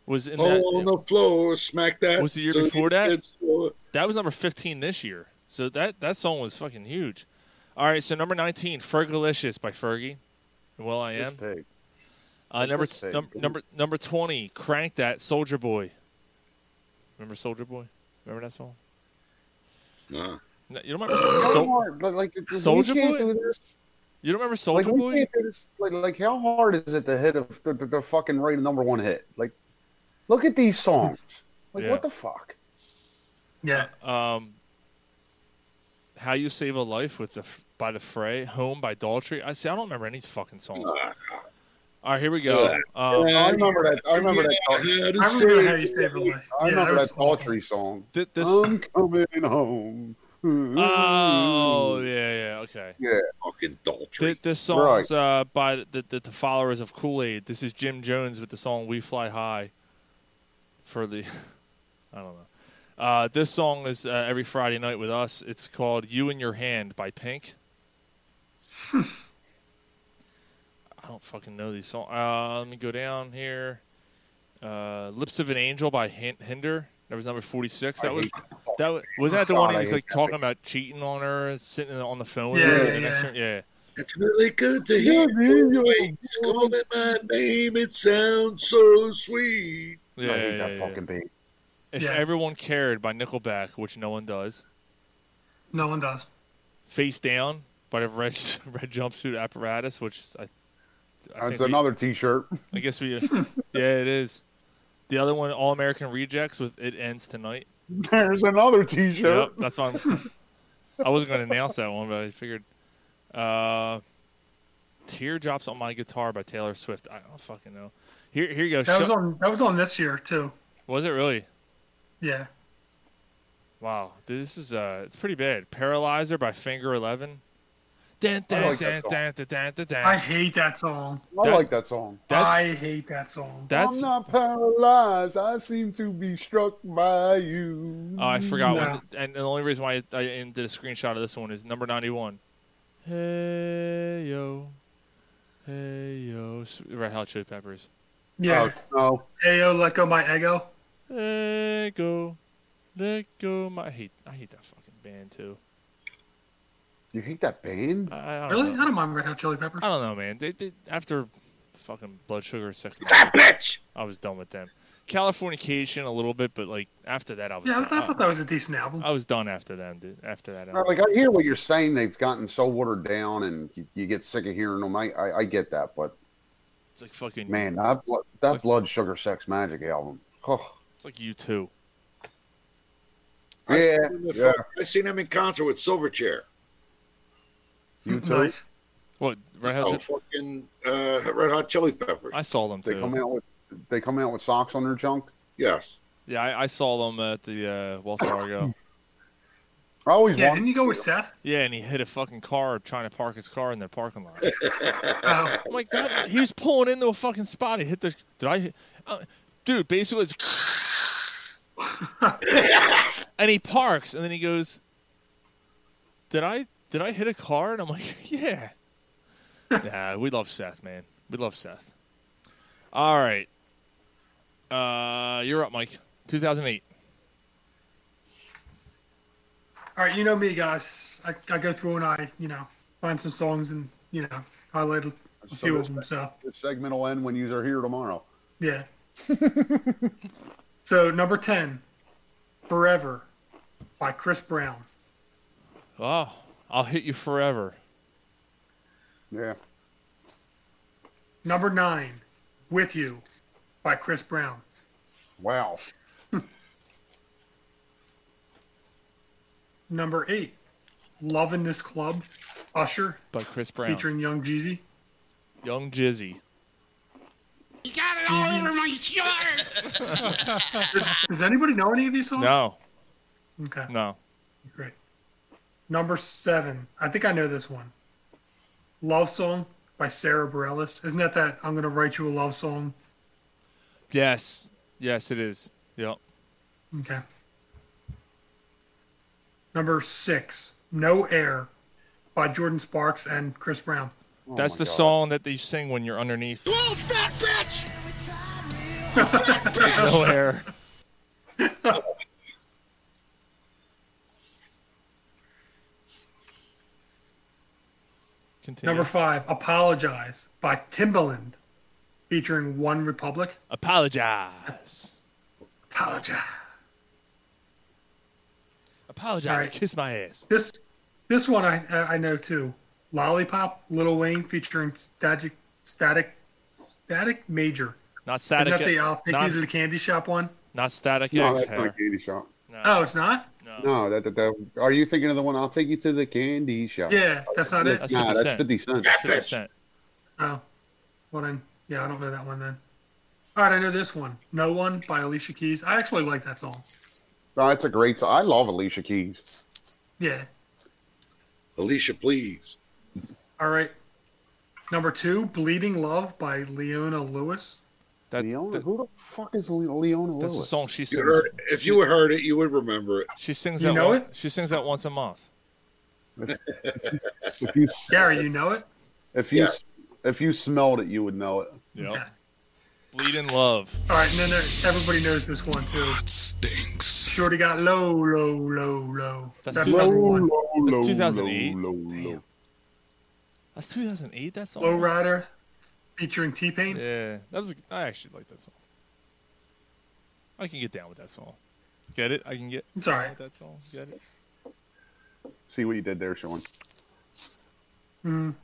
C: was in
F: Oh,
C: that.
F: on the floor, smack that.
C: Was the year
F: So
C: before
F: you
C: that?
F: did score.
C: That was number 15 this year. So that that song was fucking huge. All right, so number 19, Fergalicious by Fergie. Well, I am. Uh, number
H: That's
C: t-
H: big.
C: num- number number 20, Crank that Soldier Boy. Remember Soldier Boy? Remember that song?
F: No.
C: No, you don't remember
H: [coughs] How
C: Sol-
H: hard? But, like, we
C: Soldier
H: can't
C: Boy?
H: do this.
C: You don't remember
H: Like,
C: Soldier
H: we
C: Boy?
H: can't do this. Like, like, how hard is it to hit a the, the, the fucking right number one hit? Like, look at these songs. Like,
C: Yeah.
H: what the fuck?
G: Yeah.
C: um, How You Save a Life with the F- by the Fray, Home by Daltrey. I see. I don't remember any fucking songs. All right, here we go. Um,
H: I remember that. I remember that.
F: I remember
H: I
G: how you saved my life.
H: I
G: Yeah,
H: remember
G: that was
H: that Autry song.
C: Th- this-
H: I'm coming home.
C: Oh yeah, yeah, okay.
H: yeah.
F: Fucking Daltrey.
C: Th- this song's uh, by the, the, the followers of Kool Aid. This is Jim Jones with the song "We Fly High." For the, [laughs] I don't know. Uh, this song is uh, every Friday night with us. It's called "You in Your Hand" by Pink. I don't fucking know these songs. Uh, let me go down here. Uh, "Lips of an Angel" by Hin- Hinder. That was number forty-six. That was that was, was that the one he
H: God, I
C: was
H: hate
C: like talking about cheating on her, sitting on the phone with
G: Yeah,
C: her. in
G: yeah,
C: the next
G: yeah.
C: room? yeah.
F: It's really good to hear you wait, calling my name. It sounds so sweet.
C: Yeah,
H: I hate
C: yeah,
H: that
C: yeah,
H: fucking beat.
C: If
G: Yeah.
C: everyone cared by Nickelback, which no one does.
G: No one does.
C: face down by the red [laughs] red jumpsuit apparatus, which is, I, I
H: That's
C: we-
H: another T-shirt. [laughs]
C: I guess we. [laughs] yeah, it is. The other one, All American Rejects, with it ends tonight.
H: There's another T-shirt.
C: Yep, that's why I'm, I wasn't going to announce that one, but I figured. Uh, Teardrops on My Guitar by Taylor Swift. I don't fucking know. Here, here you go.
G: That was
C: Sho-
G: on that was on this year too.
C: was it really?
G: Yeah.
C: Wow, dude, this is uh, it's pretty bad. Paralyzer by Finger Eleven. Dun,
G: I
C: dun,
G: like
C: dun,
G: that song.
C: dun, dun, dun, dun, dun.
G: I hate that song.
C: I That- like
H: that song.
C: That's-
G: I hate that song.
C: That's-
H: I'm not paralyzed. I seem to be struck by you.
C: Oh, I forgot one. And the only reason why I, I did a screenshot of this one is number ninety-one. Hey yo, hey yo, S- Red Hot Chili Peppers.
G: Yeah.
H: Oh,
G: Ayo, let go my ego.
C: Let go, let go. My I hate, I hate that fucking band too.
H: You hate that band?
C: I, I don't
G: Really?
C: Know.
G: I don't mind Red Hot Chili Peppers.
C: I don't know, man. They, they after fucking blood sugar sex. That
F: bitch.
C: I was done with them. Californication a little bit, but like after that, I was.
G: Yeah, I
C: done.
G: thought that was a decent album.
C: I was done after them, dude. After that,
H: Now,
C: album.
H: Like I hear what you're saying. They've gotten so watered down, and you, you get sick of hearing them. I, I, I get that, but
C: it's like fucking
H: man, that blo- that Blood Sugar Sex Magic album. Oh,
C: It's like you too.
F: I
H: yeah,
F: seen him in-
H: yeah.
F: I seen him in concert with Silverchair.
H: You too.
G: Nice.
C: What Red Hot?
F: Oh,
C: Chili-
F: fucking uh, Red Hot Chili Peppers.
C: I saw them
H: They come
C: too.
H: out with they come out with socks on their junk.
F: Yes.
C: Yeah, I, I saw them at the uh, Wells
H: [coughs]
C: Fargo.
H: I always
G: Yeah,
H: want.
G: didn't you go with Seth?
C: yeah, and he hit a fucking car trying to park his car in their parking lot.
G: Oh,
C: I'm like, God, he was pulling into a fucking spot. He hit the. Did I? hit- Uh, dude, basically, it's. [laughs] and he parks, and then he goes. Did I? Did I hit a car? And I'm like, [laughs] yeah. nah, we love Seth, man. We love Seth. All right. Uh, you're up, Mike. 2008.
G: All right, you know me, guys. I, I go through and I, you know, find some songs and, you know, highlight a, a
H: So
G: few
H: this-
G: of them. So,
H: This segment will end when you are here tomorrow.
G: yeah. [laughs] so, number 10, Forever by Chris Brown.
C: Oh, I'll hit you forever.
H: Yeah.
G: Number 9, With You by Chris Brown.
H: Wow.
G: Number 8, Love in This Club, Usher,
C: By Chris Brown.
G: featuring Young Jeezy.
C: Young Jizzy.
L: You got it all over my shirt.
G: Does anybody know any of these songs?
C: No,
G: Okay.
C: no.
G: Great. Number seven. I think I know this one. Love Song by Sarah Bareilles. Isn't that that I'm gonna write you a love song?
C: Yes. Yes, it is. Yep.
G: Okay. Number six. No Air by Jordan Sparks and Chris Brown.
C: That's the song that they sing when you're underneath.
L: you old Oh, fat
F: [laughs]
L: bitch!
C: There's
G: [laughs]
C: no air. Continue.
G: Number five. Apologize by Timbaland featuring One Republic.
C: Apologize.
G: Apologize.
C: Apologize.
G: All right.
C: Kiss my ass.
G: This this one I I know too. Lollipop, Lil Wayne featuring Static Static Static Major.
C: Not
G: Isn't
C: static.
G: that the I'll take
C: not,
G: you to the candy shop one?
C: not static.
H: No,
C: X
H: that's
C: hair.
H: not Candy Shop.
G: Oh, it's not.
H: No, that, that, that are you thinking of the one? I'll take you to the candy shop.
G: Yeah, that's not it.
C: That's
H: nah,
C: 50
H: that's fifty cent.
C: That's 50 cent.
G: Oh, well then, yeah, I don't know that one then. All right, I know this one. No one by Alicia Keys. I actually like that song.
H: No, it's a great song. I love Alicia Keys.
G: Yeah.
F: Alicia, please.
G: All right. Number two, Bleeding Love by Leona Lewis.
C: That,
H: Leona,
C: that-
H: who the fuck is Le- Leona
C: that's the
H: Lewis?
C: song she
F: You
C: sings.
F: heard, if you heard it, you would remember it.
C: She sings
G: You
C: that.
G: know
C: one, She sings that once a month.
H: If you
G: Gary, you know it?
H: if you
F: Yes.
H: if you smelled it, you would know it.
C: Yep.
G: Yeah.
C: Bleed in love.
G: All right, and then there, everybody knows this one too.
L: Stinks.
G: Shorty got low, low, low, low.
C: That's
G: That's,
C: too-
G: number one.
C: That's 2008. Damn. That's 2008. That's all.
G: Low Rider featuring T Pain.
C: Yeah, that was. a- I actually like that song. I can get down with that song. Get it? I can get
G: It's all right.
C: that song. Get it?
H: See what you did there, Sean.
G: Mm.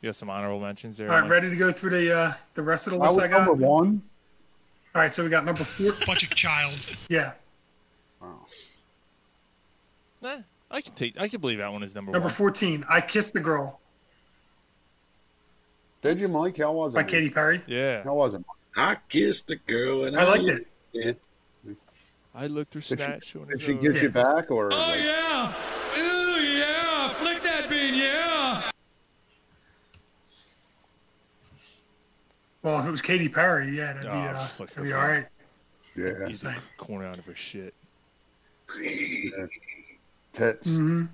C: You got some honorable mentions there.
G: All right,
C: Mike?
G: ready to go through the uh, the rest of the
H: I
G: list
H: was
G: I, got.
H: number one.
G: All right, so we got number four. Bunch of childs. Yeah,
C: Eh, I can take. I can believe that one is number,
G: number
C: one.
G: fourteen. I kissed the girl
H: Did you, Mike? How was it?
G: by Katy Perry.
C: Yeah.
H: How was it?
F: I kissed the girl and
G: I
F: I,
G: liked it.
F: it.
C: I looked through
H: Did she-
C: snatch. when
H: Did
C: it
H: she
C: goes.
H: get you back
C: Oh,
H: or?
I: Oh, Yeah. Ooh, yeah. Flick that bean, yeah.
G: Well, if it was Katy Perry, yeah, that'd be,
C: Oh,
G: uh,
C: flick
G: that'd be
C: her
G: all right.
H: Yeah.
C: He's a corner out of her shit.
H: yeah. Tits.
G: Mm-hmm.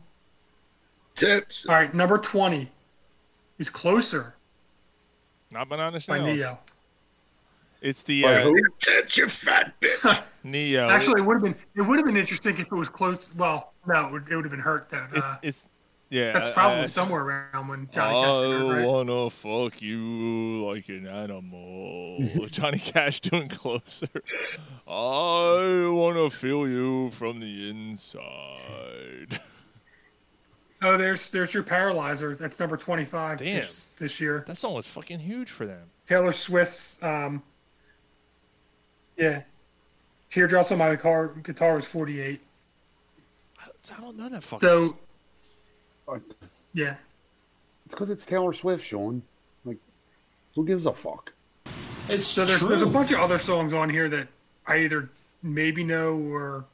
F: Tits.
G: All right, number twenty is closer
C: Not banana
G: by
C: shells.
G: Neo.
C: It's the
H: By
C: uh,
H: who?
F: Tits, you fat bitch.
C: Neo.
G: Actually, it would have been it would have been interesting if it was close. Well, no, it would, it would have been hurt then.
C: it's
G: uh,
C: it's yeah. Oh.
G: that's
C: I-
G: probably
C: I-
G: somewhere around when Johnny Cash did it,
C: I
G: right?
C: wanna fuck you like an
G: [laughs]
C: animal. Johnny Cash doing closer. I wanna feel you from the inside.
G: Oh, there's there's your paralyzer. That's number twenty five
C: Damn.
G: this, this year.
C: That song was fucking huge for them.
G: Taylor Swift's um, yeah, teardrops on my car guitar was forty eight.
C: I don't- I don't know that fucking.
G: So Mm-hmm.
H: Fuck.
G: yeah,
H: It's because it's Taylor Swift, Sean. Like, who gives a fuck?
I: It's
G: so there's there's a bunch of other songs on here that I either maybe know or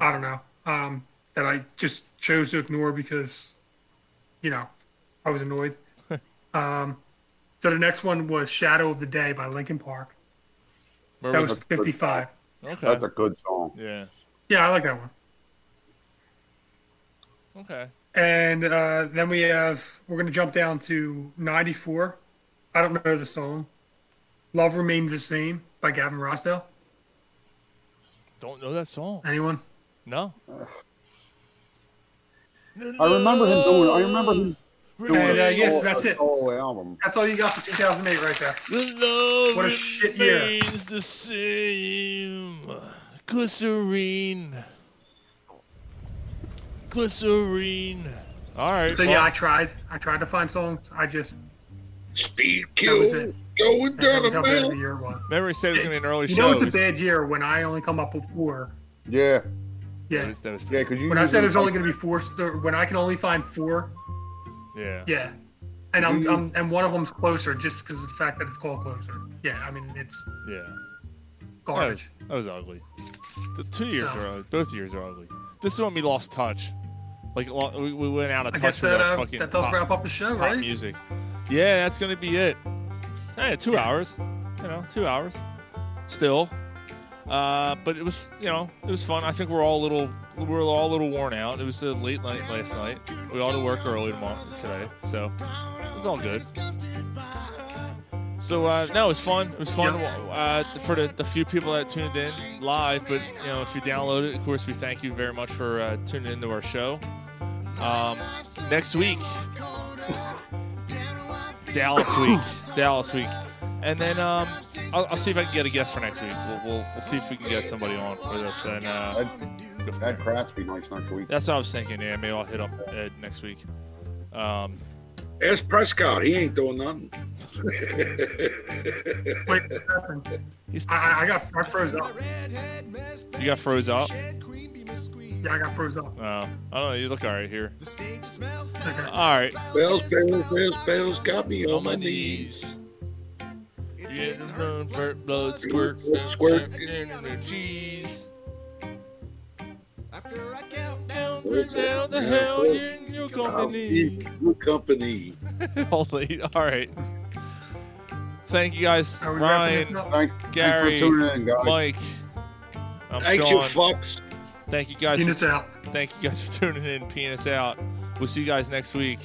G: I don't know um, that I just chose to ignore because you know I was annoyed. um, so the next one was "Shadow of the Day" by Linkin Park.
C: Where
G: That
C: was
G: was fifty five.
C: okay.
H: That's a good song.
C: yeah.
G: Yeah, I like that one.
C: Okay.
G: And uh, then we have we're gonna jump down to ninety four. I don't know the song. Love Remains the Same by Gavin Rossdale.
C: Don't know that song.
G: Anyone?
C: No.
H: I remember him doing. I remember him doing.
G: And, uh,
H: a
G: yes,
H: solo-
G: that's
H: a
G: it.
H: Solo album.
G: That's all you got for two thousand eight right there.
C: The love
G: What a shit year.
C: remains the same. Glycerine. Glycerine. All right.
G: So
C: well,
G: yeah, I tried. I tried to find songs. I just
F: Speed
G: that was
F: kill.
G: it.
F: Going
G: That
F: down
G: was
F: a
G: how bad of a
F: mountain.
G: year it was.
C: Memory said it was gonna be an early
G: You
C: show.
G: know it's a bad year when I only come up with four.
H: Yeah,
C: That
G: Yeah.
C: was, that was
H: yeah.
C: pretty,
H: Because you.
G: When I
H: usually
G: said there's only
H: like-
G: going to be four, st- when I can only find four,
C: yeah.
G: yeah, and I'm, I'm and one of them's closer just because of the fact that it's called closer. Yeah, I mean it's
C: Yeah. That
G: garbage.
C: was, that was ugly. The two years
G: So-
C: are ugly. Both years are ugly. This is when we lost touch. Like lo- we, we went out of
G: I
C: touch
G: guess
C: with
G: that
C: our
G: uh,
C: fucking
G: that does
C: pop,
G: wrap up the show,
C: pop
G: right?
C: music. Yeah, that's gonna be it. Hey, two hours. You know, two hours. Still. Uh, but it was you know it was fun. I think we're all a little we we're all a little worn out. It was a late night last night. We all had to work early tomorrow today, so it's all good. So uh, no, it was fun. It was fun uh, for the, the few people that tuned in live. But you know, if you download it, of course, we thank you very much for uh, tuning into our show. Um, next week, Dallas week, Dallas week, and then um, I'll, I'll see if I can get a guest for next week. We'll, we'll, we'll see if we can get somebody on for this. And uh,
H: That'd, that'd craft be nice next week.
C: that's what I was thinking. Yeah, maybe I'll hit up Ed next week. Um,
F: Ask Prescott. He ain't doing nothing.
G: Wait, what happened?
C: he's,
G: I, I- I got I froze up.
C: you got froze up.
G: Yeah, I got froze up.
C: Uh, I don't know. You look all right here. All right.
F: Bells, bells, bells, bells got me
C: on my knees. Getting run, burnt blood, squirt,
F: Squirt.
C: squirt, and the cheese. After I count down, three down the hell in your company.
F: Good company.
C: [laughs] Holy, all right. Thank you guys,
G: Are we wrapping
C: Ryan,
G: it up?
H: Thanks,
C: Gary,
H: thanks for tuning in, guys.
C: Mike. I'm
F: Thanks, you
C: Sean.
F: fucks.
C: Thank you guys.
G: Penis
C: For,
G: out.
C: thank you guys for tuning in. Penis out. We'll see you guys next week.